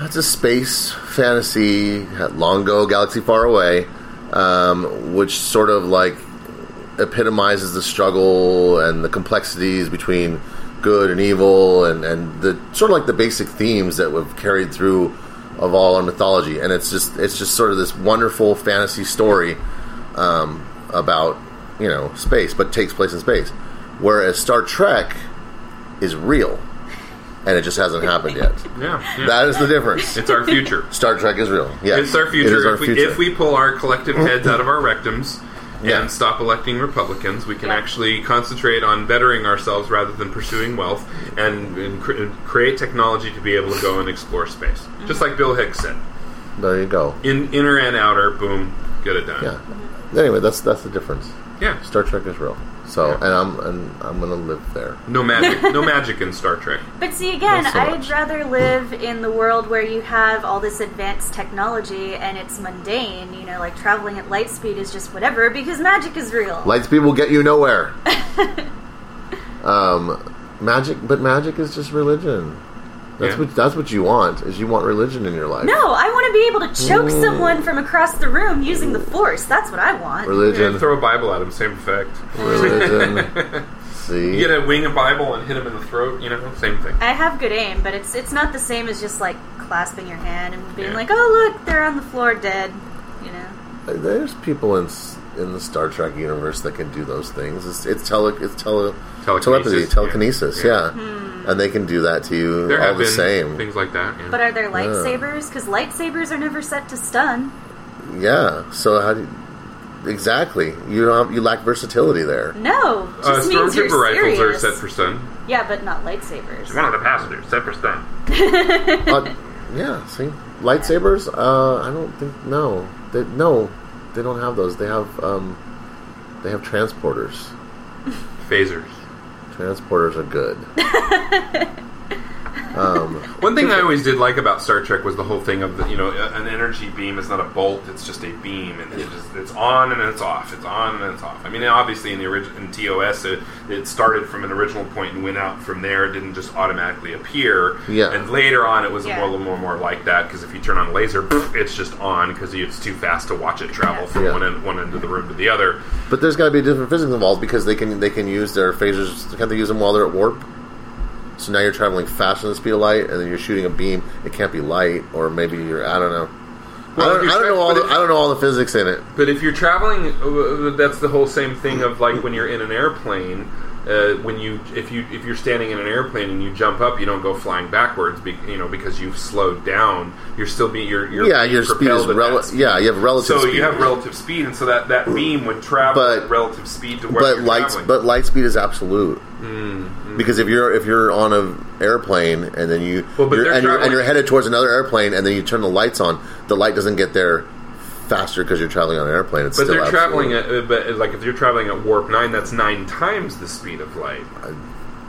Speaker 3: That's a space fantasy, long ago, galaxy far away, um, which sort of like epitomizes the struggle and the complexities between good and evil and, and the sort of like the basic themes that we've carried through of all our mythology and it's just it's just sort of this wonderful fantasy story um, about you know space but takes place in space whereas star trek is real and it just hasn't happened yet
Speaker 4: yeah, yeah.
Speaker 3: that is the difference
Speaker 4: it's our future.
Speaker 3: star trek is real yes
Speaker 4: It's our
Speaker 3: it
Speaker 4: future.
Speaker 3: is our
Speaker 4: if,
Speaker 3: future
Speaker 4: We, if we pull our collective heads out of our rectums
Speaker 3: Yeah.
Speaker 4: and stop electing Republicans, we can
Speaker 2: Yeah.
Speaker 4: actually concentrate on bettering ourselves rather than pursuing wealth and, and cre- create technology to be able to go and explore space. Just like Bill Hicks said,
Speaker 3: there you go
Speaker 4: in inner and outer, boom, get it done.
Speaker 3: yeah anyway that's that's the difference
Speaker 4: Yeah.
Speaker 3: Star Trek is real. So, and I'm and I'm gonna live there.
Speaker 4: No magic. no magic in Star Trek.
Speaker 2: But see, again,
Speaker 3: Not so
Speaker 2: I'd
Speaker 3: much.
Speaker 2: rather live in the world where you have all this advanced technology and it's mundane. You know, like traveling at light speed is just whatever because magic is real.
Speaker 3: Light speed will get you nowhere. um, magic, but magic is just religion. That's
Speaker 4: Yeah.
Speaker 3: what that's what you want is you want religion in your life.
Speaker 2: no, I want to be able to choke someone from across the room using the force. That's what I want.
Speaker 4: Yeah,
Speaker 3: religion,
Speaker 4: throw a Bible at him, same effect.
Speaker 3: religion.
Speaker 4: You
Speaker 3: See,
Speaker 4: get a wing a Bible and hit him in the throat, you know, same thing.
Speaker 2: I have good aim, but it's it's not the same as just like clasping your hand and being
Speaker 4: Yeah.
Speaker 2: like, "Oh, look, they're on the floor dead." You know.
Speaker 3: there's people in s- in the Star Trek universe that can do those things. It's, it's tele it's tele
Speaker 4: Telekinesis,
Speaker 3: telepathy
Speaker 4: yeah.
Speaker 3: telekinesis,
Speaker 4: Yeah. Hmm.
Speaker 3: yeah, and they can do that to you
Speaker 4: There
Speaker 3: all
Speaker 4: have
Speaker 3: the
Speaker 4: been
Speaker 3: same.
Speaker 4: things like that. yeah.
Speaker 2: But are there lightsabers? Because lightsabers are never set to stun.
Speaker 3: Yeah. So how do you, exactly? You don't have, you lack versatility there.
Speaker 2: No, just
Speaker 4: uh,
Speaker 2: means you're
Speaker 4: stormtrooper rifles are
Speaker 2: serious.
Speaker 4: set for stun.
Speaker 2: yeah, but not lightsabers.
Speaker 4: One of the passengers, set for stun.
Speaker 3: Uh, yeah. See, lightsabers. Uh, I don't think no. They, no, they don't have those. They have um, they have transporters.
Speaker 4: Phasers.
Speaker 3: Transporters are good. um,
Speaker 4: One thing I always did like about Star Trek was the whole thing of the, you know a- an energy beam is not a bolt; it's just a beam, and it's just, it's on and it's off. It's on and it's off. I mean, obviously in the origin in TOS, it, it started from an original point and went out from there. It didn't just automatically appear.
Speaker 3: Yeah.
Speaker 4: And later on, it was a
Speaker 2: Yeah.
Speaker 4: little more more like that because if you turn on a laser, it's just on because it's too fast to watch it travel from
Speaker 3: Yeah.
Speaker 4: one end one end of the room to the other.
Speaker 3: but there's got to be different physics involved because they can they can use their phasers. Can't they use them while they're at warp? So now you're traveling faster than the speed of light, and then you're shooting a beam. It can't be light, or maybe you're I don't know.
Speaker 4: Well, if
Speaker 3: I don't,
Speaker 4: you're
Speaker 3: I don't
Speaker 4: tra-
Speaker 3: know all
Speaker 4: but
Speaker 3: the,
Speaker 4: if-
Speaker 3: I don't know all the physics in it.
Speaker 4: But if you're traveling, uh, that's the whole same thing of like when you're in an airplane. uh, when you if you if you're standing in an airplane and you jump up, you don't go flying backwards, be, you know, because you've slowed down. You're still being you're, you're
Speaker 3: yeah,
Speaker 4: being
Speaker 3: your speed
Speaker 4: propelled
Speaker 3: is
Speaker 4: at that
Speaker 3: rel-
Speaker 4: speed.
Speaker 3: yeah, you have relative.
Speaker 4: So
Speaker 3: speed.
Speaker 4: you have relative speed, and so that that beam would travel
Speaker 3: But-
Speaker 4: at relative speed to where
Speaker 3: but
Speaker 4: you're
Speaker 3: light,
Speaker 4: traveling. Mm,
Speaker 3: but light speed is absolute. Because if you're if you're on a airplane and then you
Speaker 4: Well, but
Speaker 3: you're,
Speaker 4: they're
Speaker 3: and, you're, and
Speaker 4: traveling-
Speaker 3: you're headed towards another airplane and then you turn the lights on, the light doesn't get there faster because you're traveling on an airplane. It's
Speaker 4: But
Speaker 3: still
Speaker 4: they're
Speaker 3: absolute.
Speaker 4: traveling at, uh, but uh, like if you're traveling at warp nine, that's nine times the speed of light.
Speaker 3: Uh,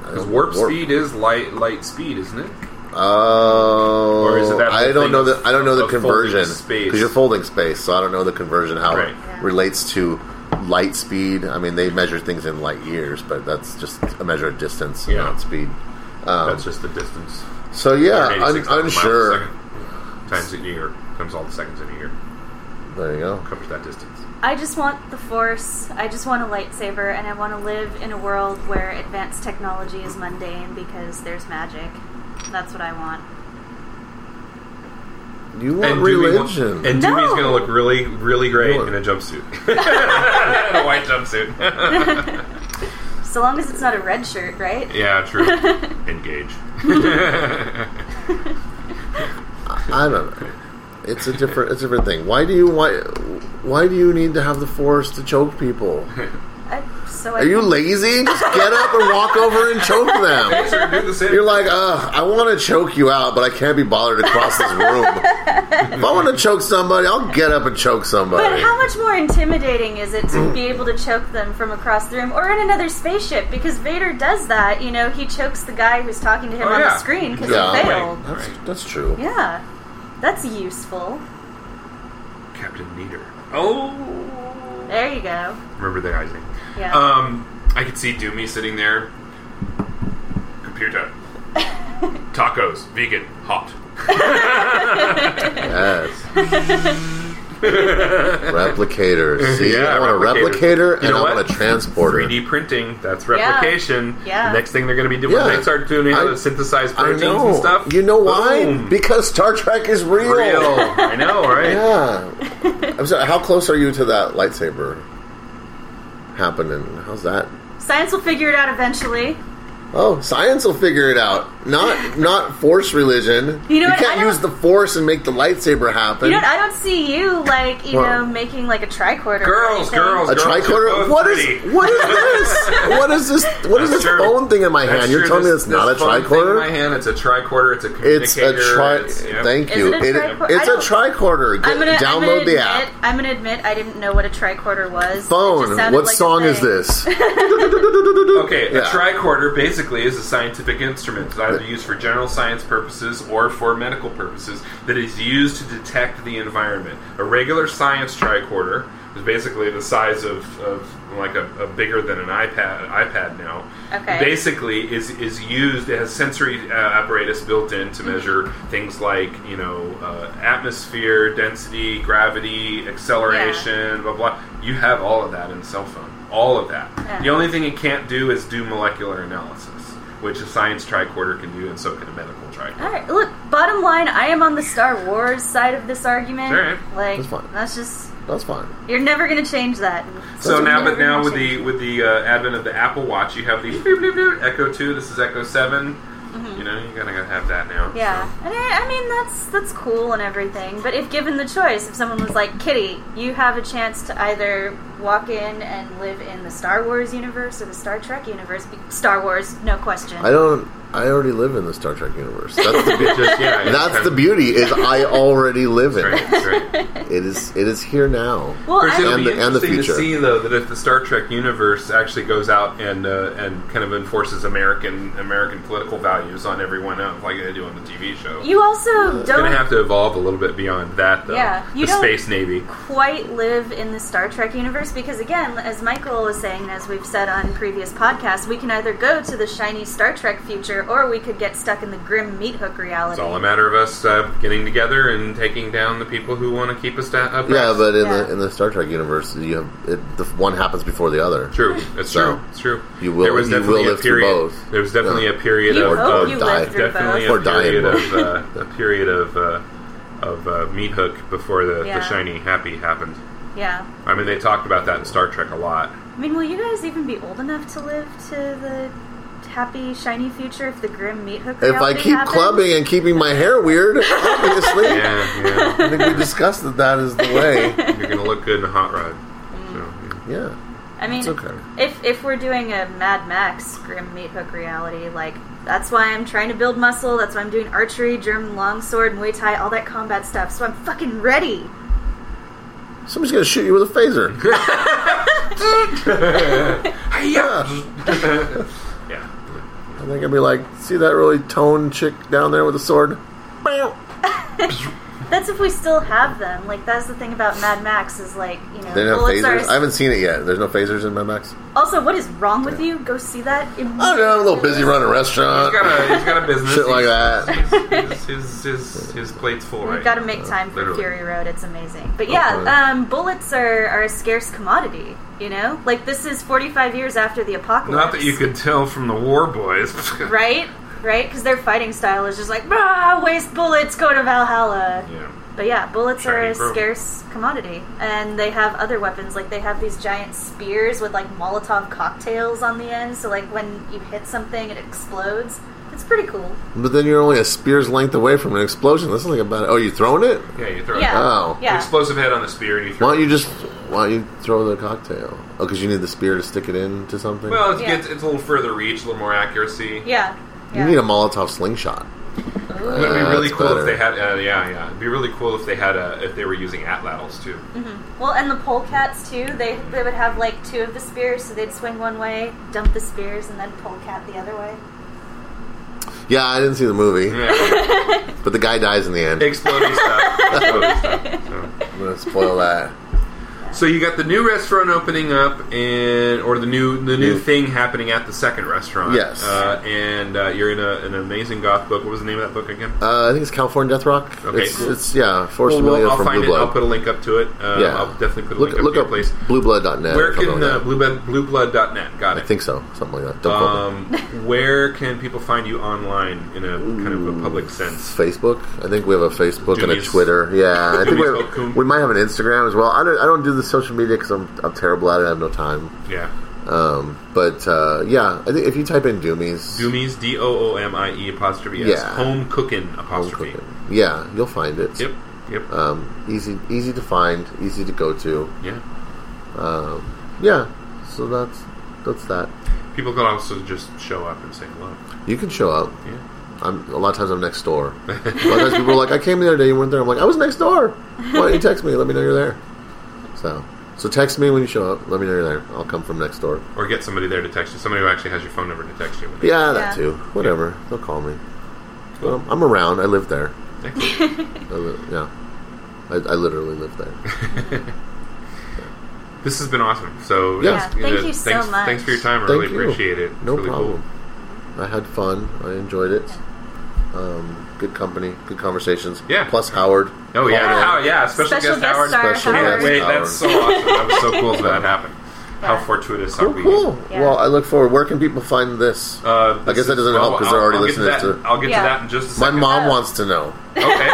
Speaker 4: Because warp, speed is light light speed, isn't it?
Speaker 3: Oh,
Speaker 4: Or is it that whole
Speaker 3: I don't
Speaker 4: thing
Speaker 3: know
Speaker 4: of-
Speaker 3: the I don't know the
Speaker 4: of folding
Speaker 3: conversion
Speaker 4: space?
Speaker 3: because you're folding space, so I don't know the conversion how
Speaker 4: Right.
Speaker 3: it relates to light speed. I mean, they measure things in light years, but that's just a measure of distance,
Speaker 4: Yeah.
Speaker 3: not speed. Oh. Um,
Speaker 4: that's just the distance.
Speaker 3: So yeah, un,
Speaker 4: 186,000 miles a
Speaker 3: unsure.
Speaker 4: second. Times in a year times all the seconds in a year
Speaker 3: There you go.
Speaker 4: covers that distance.
Speaker 2: I just want the force. I just want a lightsaber, and I want to live in a world where advanced technology is mundane because there's magic. That's what I want.
Speaker 3: You want
Speaker 4: Doobie will-
Speaker 3: religion?
Speaker 4: and
Speaker 2: No.
Speaker 4: Doobie's gonna look really, really great
Speaker 3: What?
Speaker 4: in a jumpsuit, in a white jumpsuit.
Speaker 2: So long as it's not a red shirt, right?
Speaker 4: yeah, true. Engage.
Speaker 3: I don't know. It's a different. It's a different thing. Why do you why Why do you need to have the force to choke people?
Speaker 2: I, so
Speaker 3: Are
Speaker 2: I
Speaker 3: you
Speaker 2: think-
Speaker 3: lazy? Just get up and walk over and choke them.
Speaker 4: Sure, do the same.
Speaker 3: You're like, uh, I want to choke you out, but I can't be bothered to cross this room. if I want to choke somebody, I'll get up and choke
Speaker 2: But
Speaker 3: somebody.
Speaker 2: how much more intimidating is it to be able to choke them from across the room or in another spaceship? Because Vader does that. You know, he chokes the guy who's talking to him
Speaker 4: Oh,
Speaker 2: on
Speaker 4: yeah.
Speaker 2: the screen because
Speaker 3: Yeah.
Speaker 2: he failed.
Speaker 3: That's, that's true.
Speaker 2: Yeah, that's useful.
Speaker 4: Captain Neater. Oh.
Speaker 2: There you go.
Speaker 4: Remember the guy's name.
Speaker 2: Yeah.
Speaker 3: Uh,
Speaker 4: Um, I could see Doomy sitting there. Computer. Tacos. Vegan. Hot.
Speaker 3: Yes. replicator. See,
Speaker 4: Yeah,
Speaker 3: I want a
Speaker 4: replicator.
Speaker 3: replicator
Speaker 4: You
Speaker 3: and
Speaker 4: know
Speaker 3: I
Speaker 4: what?
Speaker 3: want a transporter.
Speaker 4: 3D printing. That's replication.
Speaker 2: Yeah.
Speaker 4: The next thing they're going to be doing,
Speaker 3: Yeah.
Speaker 4: next are doing how
Speaker 3: I-
Speaker 4: to synthesize
Speaker 3: I
Speaker 4: proteins
Speaker 3: know.
Speaker 4: and stuff.
Speaker 3: You know why?
Speaker 4: Boom.
Speaker 3: Because Star Trek is real.
Speaker 4: Real. I know, right?
Speaker 3: Yeah. I'm sorry. How close are you to that lightsaber happening? How's that?
Speaker 2: Science will figure it out eventually.
Speaker 3: Oh, science will figure it out. Not not force religion.
Speaker 2: You know what? I
Speaker 3: can't
Speaker 2: don't-
Speaker 3: use the force and make the lightsaber happen.
Speaker 2: You know, I don't see you like you
Speaker 3: What?
Speaker 2: know making like a tricorder.
Speaker 4: Girls,
Speaker 2: or anything.
Speaker 4: girls.
Speaker 3: a
Speaker 4: Girls are
Speaker 3: tricorder?
Speaker 4: both
Speaker 3: What is
Speaker 4: pretty.
Speaker 3: what is this? what is this? What
Speaker 4: That's
Speaker 3: is this
Speaker 4: sure-
Speaker 3: phone thing in my
Speaker 4: that's
Speaker 3: hand? You're
Speaker 4: sure
Speaker 3: telling
Speaker 4: this-
Speaker 3: me that's
Speaker 4: this
Speaker 3: not a
Speaker 4: phone thing in my
Speaker 3: tricorder?
Speaker 4: hand, it's a tricorder. It's a communicator.
Speaker 3: It's a tri.
Speaker 4: it's- yeah.
Speaker 3: Thank
Speaker 2: Is it
Speaker 3: you.
Speaker 2: a tricor- I
Speaker 3: it's
Speaker 2: don't-
Speaker 3: a tricorder. Get,
Speaker 2: I'm gonna I'm gonna
Speaker 3: download
Speaker 2: admit,
Speaker 3: the app.
Speaker 2: I'm gonna admit I didn't know what a tricorder was. It just
Speaker 3: Phone.
Speaker 2: sounded
Speaker 3: What
Speaker 2: like a
Speaker 3: song is
Speaker 2: thing.
Speaker 3: this?
Speaker 4: Okay, a
Speaker 3: Yeah.
Speaker 4: tricorder basically is a scientific instrument that's either used for general science purposes or for medical purposes that is used to detect the environment. A regular science tricorder is basically the size of, of like a, a bigger than an iPad iPad now.
Speaker 2: Okay.
Speaker 4: Basically, is is used. It has sensory uh, apparatus built in
Speaker 2: Mm-hmm.
Speaker 4: to measure things like you know uh, atmosphere, density, gravity, acceleration, blah blah. You have all of that in a cell phone. All of that.
Speaker 2: Yeah.
Speaker 4: The only thing it can't do is do molecular analysis, which a science tricorder can do, and so can a medical tricorder.
Speaker 2: All right, look. Bottom line, I am on the Star Wars side of this argument.
Speaker 4: Sure.
Speaker 2: Like
Speaker 3: That's fine.
Speaker 2: just
Speaker 3: That's fine.
Speaker 2: you're never gonna change that.
Speaker 4: So
Speaker 3: That's
Speaker 4: now,
Speaker 3: okay.
Speaker 4: but now with the with the uh, advent of the Apple Watch, you have the bloop, bloop, bloop, Echo Two. This is Echo 7 You know, you're gonna have that now.
Speaker 2: Mm-hmm. Yeah, and I, I mean that's that's cool and everything. But if given the choice, if someone was like, "Kitty, you have a chance to either walk in and live in the Star Wars universe or the Star Trek universe," be- Star Wars, no question.
Speaker 3: I don't. I already live in the Star Trek universe. That's the,
Speaker 4: So,
Speaker 3: be-
Speaker 4: just, yeah,
Speaker 3: that's the
Speaker 4: beauty.
Speaker 3: beauty. Is I already live in it.
Speaker 4: Right, right.
Speaker 3: It is. It is here now.
Speaker 2: well,
Speaker 4: Of course,
Speaker 2: I,
Speaker 4: it'll
Speaker 3: And
Speaker 4: be
Speaker 3: the- and the
Speaker 4: interesting to
Speaker 3: future.
Speaker 4: see though that if the Star Trek universe actually goes out and uh, and kind of enforces American American political values on everyone else, like they do on the TV show.
Speaker 2: you also
Speaker 4: It's
Speaker 2: don't
Speaker 4: uh, gonna have to evolve a little bit beyond that, though.
Speaker 2: Yeah, you
Speaker 4: the
Speaker 2: don't-
Speaker 4: space navy.
Speaker 2: quite live in the Star Trek universe because, again, as Michael was saying, as we've said on previous podcasts, we can either go to the shiny Star Trek future or we could get stuck in the grim meat hook reality.
Speaker 4: It's all a matter of us uh, getting together and taking down the people who want to keep us down. Up
Speaker 3: Yeah, but in
Speaker 2: Yeah.
Speaker 3: the in the Star Trek universe, you have it, the one happens before the other.
Speaker 4: true, it's
Speaker 3: So,
Speaker 4: true, it's true.
Speaker 3: you will-
Speaker 4: There was
Speaker 3: you will
Speaker 4: definitely a
Speaker 3: live through
Speaker 4: period.
Speaker 3: both.
Speaker 4: There was definitely a period
Speaker 2: You
Speaker 4: of,
Speaker 2: hope
Speaker 4: of
Speaker 2: you
Speaker 3: die.
Speaker 2: live through
Speaker 4: definitely
Speaker 2: both.
Speaker 3: Or
Speaker 4: a period
Speaker 3: dying
Speaker 4: of uh, a period of uh, of uh, meat hook before the,
Speaker 2: Yeah.
Speaker 4: the shiny happy happened.
Speaker 2: Yeah.
Speaker 4: I mean, they talked about that in Star Trek a lot.
Speaker 2: I mean, will you guys even be old enough to live to the happy, shiny future if the grim meat hooker?
Speaker 3: If I
Speaker 2: reality
Speaker 3: keep
Speaker 2: happens?
Speaker 3: clubbing and keeping my hair weird, obviously.
Speaker 4: Yeah, yeah.
Speaker 3: I think we discussed that that is the way.
Speaker 4: You're gonna look good in a hot rod.
Speaker 2: Mm.
Speaker 4: So,
Speaker 3: Yeah.
Speaker 2: I mean,
Speaker 3: It's okay.
Speaker 2: if if we're doing a Mad Max grim meat hook reality, like that's why I'm trying to build muscle. That's why I'm doing archery, German longsword, Muay Thai, all that combat stuff. So I'm fucking ready.
Speaker 3: Somebody's gonna shoot you with a phaser. yeah.
Speaker 4: yeah. yeah.
Speaker 3: And they're gonna be like, see that really toned chick down there with a sword? Bow.
Speaker 2: That's if we still have them. Like that's the thing about Mad Max is like you know
Speaker 3: They didn't have
Speaker 2: bullets are.
Speaker 3: phasers. I haven't seen it yet. There's no phasers in Mad Max.
Speaker 2: Also, what is wrong with you? Go see that.
Speaker 3: I don't know. I'm a little busy running a restaurant,
Speaker 4: He's got a he's got a business.
Speaker 3: shit like that.
Speaker 4: His his his, his plate's full
Speaker 2: We've
Speaker 4: right.
Speaker 2: got to
Speaker 4: now.
Speaker 2: make time for
Speaker 4: literally.
Speaker 2: Fury Road. It's amazing. But yeah,
Speaker 3: Okay.
Speaker 2: um, bullets are, are a scarce commodity. You know, like this is 45 years after the apocalypse.
Speaker 4: Not that you could tell from the War Boys.
Speaker 2: right? Right? Because their fighting style is just like, ah, waste bullets, go to Valhalla.
Speaker 4: Yeah.
Speaker 2: But yeah, bullets are
Speaker 4: Shiny
Speaker 2: a
Speaker 4: pro.
Speaker 2: scarce commodity, and they have other weapons. Like they have these giant spears with like Molotov cocktails on the end. So like when you hit something, it explodes. It's pretty cool.
Speaker 3: But then you're only a spear's length away from an explosion. That's nothing about it. Oh, you throwing it?
Speaker 4: Yeah, you throw
Speaker 2: Yeah.
Speaker 4: an
Speaker 3: Wow.
Speaker 2: Yeah.
Speaker 4: explosive head on the spear and you throw.
Speaker 3: Why don't you just why don't you throw the cocktail? Oh, because you need the spear to stick it into something.
Speaker 4: Well, it's,
Speaker 2: Yeah.
Speaker 4: it's, it's a little further reach, a little more accuracy.
Speaker 2: Yeah.
Speaker 3: you
Speaker 2: yeah.
Speaker 3: need a Molotov slingshot.
Speaker 4: It would be
Speaker 3: Uh,
Speaker 4: really
Speaker 3: that's
Speaker 4: cool if
Speaker 3: better.
Speaker 4: they had. Uh, yeah, yeah. It'd be really cool if they had. Uh, if they were using atlatls too.
Speaker 2: Well, and the polecats too. They they would have like two of the spears, so they'd swing one way, dump the spears, and then polecat the other way.
Speaker 3: Yeah, I didn't see the movie,
Speaker 2: Mm-hmm.
Speaker 4: Yeah.
Speaker 3: but the guy dies in the end.
Speaker 4: Exploding stuff. Exploding stuff. So.
Speaker 3: I'm gonna spoil that.
Speaker 4: So you got the new restaurant opening up, and or the new the new
Speaker 3: New.
Speaker 4: thing happening at the second restaurant.
Speaker 3: Yes.
Speaker 4: uh, and uh, you're in a, an amazing goth book. What was the name of that book again?
Speaker 3: Uh, I think it's California Death Rock.
Speaker 4: Okay,
Speaker 3: it's,
Speaker 4: cool.
Speaker 3: it's yeah, Force
Speaker 4: Well,
Speaker 3: Familia
Speaker 4: I'll
Speaker 3: from
Speaker 4: find
Speaker 3: Blue
Speaker 4: it. I'll
Speaker 3: Blood.
Speaker 4: put a link up to it. Uh,
Speaker 3: yeah,
Speaker 4: I'll definitely put a
Speaker 3: look,
Speaker 4: link up
Speaker 3: look
Speaker 4: to your
Speaker 3: up
Speaker 4: place.
Speaker 3: blueblood.net.
Speaker 4: Where
Speaker 3: or something
Speaker 4: can
Speaker 3: like
Speaker 4: uh,
Speaker 3: that.
Speaker 4: blueblood blueblood.net? Got
Speaker 3: I
Speaker 4: it.
Speaker 3: think so, something like that. Don't quote me.
Speaker 4: Um, where can people find you online in a kind of a public sense?
Speaker 3: Mm. Facebook. I think we have a Facebook and a
Speaker 4: Doomies.
Speaker 3: Twitter. Yeah, I think
Speaker 4: Doomies
Speaker 3: we, have-
Speaker 4: Cocoon.
Speaker 3: we might have an Instagram as well. I don't. I don't do the social media because I'm, I'm terrible at it. I have no time.
Speaker 4: Yeah,
Speaker 3: Um, but uh, yeah, I think if you type in Doomies,
Speaker 4: Doomies D O O M I E apostrophe S
Speaker 3: Yeah.
Speaker 4: home cooking apostrophe.
Speaker 3: Cooking, yeah, you'll find it.
Speaker 4: Yep, yep,
Speaker 3: Um, easy, easy to find, easy to go to.
Speaker 4: yeah.
Speaker 3: Um, yeah, so that's that's that.
Speaker 4: People could also just show up and say hello.
Speaker 3: You can show up.
Speaker 4: Yeah.
Speaker 3: I'm a lot of times I'm next door. A lot of times people are like, I came the other day, you weren't there. I'm like, I was next door. Why don't you text me? Let me know you're there. So, so text me when you show up. Let me know you're there. I'll come from next door.
Speaker 4: Or get somebody there to text you. Somebody who actually has your phone number to text you. With it.
Speaker 3: Yeah, that
Speaker 2: Yeah.
Speaker 3: too. Whatever. They'll call me. But I'm, I'm around. I live there.
Speaker 4: Excellent.
Speaker 3: I li- yeah, I, I literally live there.
Speaker 4: this has been awesome. So
Speaker 3: Yeah.
Speaker 4: it's-
Speaker 2: Yeah, thank you so
Speaker 4: thanks,
Speaker 2: much.
Speaker 4: Thanks for your time. I
Speaker 3: Thank
Speaker 4: really
Speaker 3: you.
Speaker 4: appreciate it. It's
Speaker 3: No
Speaker 4: really
Speaker 3: problem.
Speaker 4: cool.
Speaker 3: I had fun. I enjoyed it. Um, good company. Good conversations.
Speaker 4: Yeah.
Speaker 3: Plus Howard.
Speaker 4: Oh yeah,
Speaker 2: Yeah.
Speaker 4: How, yeah. Special,
Speaker 2: Special
Speaker 4: guest,
Speaker 2: guest
Speaker 4: Howard.
Speaker 2: star
Speaker 3: Special
Speaker 2: Howard.
Speaker 3: guest.
Speaker 4: Wait, that's so awesome. That was so cool that happened. How
Speaker 2: Yeah.
Speaker 4: fortuitous are
Speaker 3: Cool.
Speaker 4: we?
Speaker 3: cool.
Speaker 2: Yeah.
Speaker 3: Well, I look forward. Where can people find this?
Speaker 4: Uh, this
Speaker 3: I guess that
Speaker 4: is-
Speaker 3: doesn't
Speaker 4: well,
Speaker 3: help because
Speaker 4: I'll-
Speaker 3: they're already
Speaker 4: I'll get to
Speaker 3: listening
Speaker 4: that-
Speaker 3: to.
Speaker 4: I'll get
Speaker 2: Yeah.
Speaker 4: to that in just a
Speaker 3: My
Speaker 4: second.
Speaker 3: mom wants to know.
Speaker 4: Okay.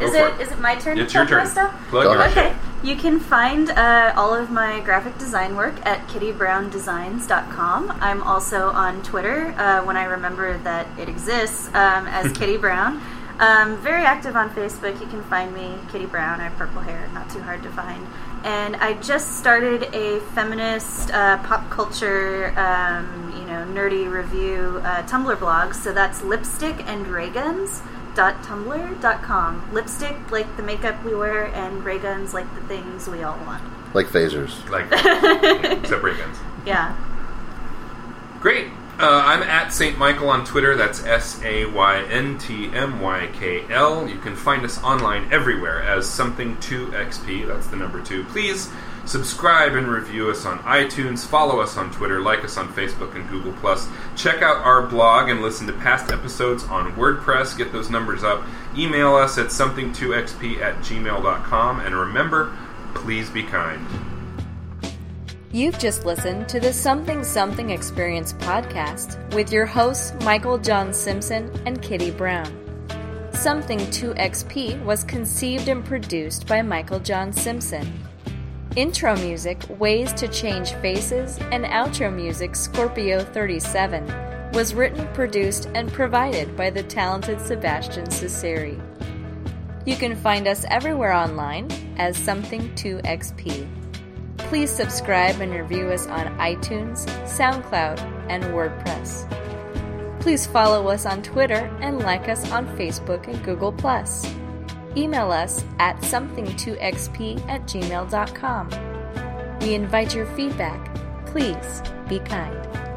Speaker 4: Go
Speaker 2: Is
Speaker 4: for
Speaker 2: it, is it my turn?
Speaker 4: It's
Speaker 2: to
Speaker 4: your
Speaker 2: talk about
Speaker 4: turn.
Speaker 2: Stuff?
Speaker 4: Plug your
Speaker 3: Okay.
Speaker 2: Okay. You can find uh, all of my graphic design work at kittybrowndesigns.com. I'm also on Twitter uh, when I remember that it exists um, as Kitty Brown. Um, very active on Facebook. You can find me, Kitty Brown. I have purple hair, not too hard to find. And I just started a feminist uh, pop culture, um, you know, nerdy review uh, Tumblr blog. So that's lipstick and ray guns www.tumblr.com. Lipstick, like the makeup we wear, and ray guns, like the things we all want.
Speaker 3: Like phasers.
Speaker 4: Like, except ray guns.
Speaker 2: Yeah.
Speaker 4: Great. Uh, I'm at St. Michael on Twitter. That's S A Y N T M Y K L. You can find us online everywhere as something2xp. That's the number two. Please subscribe and review us on iTunes. Follow us on Twitter. Like us on Facebook and Google. Plus. Check out our blog and listen to past episodes on WordPress. Get those numbers up. Email us at something2xp at gmail.com. And remember, please be kind.
Speaker 7: You've just listened to the Something Something Experience podcast with your hosts, Michael John Simpson and Kitty Brown. Something 2XP was conceived and produced by Michael John Simpson. Intro music Ways to Change Faces and outro music Scorpio 37 was written, produced, and provided by the talented Sebastian Cesari. You can find us everywhere online as Something2XP. Please subscribe and review us on iTunes, SoundCloud, and WordPress. Please follow us on Twitter and like us on Facebook and Google. Email us at something2xp at gmail.com. We invite your feedback. Please be kind.